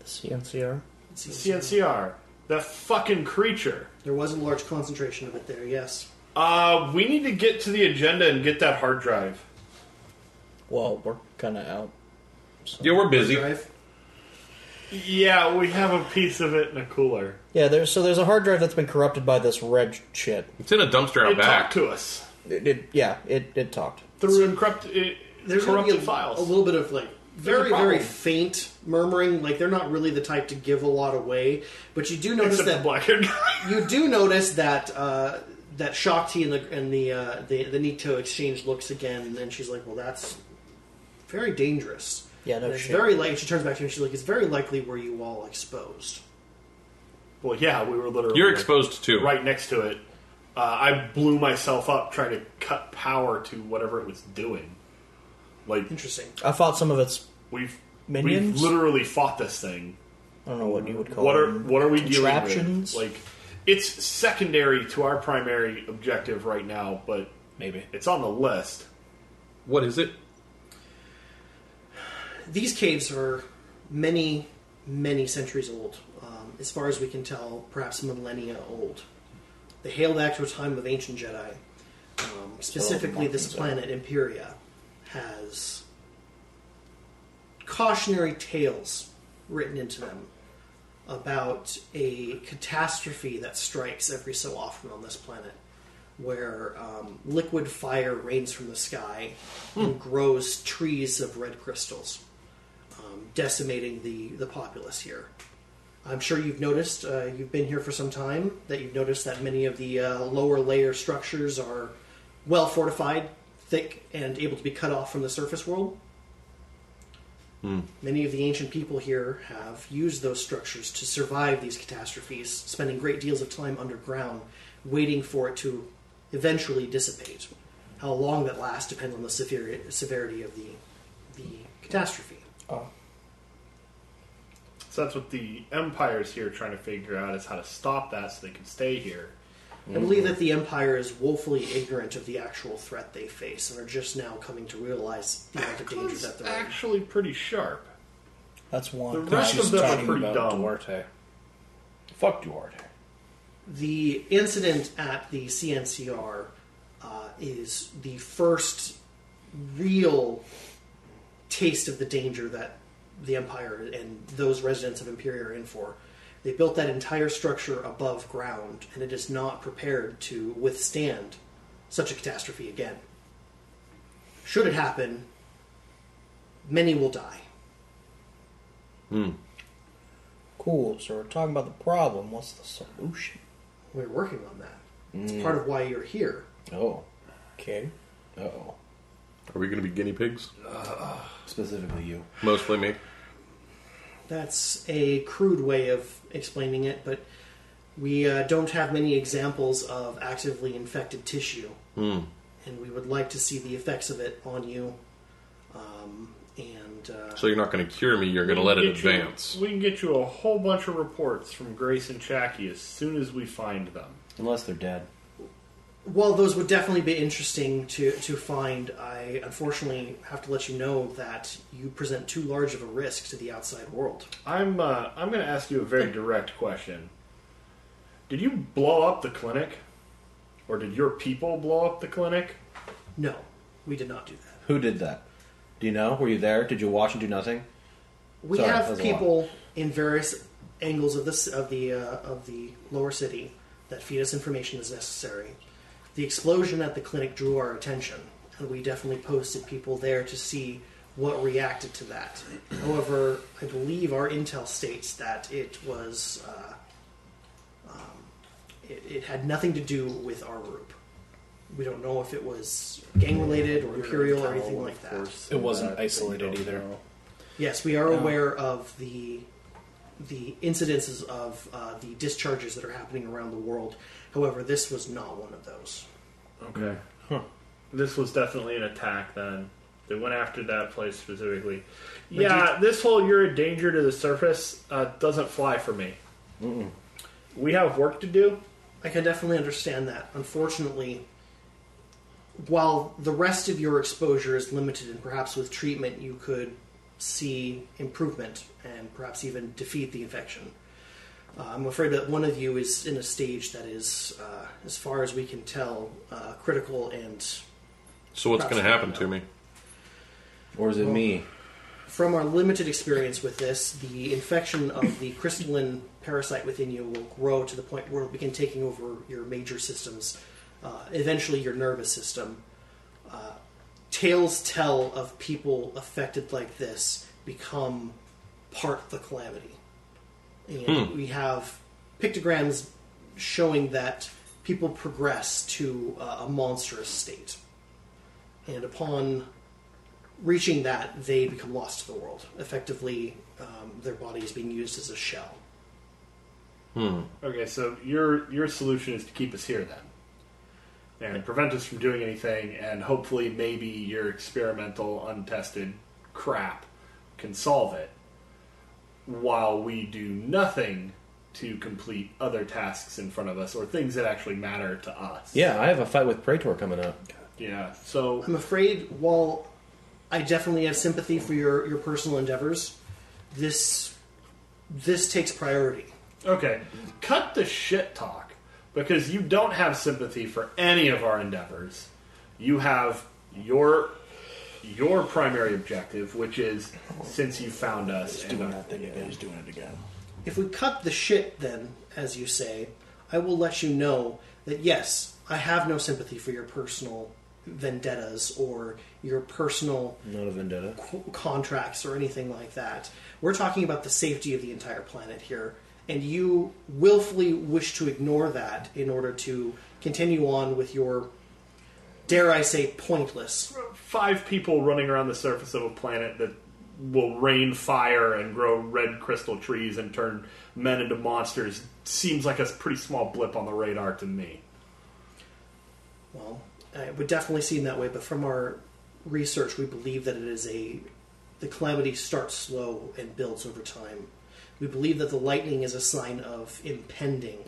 I: CNCR.
B: Let's see.
E: CNCR. That fucking creature.
B: There was a large concentration of it there. Yes.
E: Uh, we need to get to the agenda and get that hard drive.
I: Well, we're kind of out.
F: Yeah, we're busy.
B: Drive.
E: Yeah, we have a piece of it in a cooler.
I: Yeah, there's so there's a hard drive that's been corrupted by this red shit.
F: It's in a dumpster out
E: It talked
F: back.
E: to us
I: It, it- yeah, it, it talked.
E: through corrupt, it,
B: There's going to
E: corrupted
B: be a,
E: files.
B: a little bit of like very
E: problem.
B: very faint murmuring. Like they're not really the type to give a lot away, but you do notice
E: Except the
B: that
E: black haired guy. <laughs>
B: you do notice that uh, that Shakti and the and the uh, the, the Nito exchange looks again, and then she's like, "Well, that's very dangerous."
I: Yeah, no
B: And it's
I: shit.
B: very like she turns back to you and she's like, "It's very likely were you all exposed."
E: well, yeah, we were literally
F: You're exposed too.
E: right next to it. Uh, I blew myself up trying to cut power to whatever it was doing. Like
B: Interesting.
I: I fought some of its.
E: we've
I: Minions?
E: we've literally fought this thing.
I: I don't know what you would call
E: What are
I: them.
E: what are we dealing with?
I: contraptions?
E: Like it's secondary to our primary objective right now, but
D: Maybe.
E: it's on the list.
F: What is it?
B: These caves are many many centuries old, um, as far as we can tell, perhaps millennia old. They hail back to a time of ancient Jedi. Um, specifically, this planet Imperia has cautionary tales written into them about a catastrophe that strikes every so often on this planet, where um, liquid fire rains from the sky and grows trees of red crystals, um, decimating the, the populace here. I'm sure you've noticed, uh, you've been here for some time, that you've noticed that many of the uh, lower layer structures are well fortified, thick, and able to be cut off from the surface world. Many of the ancient people here have used those structures to survive these catastrophes, spending great deals of time underground, waiting for it to eventually dissipate. How long that lasts depends on the severe, severity of the, the catastrophe.
I: Oh,
E: So that's what the empire's here trying to figure out is how to stop that so they can stay here.
B: I believe that the Empire is woefully ignorant of the actual threat they face and are just now coming to realize the amount of danger
E: That's
B: that they're in.
E: actually pretty sharp.
I: That's
E: The
I: one.
E: rest of
D: She's
E: them are
D: talking
E: pretty
D: about
E: dumb.
D: Duarte.
H: Fuck Duarte.
B: The incident at the CNCR uh, is the first real taste of the danger that the Empire and those residents of Imperia are in for. They built that entire structure above ground, and it is not prepared to withstand such a catastrophe again. Should it happen, many will die.
I: Cool. So we're talking about the problem. What's the solution?
B: We're working on that. It's part of why you're here.
H: Oh.
I: Okay.
H: Uh-oh.
F: Are we going to be guinea pigs?
H: Uh, Specifically you.
F: Mostly me.
B: That's a crude way of explaining it, but we uh, don't have many examples of actively infected tissue. And we would like to see the effects of it on you. Um, and uh,
F: So you're not going to cure me, you're going to let it
E: We can get you-
F: advance.
E: we can get you a whole bunch of reports from Grace and Chacky as soon as we find them.
H: Unless they're dead.
B: while those would definitely be interesting to, to find, I unfortunately have to let you know that you present too large of a risk to the outside world.
E: I'm uh, I'm going to ask you a very direct question. Did you blow up the clinic? Or did your people blow up the clinic?
B: No, we did not do that.
H: Who did that? Do you know? Were you there? Did you watch and do nothing?
B: We
H: Sorry, that
B: have
H: was a lot.
B: people in various angles of this of the uh, of the lower city that feed us information as necessary. The explosion at the clinic drew our attention, and we definitely posted people there to see what reacted to that. However, I believe our intel states that it was uh, um, it, it had nothing to do with our group. We don't know if it was gang related or imperial or anything like that.
D: It wasn't isolated either.
B: Yes, we are aware of the the incidences of uh, the discharges that are happening around the world. However, this was not one of those.
E: Okay. This was definitely an attack then. They went after that place specifically. yeah, this whole you're a danger to the surface uh, doesn't fly for me. We have work to do.
B: I can definitely understand that. Unfortunately, while the rest of your exposure is limited, and perhaps with treatment you could see improvement and perhaps even defeat the infection, uh, I'm afraid that one of you is in a stage that is, uh, as far as we can tell, uh, critical and
F: So what's going to happen to me?
H: Or is it me?
B: from our limited experience with this, the infection of the crystalline parasite within you will grow to the point where it'll begin taking over your major systems, uh, eventually your nervous system. Uh, tales tell of people affected like this become part of the calamity. And we have pictograms showing that people progress to uh, a monstrous state. And upon reaching that, they become lost to the world. Effectively, um, their body is being used as a shell.
E: Okay, so your your solution is to keep us here then, and prevent us from doing anything, and hopefully maybe your experimental, untested crap can solve it, while we do nothing to complete other tasks in front of us or things that actually matter to us.
G: Yeah, I have a fight with Praetor coming up.
E: Yeah. So
B: I'm afraid, while I definitely have sympathy for your, your personal endeavors, this this takes priority.
E: okay, cut the shit talk because you don't have sympathy for any of our endeavors. You have your your primary objective, which is since you found us, and uh, our-
B: If we cut the shit, then, as you say, I will let you know that yes, I have no sympathy for your personal vendettas or your personal
G: Not a vendetta.
B: co- contracts or anything like that. We're talking about the safety of the entire planet here, and you willfully wish to ignore that in order to continue on with your, dare I say, pointless.
E: five people running around the surface of a planet that will rain fire and grow red crystal trees and turn men into monsters seems like a pretty small blip on the radar to me.
B: Well, it would definitely seem that way, but from our research, we believe that it is a. The calamity starts slow and builds over time. We believe that the lightning is a sign of impending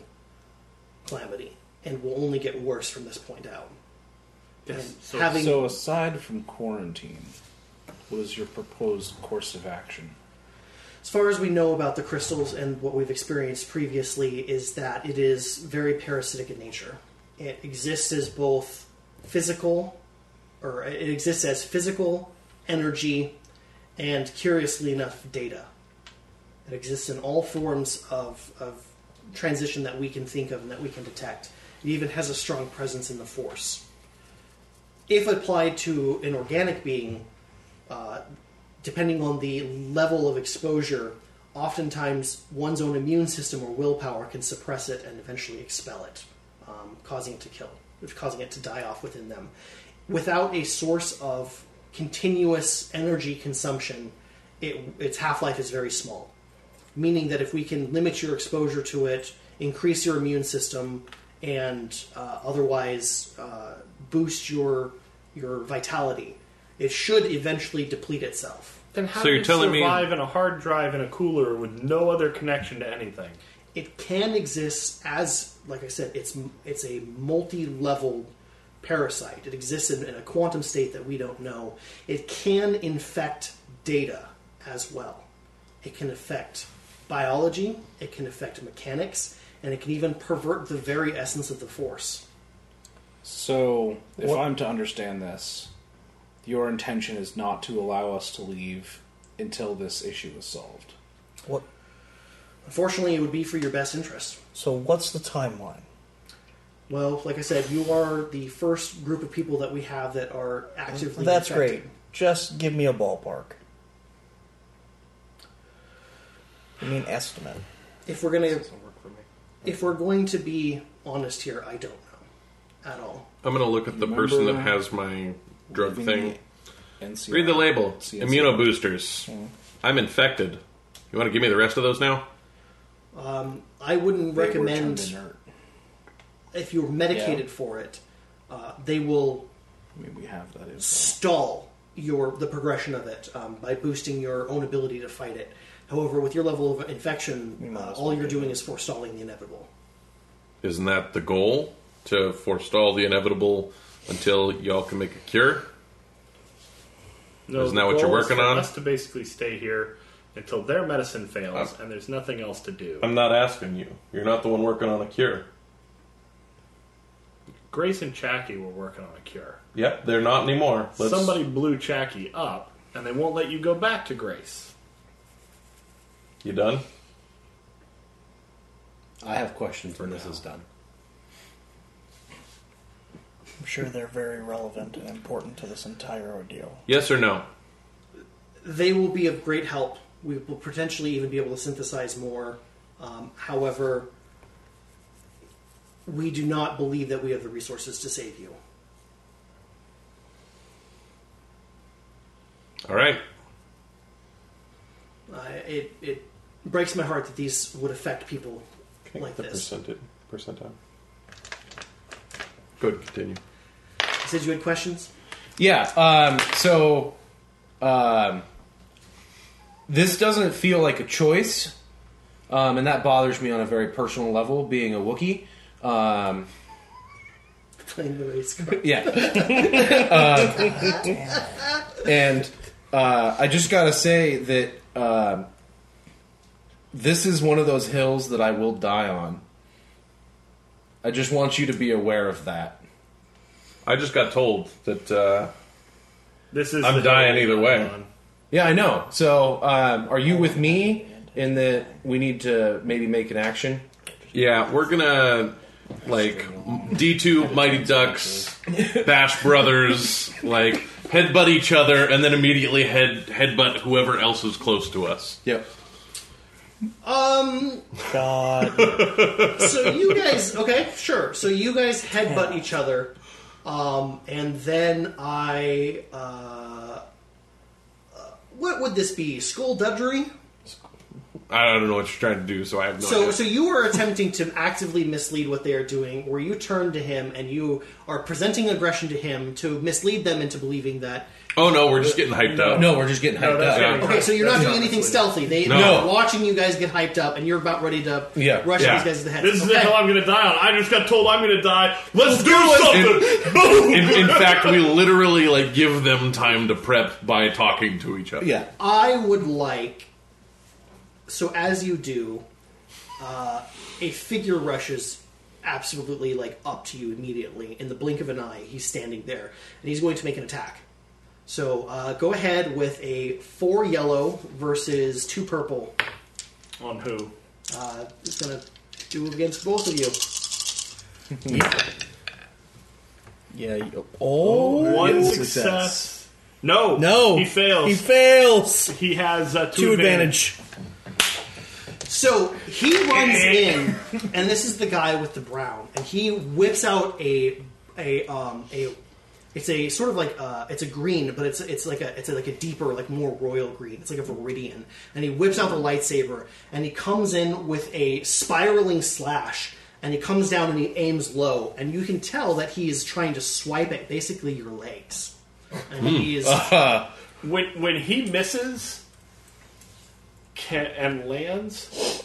B: calamity and will only get worse from this point out.
E: Yes.
B: And
E: So,
B: having-
D: So aside from quarantine, what is your proposed course of action?
B: As far as we know about the crystals and what we've experienced previously, is that it is very parasitic in nature. It exists as both physical, or it exists as physical, energy, and curiously enough, data. It exists in all forms of, of transition that we can think of and that we can detect. It even has a strong presence in the force. If applied to an organic being, uh, depending on the level of exposure, oftentimes one's own immune system or willpower can suppress it and eventually expel it, um, causing it to kill, causing it to die off within them. Without a source of continuous energy consumption, it, its half life is very small. Meaning that if we can limit your exposure to it, increase your immune system, and uh, otherwise uh, boost your your vitality, it should eventually deplete itself.
E: then how
F: So
E: do
F: you're
E: you
F: telling me-
E: survive in a hard drive in a cooler with no other connection to anything?
B: it can exist as like i said it's it's a multi-level parasite it exists in, in a quantum state that we don't know it can infect data as well it can affect biology it can affect mechanics and it can even pervert the very essence of the force
D: So, if I'm to understand this, your intention is not to allow us to leave until this issue is solved.
I: What?
B: Unfortunately, it would be for your best interest.
I: So what's the timeline?
B: Well, like I said, you are the first group of people that we have that are actively.
I: That's
B: infected.
I: great. Just give me a ballpark. I mean, estimate.
B: If we're gonna, if we're going to be honest here, I don't know at all.
F: I'm going to look at the person that has my drug
D: leaving
F: thing.
D: And see
F: Read the label
D: See, I see.
F: Immunoboosters.
E: Hmm.
F: I'm infected. You want to give me the rest of those now?
B: I wouldn't
D: They were
B: recommend
D: turned inert.
B: if you're medicated for it. Uh, they will
D: I mean, we have that. info.
B: stall your the progression of it um, by boosting your own ability to fight it. However, with your level of infection, uh, all you're doing is forestalling the inevitable.
F: Isn't that the goal? To forestall the inevitable until y'all can make a cure?
E: No,
F: Isn't
E: the
F: that what you're
E: goal is
F: working
E: for
F: on?
E: Us to basically stay here until their medicine fails, and there's nothing else to do.
F: Uh, I'm not asking you. You're not the one working on a cure.
E: Grace and Chacky were working on a cure.
F: Yep, they're not anymore. Let's,
E: Somebody blew Chacky up, and they won't let you go back to Grace.
F: You done?
G: I have questions when this is done.
I: I'm sure they're very relevant and important to this entire ordeal.
F: Yes or no?
B: They will be of great help. We will potentially even be able to synthesize more. Um, however, we do not believe that we have the resources to save you.
F: All right.
B: Uh, it, it breaks my heart that these would affect people
F: Can I
B: like
F: get the
B: this.
F: percentage, percentile? Good, continue.
B: You said you had questions? <laughs>
G: Yeah. Um, so, um, this doesn't feel like a choice, um, and that bothers me on a very personal level. Being a Wookiee. Um,
B: Playing the race card.
F: <laughs>
G: yeah. Um, and uh, I just gotta say that um, this is one of those hills that I will die on. I just want you to be aware of that.
F: I just got told that uh,
E: This is
F: I'm
E: the
F: dying
E: hill
F: either
E: we're
F: way.
E: on.
G: Yeah, I know. So, um, are you with me in that we need to maybe make an action?
F: Yeah, we're gonna like D two Mighty Ducks, Bash Brothers, like headbutt each other, and then immediately head headbutt whoever else is close to us.
G: Yep.
I: God,
B: so you guys, okay, sure. So you guys headbutt each other, um, and then I, uh, uh, what would this be? School dudgery.
F: I don't know what you're trying to do, so I have no
B: So,
F: idea.
B: so you are attempting to actively mislead what they are doing, where you turn to him and you are presenting aggression to him to mislead them into believing that.
F: oh no, we're just getting hyped up.
G: No, we're just getting hyped
E: that's
G: up.
E: right.
B: Okay, so you're not
E: That's
B: doing
E: not
B: anything
E: misleading.
B: stealthy. They,
F: No.
B: They're watching you guys get hyped up, and you're about ready to
G: Yeah.
B: rush
F: Yeah.
B: these guys to the head.
E: This is the
B: Okay.
E: hill I'm going to die on. I just got told I'm going to die. Let's do
F: <laughs>
E: something.
F: In, in fact, we literally like give them time to prep by talking to each other.
G: Yeah.
B: I would like. So as you do, uh, a figure rushes absolutely like up to you immediately. In the blink of an eye, he's standing there, and he's going to make an attack. So uh, go ahead with a four yellow versus two purple.
E: on who?
B: Uh, it's gonna do against both of you.
G: Yeah. you- Oh,
E: One
G: yeah,
E: success. No.
C: No.
E: He fails.
C: He fails.
E: He has uh, two,
C: Two
E: advantage.
C: advantage.
B: So he runs in, and this is the guy with the brown, and he whips out a a um a it's a sort of like uh it's a green, but it's it's like a it's like a deeper like more royal green. It's like a viridian, and he whips out the lightsaber, and he comes in with a spiraling slash. And he comes down and he aims low, and you can tell that he is trying to swipe at basically your legs. And he is
E: When when he misses can, and lands,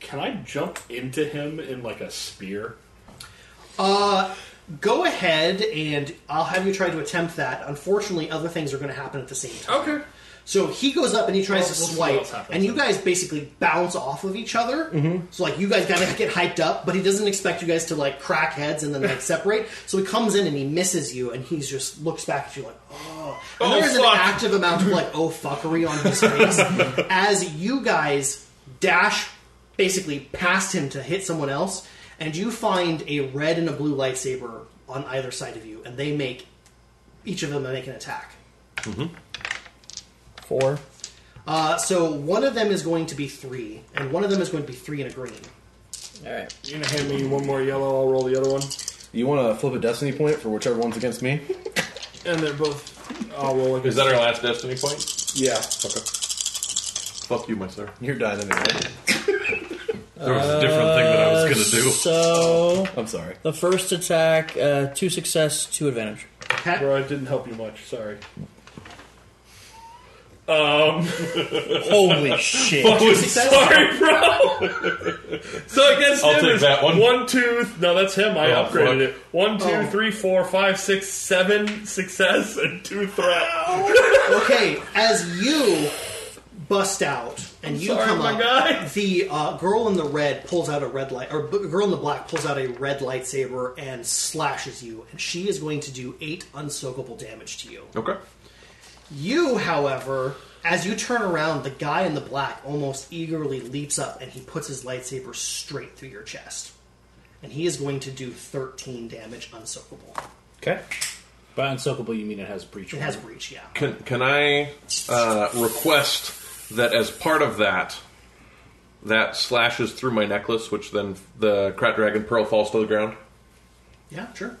E: can I jump into him in like a spear?
B: Go ahead, and I'll have you try to attempt that. Unfortunately, other things are going to happen at the same time.
F: Okay.
B: So he goes up and he tries
E: Well, we'll see
B: to
E: what else
B: swipe,
E: happens
B: and you guys basically bounce off of each other. So like you guys gotta get hyped up, but he doesn't expect you guys to like crack heads and then like separate. So he comes in and he misses you, and he's just looks back at you like, oh. And
F: Oh,
B: there is
F: fuck.
B: an active amount of like oh fuckery on his face as you guys dash basically past him to hit someone else, and you find a red and a blue lightsaber on either side of you, and they make each of them make an attack.
I: Four.
B: Uh, so one of them is going to be three, and one of them is going to be three and a green.
I: All right.
E: You're gonna hand me one more yellow. I'll roll the other one,
G: You want to flip a destiny point for whichever one's against me?
E: and they're both. I'll roll against.
F: Is that our last destiny point?
E: Yeah.
F: Okay. Fuck you, my sir.
G: You're dying anyway.
F: There was a different thing that I was gonna do.
B: Uh,
F: <laughs>
I: So
G: I'm sorry.
I: the first attack, uh, two success, two advantage.
E: Bro, it didn't help you much. <laughs> Sorry.
I: Holy shit!
E: Sorry, bro. <laughs> so against
F: I'll
E: him
F: take
E: is
F: that one.
E: One, two. th- No, that's him. I
F: Oh, fuck.
E: upgraded it. One, two, three, four, five, six, seven success <laughs> and two threat.
B: Okay, as you bust out and you
E: sorry,
B: come
E: my
B: up,
E: guy.
B: the uh, girl in the red pulls out a red light, or b- girl in the black pulls out a red lightsaber and slashes you, and she is going to do eight unsoakable damage to you.
F: Okay.
B: You, however, as you turn around, the guy in the black almost eagerly leaps up and he puts his lightsaber straight through your chest. And he is going to do 13 damage unsoakable.
G: Okay.
D: By unsoakable, you mean it has breach.
B: It has
D: armor.
B: breach, yeah.
F: Can can I uh, request that as part of that, that slashes through my necklace, which then the Krat Dragon pearl falls to the ground?
B: Yeah, sure.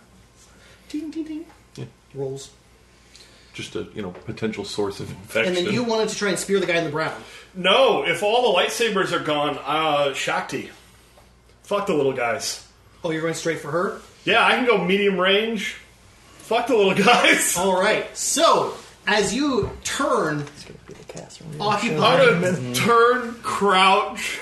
B: Ding, ding, ding. Rolls.
F: Just a you know potential source of infection.
B: And then you wanted to try and spear the guy in the brown.
E: <laughs> No, if all the lightsabers are gone, uh, Shakti. Fuck the little guys.
B: Oh, you're going straight for her?
E: Yeah, I can go medium range. Fuck the little <laughs> guys.
B: All right. So, as you turn,
E: I'm
B: occupied.
E: gonna turn, crouch.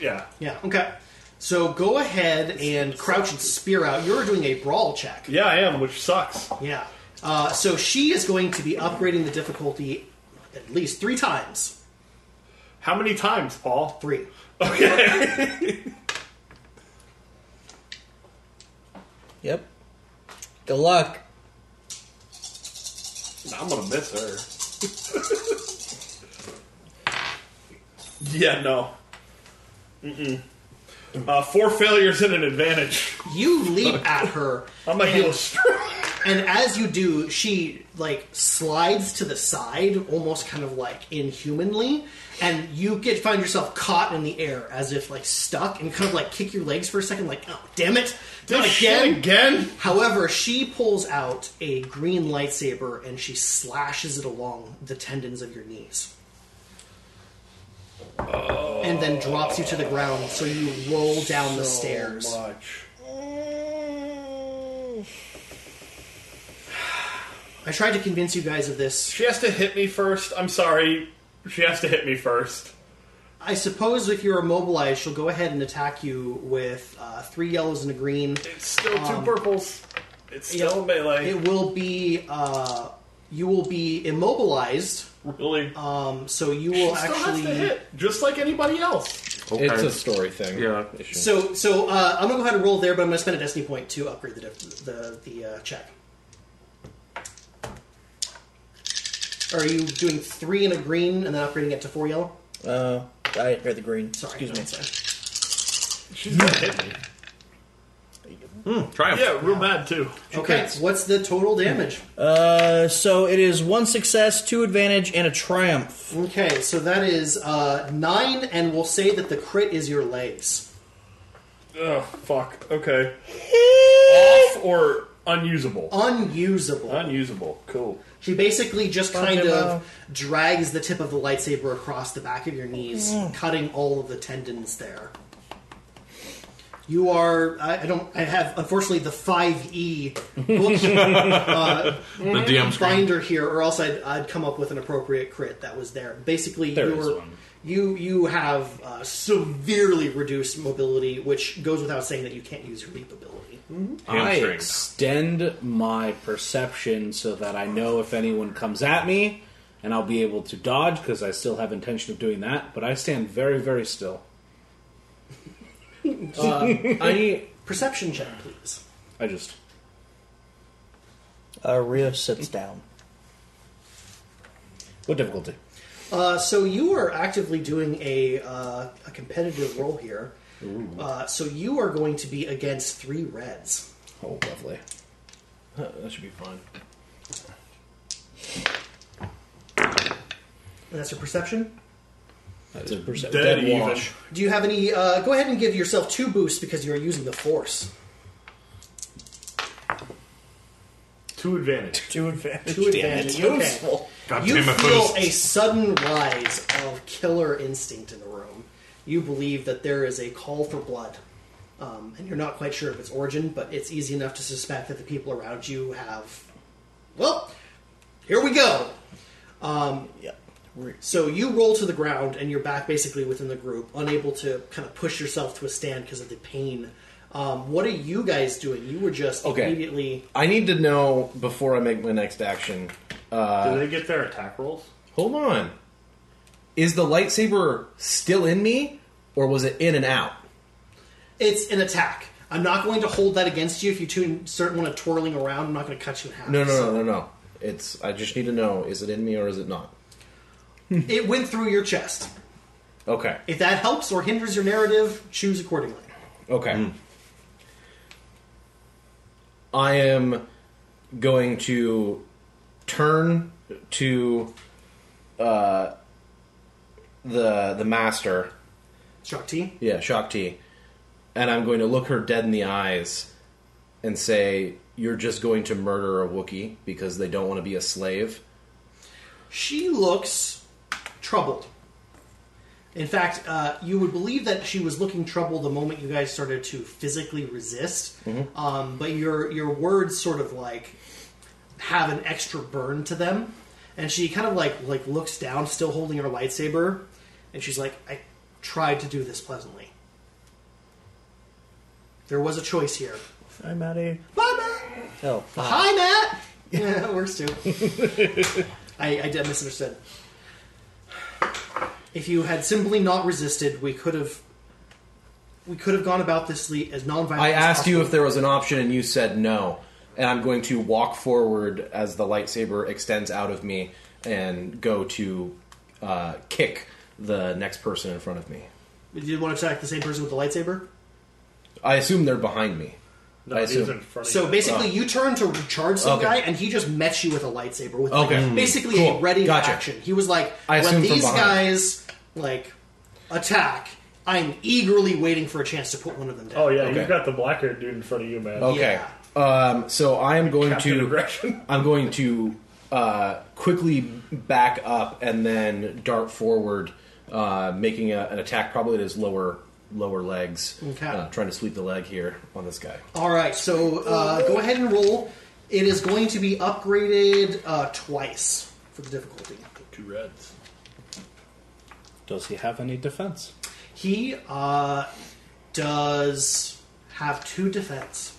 E: Yeah.
B: Yeah, okay. So go ahead and crouch and spear out. You're doing a brawl check.
E: Yeah, I am, which sucks.
B: Yeah. Uh, so she is going to be upgrading the difficulty at least three times.
E: How many times, Paul? <laughs>
B: Three.
I: Yep. Good luck.
E: I'm gonna miss her. yeah, no. Mm-mm. Uh, four failures and an advantage.
B: You leap at her,
E: I'm a heal. str-
B: and as you do, she like slides to the side, almost kind of like inhumanly, and you get find yourself caught in the air as if like stuck, and kind of like kick your legs for a second, like oh damn it, not
E: Shit
B: again.
E: <laughs> Again?
B: However, she pulls out a green lightsaber and she slashes it along the tendons of your knees. And then drops you to the ground, so you roll down the stairs.
E: Much.
B: I tried to convince you guys of this.
E: She has to hit me first. I'm sorry. She has to hit me first.
B: I suppose if you're immobilized, she'll go ahead and attack you with uh, three yellows and a green.
E: It's still two
D: Um,
E: purples. It's still a melee.
B: It will be uh, you will be immobilized,
E: really?
D: uh,
B: um, so you
E: she
B: will
E: still
B: actually.
E: has to hit, just like anybody else.
F: Okay.
G: It's a story thing.
F: yeah.
B: So, so uh, I'm gonna go ahead and roll there, but I'm gonna spend a destiny point to upgrade the diff- the the uh, check. Are you doing three and a green, and then upgrading it to four yellow?
I: Uh, I heard the green.
B: Sorry,
I: Excuse me.
B: that's fine.
E: She's gonna hit me.
F: Triumph.
E: <laughs> Yeah, real bad too.
B: Okay, what's the total damage?
I: Uh, so it is one success, two advantage, and a triumph.
B: Okay, so that is uh, nine, and we'll say that the crit is your legs.
E: Oh fuck. Okay. Off or
D: Uh,
E: unusable?
B: Unusable.
E: Unusable. Cool.
B: She basically just kind
I: Fucking hell.
B: of drags the tip of the lightsaber across the back of your knees, cutting all of the tendons there. You are. I, I don't. I have unfortunately the five E
D: <laughs>
B: book uh,
F: The DM screen.
B: binder here, or else I'd, I'd come up with an appropriate crit that was there. Basically,
D: There
B: you're,
D: is one.
B: you you have uh, severely reduced mobility, which goes without saying that you can't use your leap ability.
D: I
F: Hamstring.
D: extend my perception so that I know if anyone comes at me, and I'll be able to dodge because I still have intention of doing that. But I stand very,
F: <laughs>
D: very still.
F: Uh,
G: I
B: Perception check, please.
D: <laughs> I just
I: Uh, Rio sits down.
D: what difficulty?
B: Uh, so you are actively doing a, uh, a competitive role here. Uh, so you are going to be against three reds.
D: Oh, lovely.
G: that should be fun.
B: And that's your perception.
D: That's a perce-
E: Dead
D: dead
E: even.
D: wash.
B: Do you have any? Uh, go ahead and give yourself two boosts because you are using the force.
E: Two advantage.
I: Two advantage.
B: Two advantage. Okay.
F: God
B: You
F: damn it,
B: feel
F: boost.
B: a sudden rise of killer instinct in the room. You believe that there is a call for blood, um, and you're not quite sure of its origin, but it's easy enough to suspect that the people around you have. Well, here we go. Um,
I: Yep.
B: So you roll to the ground, and you're back basically within the group, unable to kind of push yourself to a stand because of the pain. Um, what are you guys doing? You were just
G: Okay.
B: immediately.
G: I need to know before I make my next action.
E: Do they get their attack rolls?
G: Hold on. Is the lightsaber still in me, or was it in and out?
B: It's an attack. I'm not going to hold that against you if you two start one of twirling around. I'm not going to cut you in half.
G: No, no, no, no, no. It's. I just need to know: is it in me or is it not?
B: It went through your chest.
G: Okay.
B: If that helps or hinders your narrative, choose accordingly.
G: Okay. I am going to turn to uh, the the master.
B: Shock T.
G: Yeah, Shakti. And I'm going to look her dead in the eyes and say, You're just going to murder a Wookiee because they don't want to be a slave.
B: She looks troubled. In fact, uh, you would believe that she was looking troubled the moment you guys started to physically resist. Um, but your your words sort of like have an extra burn to them, and she kind of like like looks down, still holding her lightsaber, and she's like, "I tried to do this pleasantly. There was a choice here."
I: I'm out of
B: Bye, Matt.
I: Oh, fuck.
B: Hi, Matt. <laughs> Yeah, that works
G: <laughs>
B: too. I, I did- misunderstood. If you had simply not resisted, we could have we could have gone about this le- as nonviolent.
G: I
B: as
G: asked you
B: possible.
G: if there was an option and you said no. And I'm going to walk forward as the lightsaber extends out of me and go to uh, kick the next person in front of me.
B: Did you want to attack the same person with the lightsaber?
G: I assume they're behind me.
E: No,
G: I
E: he's
G: assume.
E: in front of
B: So
E: you.
B: basically, you turn to charge some
G: Okay.
B: guy, and he just met you with a lightsaber with
G: Okay. Hmm.
B: like, basically
G: Cool.
B: a ready
G: Gotcha.
B: action. He was like,
G: I
B: "When
G: assume from
B: these
G: behind."
B: guys like attack, I'm eagerly waiting for a chance to put one of them down."
E: Oh yeah,
G: Okay.
E: you've got the black haired dude in front of you, man.
G: Okay. Um, so I am going
E: Captain
G: to.
E: Aggression.
G: <laughs> I'm going to uh, quickly back up and then dart forward, uh, making a, an attack probably at his lower lower legs.
B: Okay.
G: Uh, trying to sweep the leg here on this guy.
B: All right, so uh, go ahead and roll. It is going to be upgraded uh, twice for the difficulty.
E: Two reds.
D: Does he have any defense?
B: He uh, does have two defense.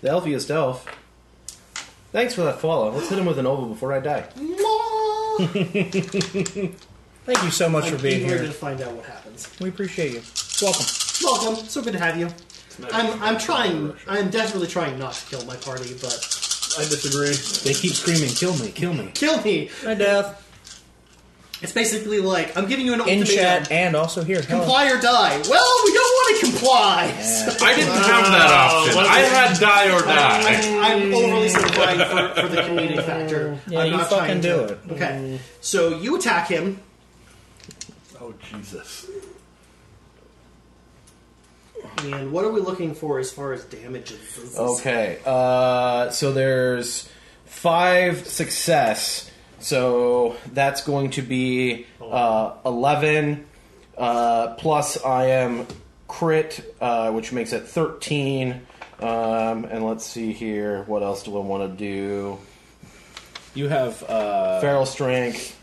G: The elfiest elf. Thanks for that follow. Let's hit him with an oval before I die.
B: Mwah!
I: Thank you so much
B: I'm
I: for being
B: eager to
I: here.
B: find out what happens.
I: We appreciate you. Welcome.
B: Welcome. So good to have you. I'm I'm trying. I'm desperately trying not to kill my party, but
E: I disagree.
D: They keep screaming, "Kill me! Kill me!"
B: kill me.
I: Hi, Death.
B: It's basically like I'm giving you an
I: In
B: ultimatum.
I: chat and also here. Hello.
B: Comply or die. Well, we don't want to comply. so-
F: I didn't have that option. I had die or die.
B: I'm overly simplifying for, for the comedic factor.
I: Mm. Yeah,
B: I'm
I: you
B: not
I: fucking
B: trying to-
I: do it. Mm.
B: Okay, so you attack him.
E: Oh Jesus.
B: And what are we looking for as far as damages?
G: Okay. Uh, so there's five success. So that's going to be uh, eleven. Uh, plus I am crit, uh, which makes it thirteen. Um, and let's see here. What else do I want to do?
D: You have uh,
G: Feral strength.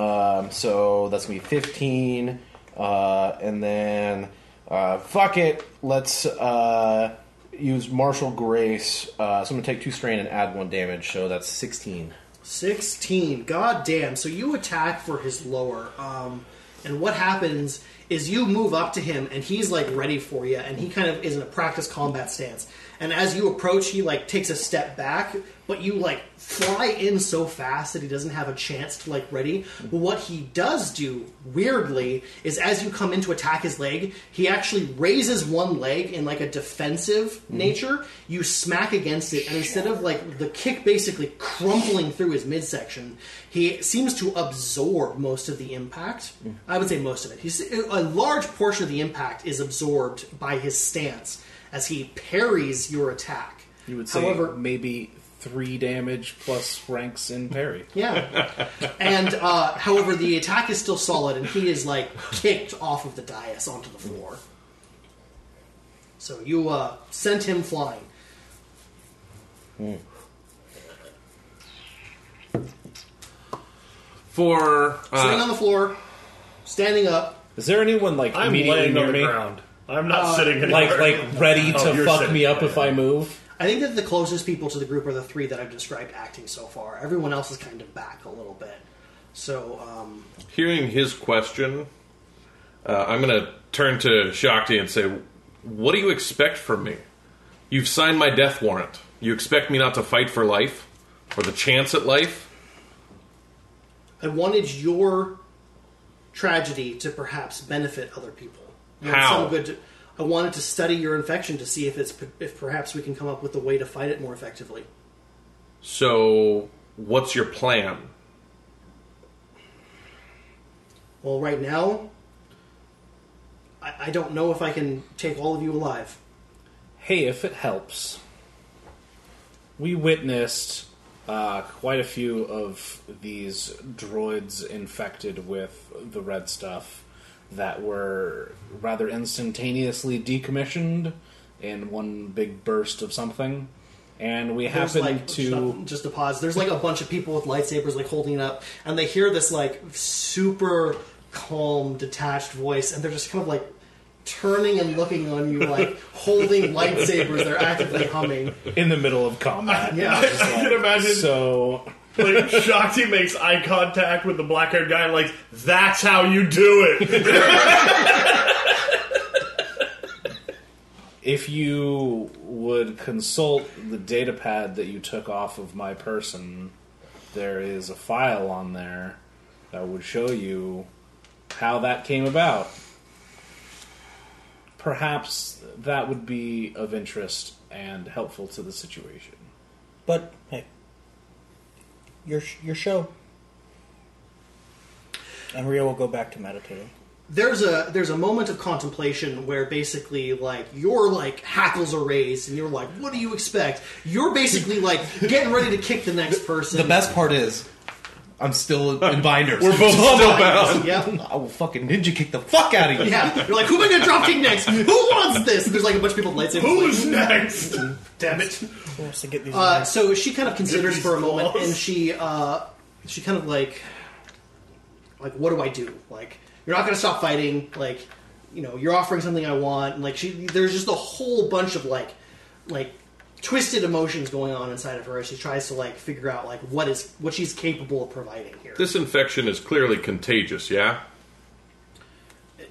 G: Um, so that's gonna be fifteen. Uh, and then uh, fuck it. Let's uh, use martial grace. Uh, so I'm going to take two strain and add one damage, so that's 16.
B: 16. God damn. So you attack for his lower. Um, and what happens is you move up to him and he's like ready for you and he kind of is in a practice combat stance. And as you approach, he like takes a step back, but you like fly in so fast that he doesn't have a chance to like ready. But what he does do, weirdly, is as you come in to attack his leg, he actually raises one leg in like a defensive
D: Mm-hmm.
B: nature. You smack against it, and instead of like the kick basically crumpling through his midsection, he seems to absorb most of the impact.
D: Mm-hmm.
B: I would say most of it. He's, a large portion of the impact is absorbed by his stance as he parries your attack.
D: You would say
B: However-
D: maybe three damage plus ranks in parry.
B: Yeah. and uh, however, the attack is still solid, and he is like kicked off of the dais onto the floor. So you uh, sent him flying.
F: For
B: Sitting
F: uh,
B: on the floor, standing up.
D: Is there anyone like
E: I'm
D: immediately
E: laying
D: near
E: on the
D: me,
E: ground. I'm not sitting in
D: Uh, like <laughs> like ready
E: <laughs> Oh,
D: to
E: you're
D: fuck
E: sitting.
D: me up if
E: Yeah.
D: I move?
B: I think that the closest people to the group are the three that I've described acting so far. Everyone else is kind of back a little bit. So, um,
F: hearing his question, uh, I'm going to turn to Shakti and say, "What do you expect from me? You've signed my death warrant. You expect me not to fight for life or the chance at life?
B: I wanted your tragedy to perhaps benefit other people. I wanted
F: How?
B: some good- I wanted to study your infection to see if it's if perhaps we can come up with a way to fight it more effectively.
F: So, what's your plan?"
B: Well, right now, I, I don't know if I can take all of you alive.
D: Hey, if it helps, we witnessed uh, quite a few of these droids infected with the red stuff that were rather instantaneously decommissioned in one big burst of something. And we
B: There's
D: happened
B: like
D: to.
B: just a pause. There's like a bunch of people with lightsabers like holding it up, and they hear this like super calm, detached voice, and they're just kind of like turning and looking on you, like holding lightsabers. They're actively humming.
D: in the middle of combat.
B: Yeah.
E: <laughs> I can imagine
D: So
E: like <laughs> Shakti makes eye contact with the black haired guy and like, that's how you do it.
D: if you would consult the data pad that you took off of my person, there is a file on there that would show you how that came about. Perhaps that would be of interest and helpful to the situation.
I: But hey, your your show. And Rio will go back to meditating.
B: there's a there's a moment of contemplation where basically like your like hackles are raised and you're like what do you expect you're basically like getting ready to kick the next person
G: The best part is, I'm still in binders.
F: We're both still bound.
B: yeah
G: <laughs> I will fucking ninja kick the fuck out of you.
B: yeah you're like who am I gonna drop kick next who wants this and there's like a bunch of people with lightsabers
E: <laughs> Who's
B: like,
E: next? Damn it.
I: Who wants to get these?
B: Uh, so she kind of considers
E: These
B: for a moment,
E: claws.
B: and she uh, she kind of like like what do I do? Like you're not going to stop fighting. Like you know you're offering something I want. And, like she there's just a whole bunch of like like twisted emotions going on inside of her as she tries to like figure out like what is what she's capable of providing here.
F: This infection is clearly contagious, yeah?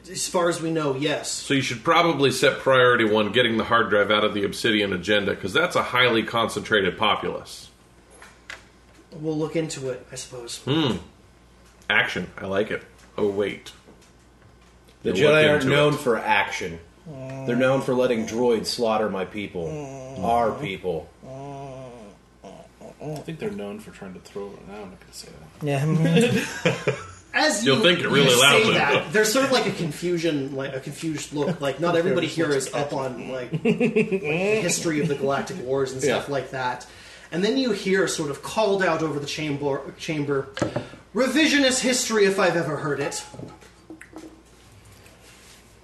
B: As far as we know, yes.
F: So you should probably set priority one getting the hard drive out of the Obsidian agenda, because that's a highly concentrated populace.
B: We'll look into it, I suppose.
F: Action. I like it. Oh, wait.
G: The
F: You're looking
G: Jedi aren't
F: to
G: known
F: it.
G: for action. They're known for letting droids slaughter my people, our people.
D: I think they're known for trying to throw around. I could say that.
I: yeah,
B: As
F: You'll
B: you,
F: think it really
B: you say
F: loudly.
B: that, there's sort of like a confusion, like a confused look. Like not everybody here is up on like, like, the history of the Galactic Wars and stuff like that. And then you hear sort of called out over the chamber, chamber, revisionist history, if I've ever heard it.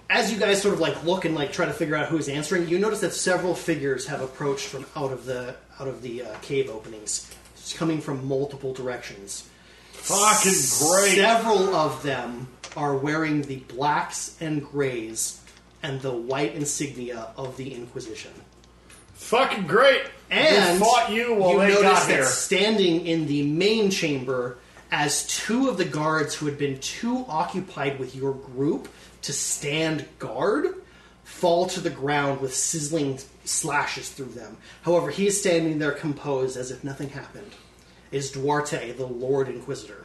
B: As you guys sort of like look and like try to figure out who's answering, you notice that several figures have approached from out of the out of the uh, cave openings, It's coming from multiple directions.
E: Fucking great.
B: Several of them are wearing the blacks and grays and the white insignia of the Inquisition.
E: Fucking great.
B: And
E: we fought you while
B: you
E: they
B: notice
E: got
B: that
E: here.
B: standing in the main chamber, as two of the guards who had been too occupied with your group to stand guard fall to the ground with sizzling slashes through them. However, he is standing there composed as if nothing happened. Is Duarte, the Lord Inquisitor.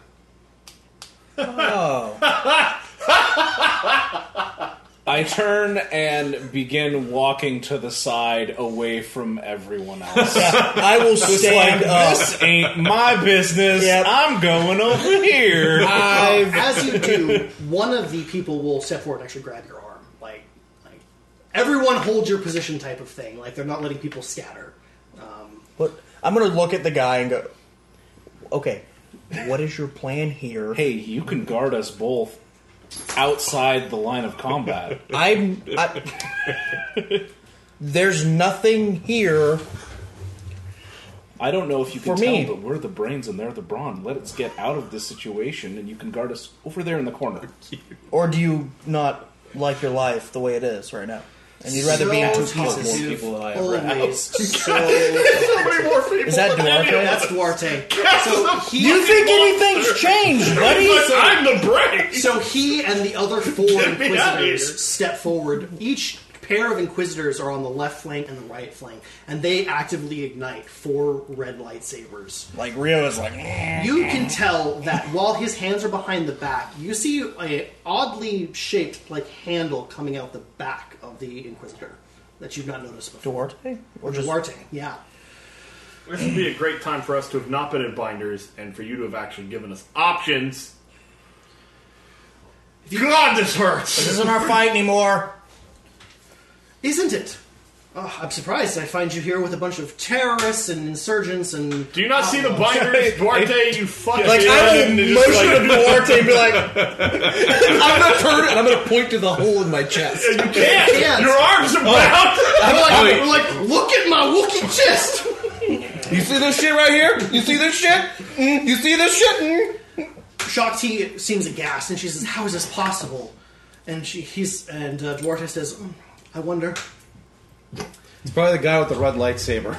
D: I turn and begin walking to the side away from everyone else. <laughs>
C: I will stand
D: like,
C: up.
D: this ain't my business.
C: Yep.
D: I'm going over <laughs> here.
B: As you
I: <laughs>
B: do, one of the people will step forward and actually grab your arm. Like, like everyone hold your position type of thing. Like, they're not letting people scatter.
I: But I'm gonna look at the guy and go, okay, what is your plan here?
D: hey, you can guard us both outside the line of combat.
I: I'm. I, there's nothing here.
D: I don't know if you can
I: For
D: tell,
I: me.
D: but we're the brains and they're the brawn. Let us get out of this situation, and you can guard us over there in the corner.
I: Or do you not like your life the way it is right now? And you'd rather be in two pieces.
B: More people
C: <laughs>
G: alive.
B: Always. So,
E: <laughs>
I: Is that Duarte?
B: <laughs> that's Duarte. So
E: That's
B: he,
I: You think anything's changed, buddy?
E: But I'm the
B: <laughs>
E: brain.
B: so he and
I: <laughs>
B: the other four
E: Get me out of here.
B: inquisitors step forward. Each pair of inquisitors are on the left flank and the right flank, and they actively ignite four red lightsabers.
I: Like Rio is like, "Eh."
B: You can tell that while his hands are behind the back, you see a oddly shaped like handle coming out the back of the Inquisitor that you've not noticed before.
I: Duarte, or just
B: Duarte, yeah.
E: <laughs> This would be a great time for us to have not been in binders and for you to have actually given us options. God, this
I: this
E: hurts.
I: isn't our fight anymore.
B: Isn't it? Oh, I'm surprised I find you here with a bunch of terrorists and insurgents and.
E: Do you not see the binders, Duarte? You fucking.
I: Like I will
E: And
I: motion
E: just
G: <laughs>
I: to Duarte and be like,
G: I'm gonna turn and I'm gonna point to the hole in my chest.
E: You can't.
B: Yes.
E: Your arms are bound. <laughs>
B: I'm like,
G: wait.
B: I'm like, look at my Wookiee chest!
G: You see this shit right here? You see this shit? Mm, you see this shit? Mm.
B: Shakti seems aghast and she says, How is this possible? And she, he's, and uh, Duarte says, "Mm, I wonder.
G: It's probably the guy with the red lightsaber.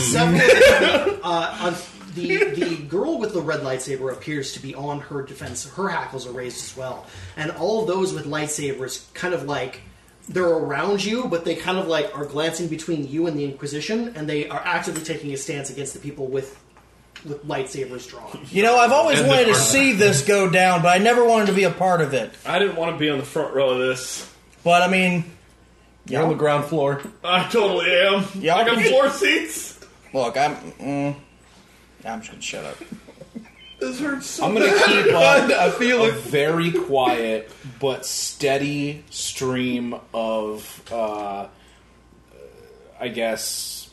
D: <laughs>
B: Several, uh, on the the girl with the red lightsaber appears to be on her defense. Her hackles are raised as well, and all of those with lightsabers kind of like they're around you, but they kind of like are glancing between you and the Inquisition, and they are actively taking a stance against the people with with lightsabers drawn.
I: you know, I've always
F: And
I: wanted to
F: the-
I: see this go down, but I never wanted to be a part of it.
E: I didn't want to be on the front row of this.
I: But I mean,
G: You're on the ground floor.
E: I totally am.
I: Yeah.
E: I <laughs> got floor seats.
I: look, I'm. Mm, I'm just gonna shut up.
D: I'm going to keep up
G: I feel
D: a very quiet but steady stream of, uh, I guess,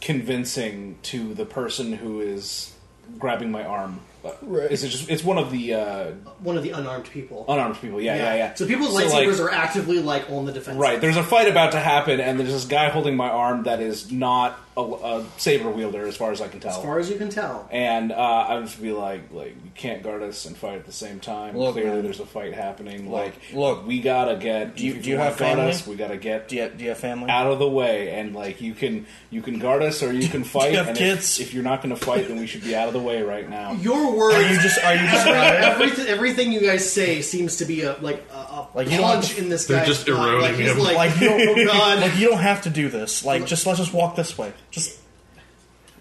D: convincing to the person who is grabbing my arm. Right. Is it just? It's one of the uh,
B: One of the unarmed people.
D: unarmed people. Oh, Yeah, yeah, yeah.
B: So people with
D: like,
B: lightsabers are actively like on the defense.
D: Right, there's a fight about to happen, and there's this guy holding my arm that is not a, a saber wielder, as far as I can tell.
B: As far as you can tell.
D: and uh, I'm just be like, like you can't guard us and fight at the same time.
I: Look,
D: Clearly,
I: man.
D: there's a fight happening. like,
I: look.
D: we gotta get.
I: Do you-
D: if
I: do you
D: wanna
I: have
D: guard
I: family?
D: Us, we gotta get
I: Do you, do you have family?
D: out of the way, and like you can you can guard
I: <laughs>
D: us or you can fight.
I: have
D: and if-
I: kids?
D: If, you're not gonna fight, then we should be out of the way right now.
B: Your words
I: Are you just? Are you just?
B: <laughs> Everything, everything you guys say seems to be a like a, a
I: Like, you don't
B: punch in this
F: They're
B: guy's
F: just
B: gut.
F: eroding
B: like, he's
F: him.
B: Like,
I: Like, you
B: oh god.
I: Like you don't have to do this. Like just let's just walk this way. Just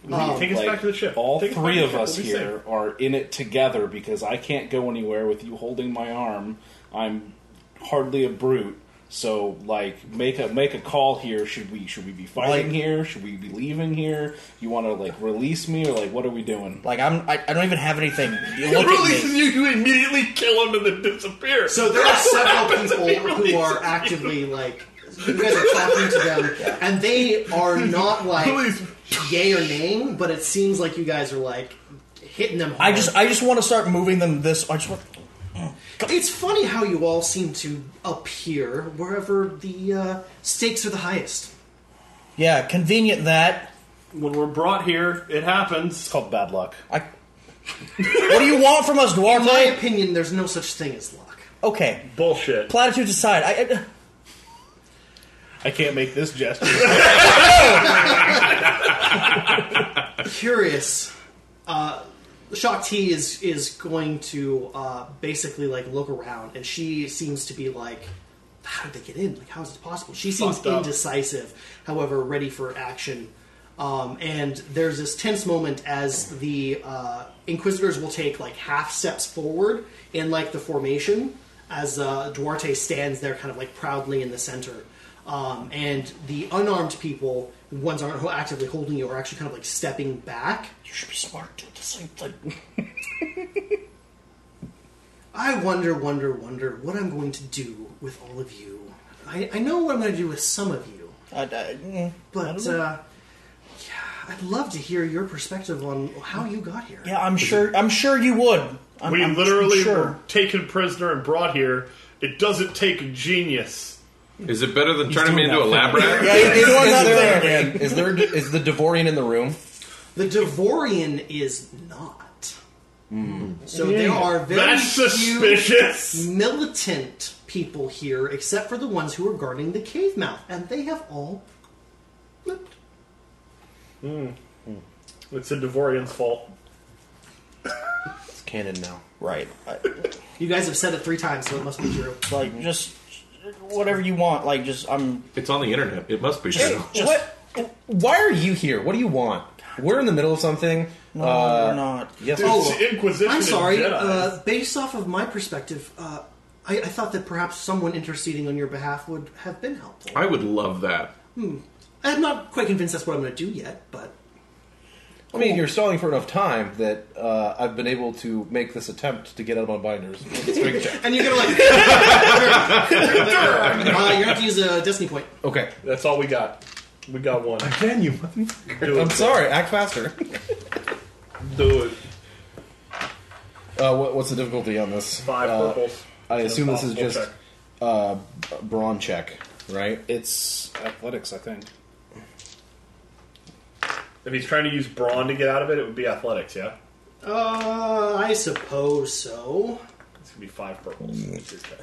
E: Take us
D: Like,
E: back to the ship.
D: All
E: Take
D: three
E: back to
D: of
E: the
D: us
E: ship. We'll be
D: here are in it together because I can't go anywhere with you holding my arm. I'm hardly a brute. So like make a make a call here. Should we should we be fighting
I: Like-
D: here? Should we be leaving here? You want to like release me or like what are we doing?
I: like I'm. I, I don't even have anything. You
E: safe.
I: look at
E: Releases
I: me.
E: you, you immediately kill him and then disappear.
B: So there are several
E: happens if he
B: people who are
E: releases
B: actively like you guys are talking to them, and they are not like
E: Please.
B: yay or name, but it seems like you guys are like hitting them.
I: I
B: Hard.
I: just. I just want to start moving them this. I just want.
B: It's funny how you all seem to appear wherever the uh, stakes are the highest.
I: Yeah, convenient that.
E: when we're brought here, it happens.
D: It's called bad luck.
I: I. What do you want from us,
B: In my
I: Duarte?
B: opinion, there's no such thing as luck.
I: Okay,
E: Bullshit.
I: platitudes aside, I. I-
D: I can't make this gesture.
B: curious. Uh, Shock T is is going to uh, basically like look around, and she seems to be like, "How did they get in? Like, how is this possible?" She seems
E: Fucked up.
B: indecisive, however, ready for action. Um, and there's this tense moment as the uh, Inquisitors will take like half steps forward in like the formation as uh, Duarte stands there, kind of like proudly in the center. Um, and the unarmed people, the ones aren't ho- actively holding you, are actually kind of like stepping back.
I: You should be smart. Do the same thing.
B: I wonder, wonder, wonder what I'm going to do with all of you. I, I know what I'm going to do with some of you,
I: I, I,
B: but uh, yeah, I'd love to hear your perspective on how you got here.
I: yeah, I'm sure. I'm sure you would. I'm,
E: we
I: I'm
E: literally were
I: sure.
E: taken prisoner and brought here. It doesn't take a genius.
F: Is it better than turning me into a lab rat?
I: Yeah, you did one up there.
G: Is there is the Devorian in the room?
B: The Devorian is not. So there are very
E: Hmm. That's
B: few
E: suspicious.
B: militant people here, except for the ones who are guarding the cave mouth, and they have all flipped.
E: It's the Devorian's fault.
G: It's canon now.
I: Right. I,
B: You guys have said it three times, so it must be true.
I: like just whatever you want. Like just I'm.
F: It's on the internet. It must be
G: Hey,
F: true.
G: what? Why are you here? What do you want? We're in the middle of something.
I: No,
G: uh,
I: we're not.
G: Yes.
E: Dude,
G: Oh,
E: it's the Inquisition.
B: I'm sorry.
E: And Jedi.
B: Uh, based off of my perspective, uh, I, I thought that perhaps someone interceding on your behalf would have been helpful.
F: I would love that.
B: I'm not quite convinced that's what I'm going to do yet, but
G: I mean, you're stalling for enough time that uh, I've been able to make this attempt to get out of my binders. Strength check.
B: and you're going to like. <laughs> uh, you're going to have to use a destiny point.
G: Okay.
E: That's all we got. We got one.
G: Can you?
E: Do
G: I'm
E: it.
G: sorry. Act faster.
E: Do it.
G: <laughs> Uh, what, what's the difficulty on this?
E: Five
G: Uh,
E: purples.
G: I assume this is
E: Impossible
G: just
E: check.
G: uh, brawn check, right?
D: it's athletics, I think.
E: If he's trying to use brawn to get out of it, it would be athletics. Yeah,
B: Uh, I suppose so.
E: it's gonna be five purples.
G: Mm.
E: It's just that.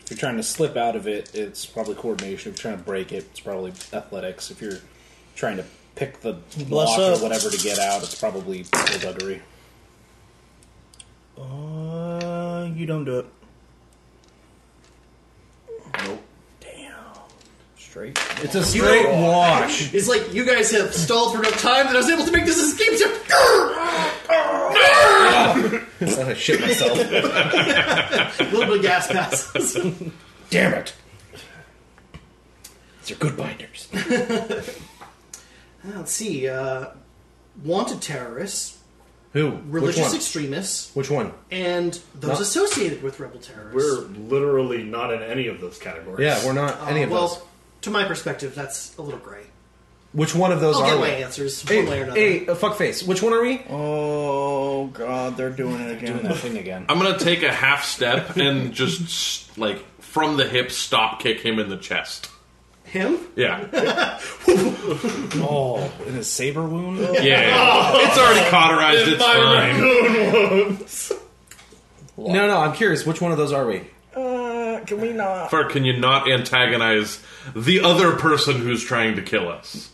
D: If you're trying to slip out of it, it's probably coordination. If you're trying to break it, it's probably athletics. If you're trying to pick the
I: Bless
D: lock or
I: up.
D: whatever to get out, it's probably duggery.
I: Uh, you don't do it.
G: Nope.
I: Damn. Straight.
G: It's a straight wash.
B: It's like you guys have stalled for enough time that I was able to make this escape. to-
G: I shit myself.
B: A <laughs> little bit of gas passes.
G: <laughs> Damn it! These are
B: <laughs>
G: good binders.
B: Let's see. Uh, wanted terrorists,
G: Who? Which
B: religious
G: one?
B: extremists,
G: Which one?
B: and those
G: Not-
B: associated with rebel terrorists.
E: We're literally not in any of those categories.
G: Yeah, we're not
B: Uh,
G: any of
B: well,
G: those.
B: to my perspective, that's a little gray.
G: Which one of those
B: I'll
G: are
B: get
G: we?
B: my answers one way or another.
G: Hey, hey uh, fuckface. Which one are we?
I: Oh God, they're doing it again.
D: Doing that thing again.
F: I'm gonna take a half step and just like from the hip stop kick him in the chest.
B: Him?
F: Yeah,
D: Oh, in his saber wound?
F: yeah. It's already cauterized. It's fine.
G: No, no. I'm curious. Which one of those are we?
I: Uh, can we not?
F: Far can you not antagonize the other person who's trying to kill us?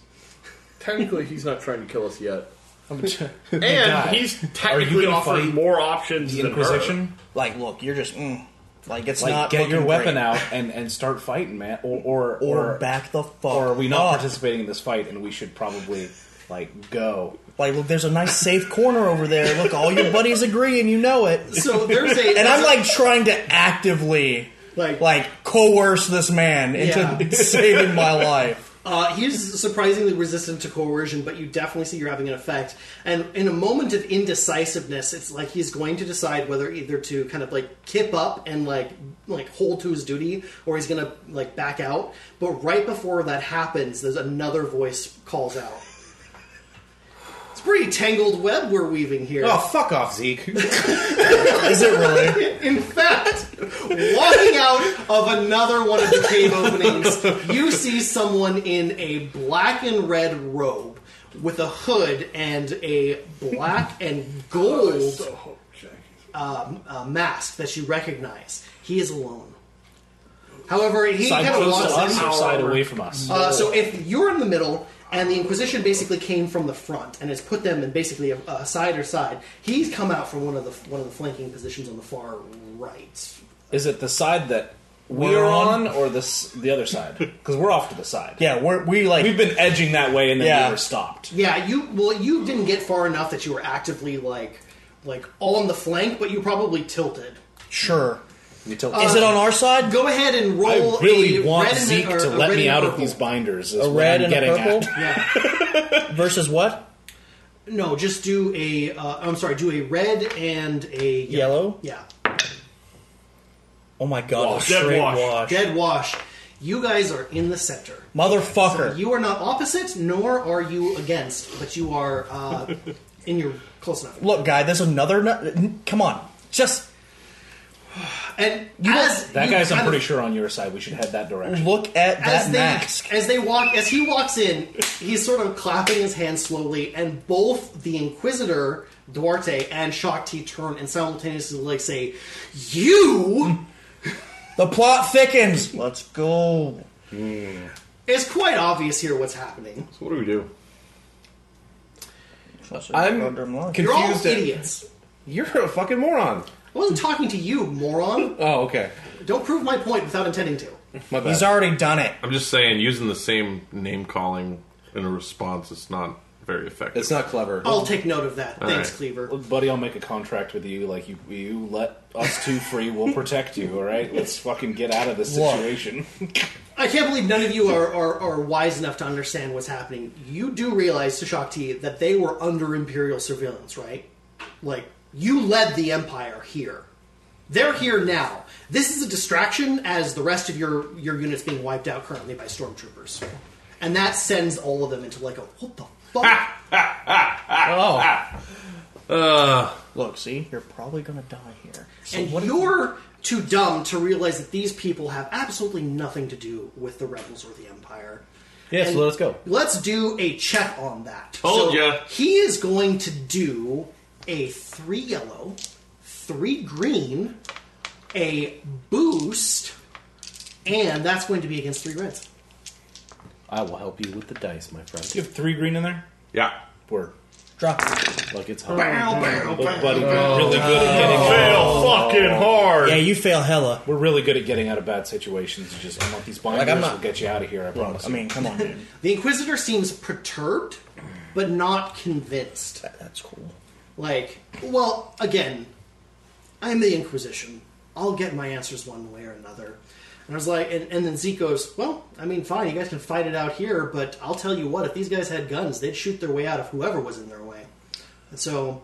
E: Technically, he's not trying to kill us yet.
D: the
E: And
D: God.
E: he's technically
D: gonna
E: offering
D: fight
E: more options than her.
D: Inquisition?
I: Like, look, you're just mm, like it's
D: Like,
I: not.
D: get your
I: looking
D: weapon
I: great.
D: out and, and start fighting, man. Or or,
I: or, back the fuck.
D: or are we not
I: up.
D: participating in this fight and we should probably like go.
I: Like, look, there's a nice safe corner over there. Look, all your buddies agree, and you know it.
B: So there's a.
I: <laughs> And I'm like trying to actively
B: Like-
I: like, coerce this man into
C: <laughs>
B: Yeah.
I: saving my life.
B: Uh, he's surprisingly resistant to coercion, but you definitely see you're having an effect. And in a moment of indecisiveness, it's like he's going to decide whether either to kind of like kip up and like like hold to his duty, or he's gonna like back out. But right before that happens, there's another voice calls out. It's a pretty tangled web we're weaving here.
G: Oh, fuck off, Zeke.
I: Is it really?
B: In fact, walking out of another one of the cave openings, you see someone in a black and red robe with a hood and a black and gold um, uh, mask that you recognize. He is alone. However, he
D: Side
B: kind of
D: close to
B: walks
D: us
B: in.
D: or side away from us?
B: Uh, so if you're in the middle and the Inquisition basically came from the front and has put them in basically a, a side or side, he's come out from one of the one of the flanking positions on the far right.
D: Is it the side that we're,
C: We're
D: on,
C: on?
D: or the s- the other <laughs> side? Because we're off to the side.
C: Yeah, we're, we like
D: we've been edging that way, and then
C: Yeah.
D: we were stopped.
B: Yeah, you well, you didn't get far enough that you were actively like like on the flank, but you probably tilted.
C: sure.
D: You tell-
C: Is it on our side?
B: Go ahead and
D: I
B: roll.
D: really
B: a
D: want
B: red and a-
D: Zeke
B: or
D: to
B: a
D: let
B: red
D: me
B: and
D: out of
B: purple.
D: these binders. Is
C: A
D: what
C: red
D: I'm
C: and a
D: getting
C: purple
D: at. <laughs>
B: Yeah.
C: versus what?
B: No, just do a. Uh, I'm sorry. Do a red and a
C: Yellow?
B: Yeah.
C: Oh my god,
E: Wash.
C: a
E: Dead
C: straight
E: wash.
C: wash.
B: Dead wash. You guys are in the center.
C: Motherfucker.
B: You are not opposite, nor are you against, but you are uh, in your close enough.
C: Look, guy, there's another. Nu- come on, just
B: And as
D: That
B: you
D: guy's, I'm
B: kind
D: pretty
B: of-
D: sure, on your side. We should head that direction.
C: look at
B: As
C: that
B: they
C: mask.
B: as they walk as he walks in, he's sort of clapping his hands slowly, and both the Inquisitor Duarte and Shakti turn and simultaneously like say, "You."
C: The plot thickens. Let's go.
B: It's quite obvious here what's happening.
F: So what do we do?
G: I'm
B: You're all
G: confused. at-
B: idiots.
G: You're a fucking moron.
B: I wasn't talking to you, moron.
G: Oh, okay.
B: Don't prove my point without intending to.
G: My bad.
C: He's already done it.
F: I'm just saying, using the same name calling in a response is not very effective.
G: it's not clever.
B: I'll take note of that. Thanks,
F: right.
B: Cleaver.
D: Look, buddy, I'll make a contract with you. Like you, you let us two free,
C: <laughs>
D: we'll protect you. All right, let's fucking get out of this
C: Look.
D: situation. <laughs>
B: I can't believe none of you are, are, are wise enough to understand what's happening. You do realize, to Shakti, that they were under Imperial surveillance, right? Like, you led the Empire here. They're here now. This is a distraction as the rest of your, your unit's being wiped out currently by stormtroopers. And that sends all of them into like a what the fuck?
C: Look, see, you're probably gonna die here. So
B: and
C: what?
B: you're too dumb to realize that these people have absolutely nothing to do with the rebels or the empire.
G: Yeah, so
B: And
G: let us go.
B: Let's do a check on that.
F: Told
B: so
F: ya.
B: He is going to do a three yellow, three green, a boost, and that's going to be against three reds.
G: I will help you with the dice, my friend.
D: You have three green in there.
F: yeah.
D: Word.
C: Drop it.
G: Look, it's hard.
D: Look, buddy, we're
C: Oh,
D: really good at getting.
E: Fail fucking hard.
C: Yeah, you fail hella.
D: We're really good at getting out of bad situations. You just I want these binders.
C: I'm not-
D: will get you out of here. I promise.
C: I mean, come on, dude.
B: The Inquisitor seems perturbed, but not convinced.
C: That's cool.
B: Like, well, again, I'm the Inquisition. I'll get my answers one way or another. And I was like, and, and then Zeke goes, well, I mean, fine, you guys can fight it out here, but I'll tell you what, if these guys had guns, they'd shoot their way out of whoever was in their way. And so,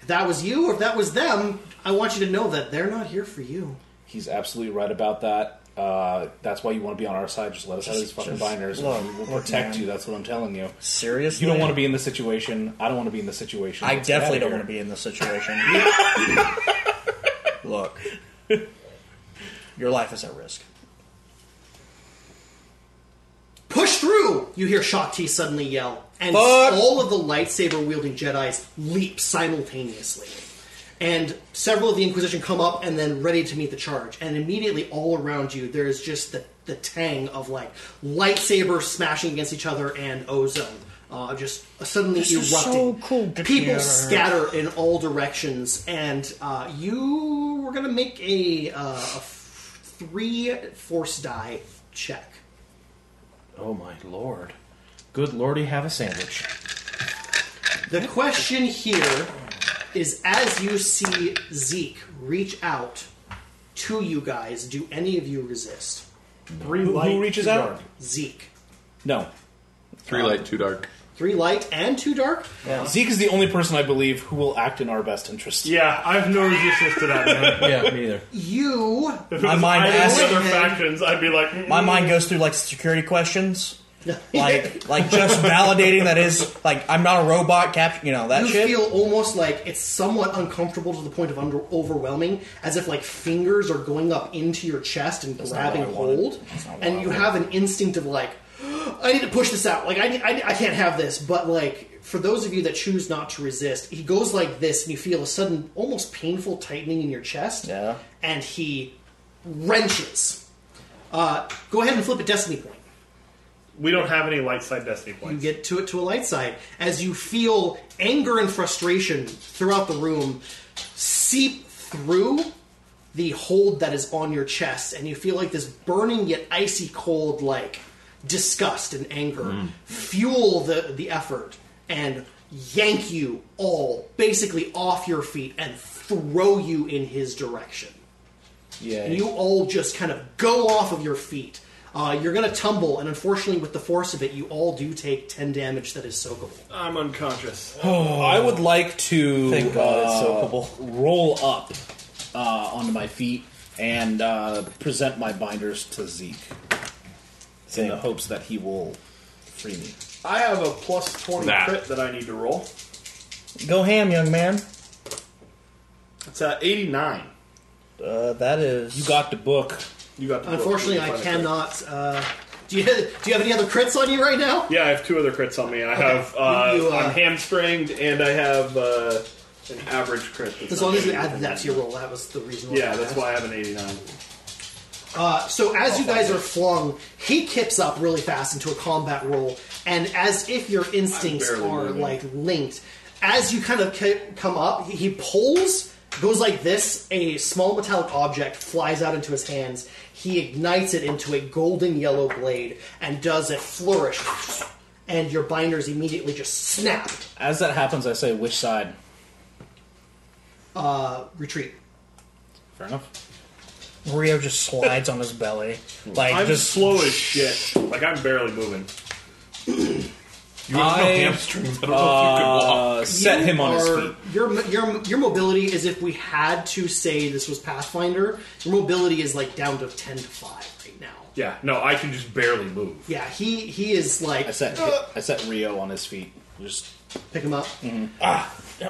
B: if that was you or if that was them, I want you to know that they're not here for you.
D: He's absolutely right about that. Uh, that's why you want to be on our side. Just let us out of these fucking
C: just
D: binders.
C: look,
D: and we will
C: look,
D: protect
C: man.
D: you. That's what I'm telling you.
C: Seriously,
D: You don't want to be in this situation. I don't want to be in this situation.
C: I
D: Let's get
C: definitely
D: out of
C: don't want to
D: here.
C: be in this situation. Look, your life is at risk.
B: Push through! You hear Shakti suddenly yell, and
C: Fuck.
B: all of the lightsaber wielding Jedi's leap simultaneously. And several of the Inquisition come up and then ready to meet the charge. And immediately, all around you, there is just the, the tang of like lightsaber smashing against each other and ozone. Uh, just suddenly
C: This is
B: erupting.
C: so cool to
B: People
C: hear.
B: scatter in all directions, and uh, you were going to make a, uh, a f- three force die check.
G: Oh my lord. Good lordy, have a sandwich.
B: The question here is as you see Zeke reach out to you guys, do any of you resist?
E: Three
D: Who,
E: light,
D: who reaches
E: two
D: out?
E: dark.
B: Zeke.
D: No.
F: Three light, two dark.
B: Three light and two dark?
D: Zeke is the only person I believe who will act in our best interest.
E: Yeah, I've no resistance to that,
G: <laughs>
E: man.
G: Yeah, me either.
B: You.
E: If it
C: My
E: was
C: mind
E: either of
C: asked-
E: the other factions, I'd be like,
C: My mind goes through like security questions, like like just validating that is like I'm not a robot. Cap, you know that
B: You
C: shit.
B: feel almost like it's somewhat uncomfortable to the point of under- overwhelming, as if like fingers are going up into your chest and grabbing hold, and you have an instinct of like, <gasps> I need to push this out. Like I, need- I, need- I can't have this. But like for those of you that choose not to resist, he goes like this, and you feel a sudden, almost painful tightening in your chest.
C: Yeah.
B: and he wrenches Uh, go ahead and flip a destiny point.
E: We don't have any light side destiny
B: You
E: points.
B: get to it to a light side as you feel anger and frustration throughout the room seep through the hold that is on your chest, and you feel like this burning yet icy cold, like disgust and anger, fuel the, the effort and yank you all basically off your feet and throw you in his direction. And you all just kind of go off of your feet. Uh, you're going to tumble, and unfortunately, with the force of it, you all do take 10 damage that is soakable.
E: I'm unconscious.
D: I would like to
C: Thank God it's
D: uh,
C: soakable.
D: roll up uh, onto my feet and uh, present my binders to Zeke in the hopes that he will free me.
E: I have a plus 20
F: Nah.
E: crit that I need to roll.
C: Go ham, young man.
E: It's uh, 89.
C: Uh, that is.
D: You got the book.
E: You got the book.
B: Unfortunately,
E: You can
B: I
E: find a crit.
B: cannot. Uh, do, you, <laughs> do you have any other crits on you right now?
E: Yeah, I have two other crits on me. I have uh,
B: You, uh,
E: I'm hamstringed and I have uh, an average crit. that's
B: As
E: not
B: long as you
E: anything.
B: added that to your roll, that was the reason why.
E: Yeah,
B: I
E: that's
B: asked.
E: why I have an 89.
B: So as you
E: Oh,
B: guys are flung, he kips up really fast into a combat roll, and as if your instincts
E: barely
B: are
E: moving.
B: like linked, as you kind of ki- come up, he- he pulls, goes like this. A small metallic object flies out into his hands. He ignites it into a golden yellow blade and does a flourish, and your binders immediately just snap.
D: As that happens, I say, which side?
B: Retreat.
D: Fair enough.
I: Rio just slides on his belly.
D: Hmm.
I: Like,
E: I'm
I: just.
E: slow as shit. Like I'm barely moving.
F: You have no
D: I-
F: hamstrings. I don't know if you could walk.
D: Uh, set
B: You
D: him on his
B: are-
D: feet.
B: Your, your, your mobility is if we had to say this was Pathfinder, your mobility is like down to 10 to 5 right now.
E: Yeah, no, I can just barely move.
B: Yeah, he, he is like,
D: I set
B: Uh.
D: I set Rio on his feet. Just
B: pick him up.
D: Mm-hmm.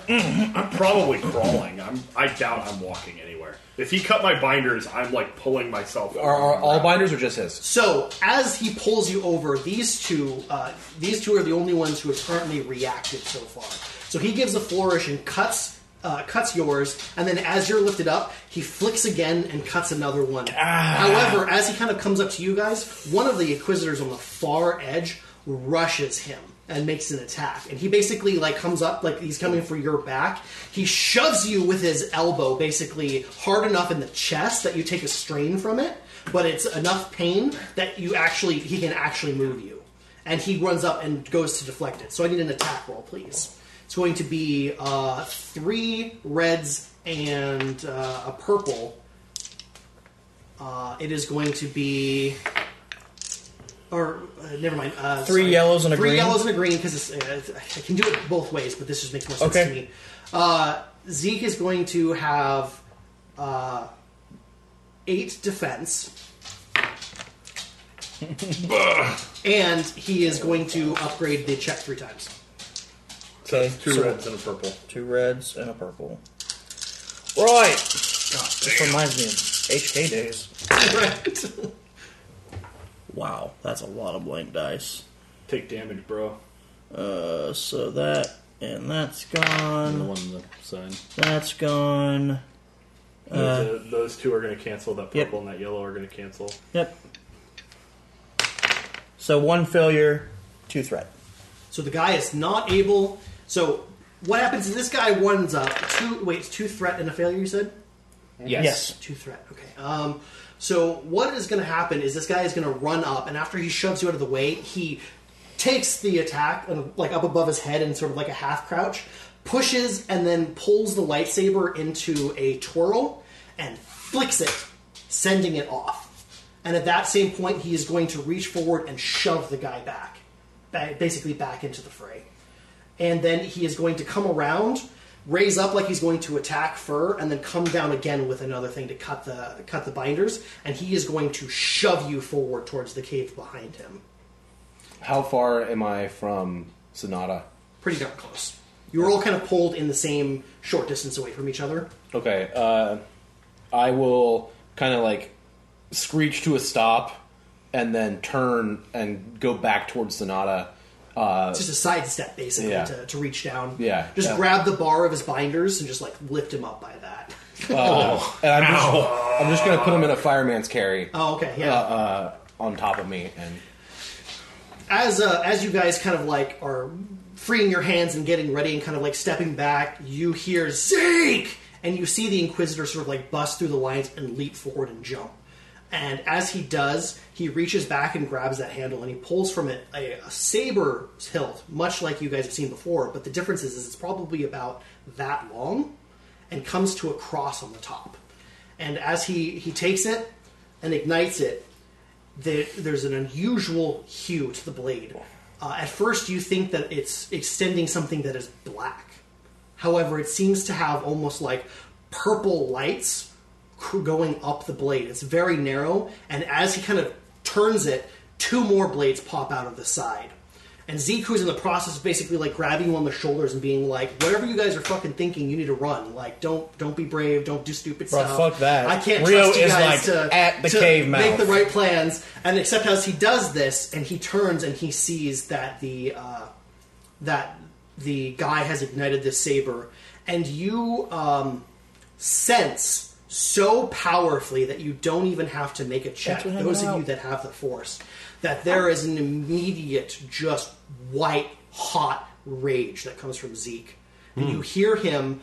E: I'm probably crawling. I'm. I doubt I'm walking anywhere. If he cut my binders, I'm like pulling myself.
G: Are, are all binders or just his?
B: So, as he pulls you over, these two, uh, these two are the only ones who have currently reacted so far. So he gives a flourish and cuts, uh, cuts yours, and then as you're lifted up, he flicks again and cuts another one.
D: Ah.
B: However, as he kind of comes up to you guys, one of the inquisitors on the far edge rushes him and makes an attack. And he basically like comes up like he's coming for your back. He shoves you with his elbow basically hard enough in the chest that you take a strain from it, but it's enough pain that you actually he can actually move you. And he runs up and goes to deflect it. So I need an attack roll, please. It's going to be uh, three reds and uh, a purple. Uh, it is going to be, or uh, never mind. Uh,
I: Three yellows and a
B: three
I: green?
B: yellows and a green because uh, I can do it both ways, but this just makes more sense
I: Okay.
B: to me. Uh, Zeke is going to have uh, eight defense. and he is going to upgrade the check three times.
I: Okay,
E: Two
I: so-
E: reds and a purple.
I: Two reds and a purple. Right! this reminds me of HK days.
B: Right.
A: Wow, that's a lot of blank dice.
E: Take damage, bro.
A: Uh, so that and that's gone.
D: one on the side.
A: That's gone.
E: those, uh, those two are going to cancel. That purple and that yellow are going to cancel.
A: Yep.
I: So one failure, two threat.
B: <laughs> So the guy is not able. So what happens is this guy one's up. Two wait, it's two threat and a failure. You said
D: Yes.
B: two threat. Okay. Um, so what is going to happen is this guy is going to run up, and after he shoves you out of the way, he takes the attack and like up above his head in sort of like a half crouch, pushes and then pulls the lightsaber into a twirl and flicks it, sending it off. And at that same point, he is going to reach forward and shove the guy back, ba- basically back into the fray and then he is going to come around, raise up like he's going to attack Fur, and then come down again with another thing to cut the cut the binders, and he is going to shove you forward towards the cave behind him.
G: How far am I from Sonata?
B: Pretty darn close. You were all kind of pulled in the same short distance away from each other.
G: Okay, uh, I will kind of like screech to a stop and then turn and go back towards Sonata. Uh,
B: It's just a sidestep, basically,
G: Yeah.
B: to, to reach down.
G: Yeah,
B: Just
G: yeah.
B: grab the bar of his binders and just like lift him up by that.
G: and I'm just, I'm just gonna put him in a fireman's carry
B: Oh, okay,
G: uh,
B: yeah.
G: uh, on top of me, and
B: as uh, as you guys kind of like are freeing your hands and getting ready and kind of like stepping back, you hear Zeke, and you see the Inquisitor sort of like bust through the lines and leap forward and jump. And as he does, he reaches back and grabs that handle and he pulls from it a, a saber hilt, much like you guys have seen before. But the difference is, is it's probably about that long, and comes to a cross on the top. And as he he takes it and ignites it, there, there's an unusual hue to the blade. Uh, at first, you think that it's extending something that is black. However, it seems to have almost like purple lights cr- going up the blade. It's very narrow, and as he kind of turns it, two more blades pop out of the side. And Zeke, who's in the process of basically like grabbing you on the shoulders and being like, "Whatever you guys are fucking thinking, you need to run. Like, don't don't be brave. Don't do stupid
I: Bro,
B: stuff.
I: fuck that.
B: I can't
I: Rio
B: trust you
I: is,
B: guys
I: like,
B: to
I: at the
B: to
I: cave
B: Make
I: mouth.
B: the right plans. And except as he does this, and he turns and he sees that the uh, that the guy has ignited this saber, and you um, sense so powerfully that you don't even have to make a check.
I: what I'm
B: Those of
I: about.
B: you that have the force, that there is an immediate, just white hot rage that comes from Zeke, and you hear him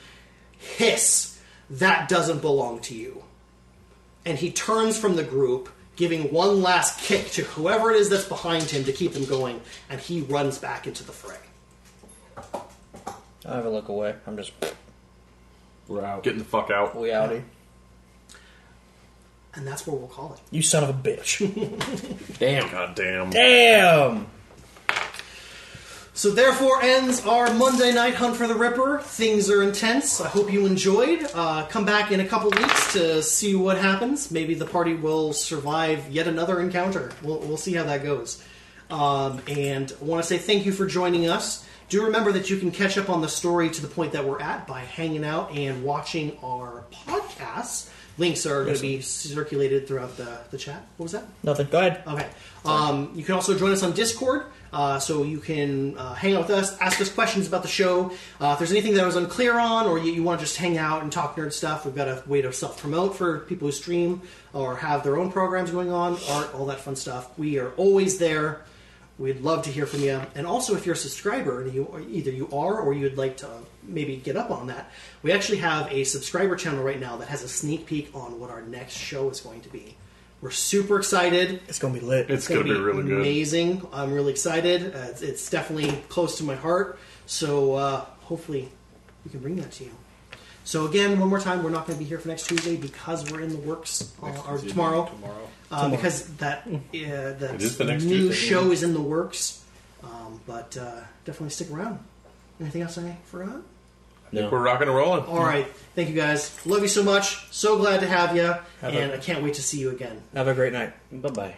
B: hiss, "That doesn't belong to you." and he turns from the group, giving one last kick to whoever it is that's behind him to keep them going, and he runs back into the fray.
I: I have a look away. I'm just
G: we're out.
F: Getting the fuck out.
I: we
F: <laughs>
I: outie.
B: And that's where we'll call it.
I: You son of a bitch.
F: God damn.
I: Damn.
B: So, therefore, ends our Monday night hunt for the Ripper. Things are intense. I hope you enjoyed. Uh, come back in a couple weeks to see what happens. Maybe the party will survive yet another encounter. We'll, we'll see how that goes. Um, and I want to say thank you for joining us. Do remember that you can catch up on the story to the point that we're at by hanging out and watching our podcasts. Links are going to be circulated throughout the, the chat. What was that?
I: Nothing. Go ahead.
B: Okay. Um, you can also join us on Discord, uh, so you can uh, hang out with us, ask us questions about the show. Uh, if there's anything that I was unclear on, or you, you want to just hang out and talk nerd stuff, we've got a way to self promote for people who stream or have their own programs going on, art, all that fun stuff. We are always there. We'd love to hear from you. And also, if you're a subscriber, and you or either you are or you'd like to maybe get up on that, we actually have a subscriber channel right now that has a sneak peek on what our next show is going to be. We're super excited.
I: It's gonna be lit.
F: It's gonna be really good.
B: amazing. I'm really excited. Uh, it's, it's definitely close to my heart. So uh, hopefully we can bring that to you. So again, one more time, we're not going to be here for next Tuesday because we're in the works uh, or tomorrow. Tomorrow, uh, because that uh, that
F: It is the next
B: new
F: Tuesday.
B: show is in the works. Um, but uh, definitely stick around. Anything else I forgot?
F: We're rocking and rolling.
B: All right, thank you guys. Love you so much. So glad to have you, and I I can't wait to see you again.
I: Have a great night.
G: Bye bye.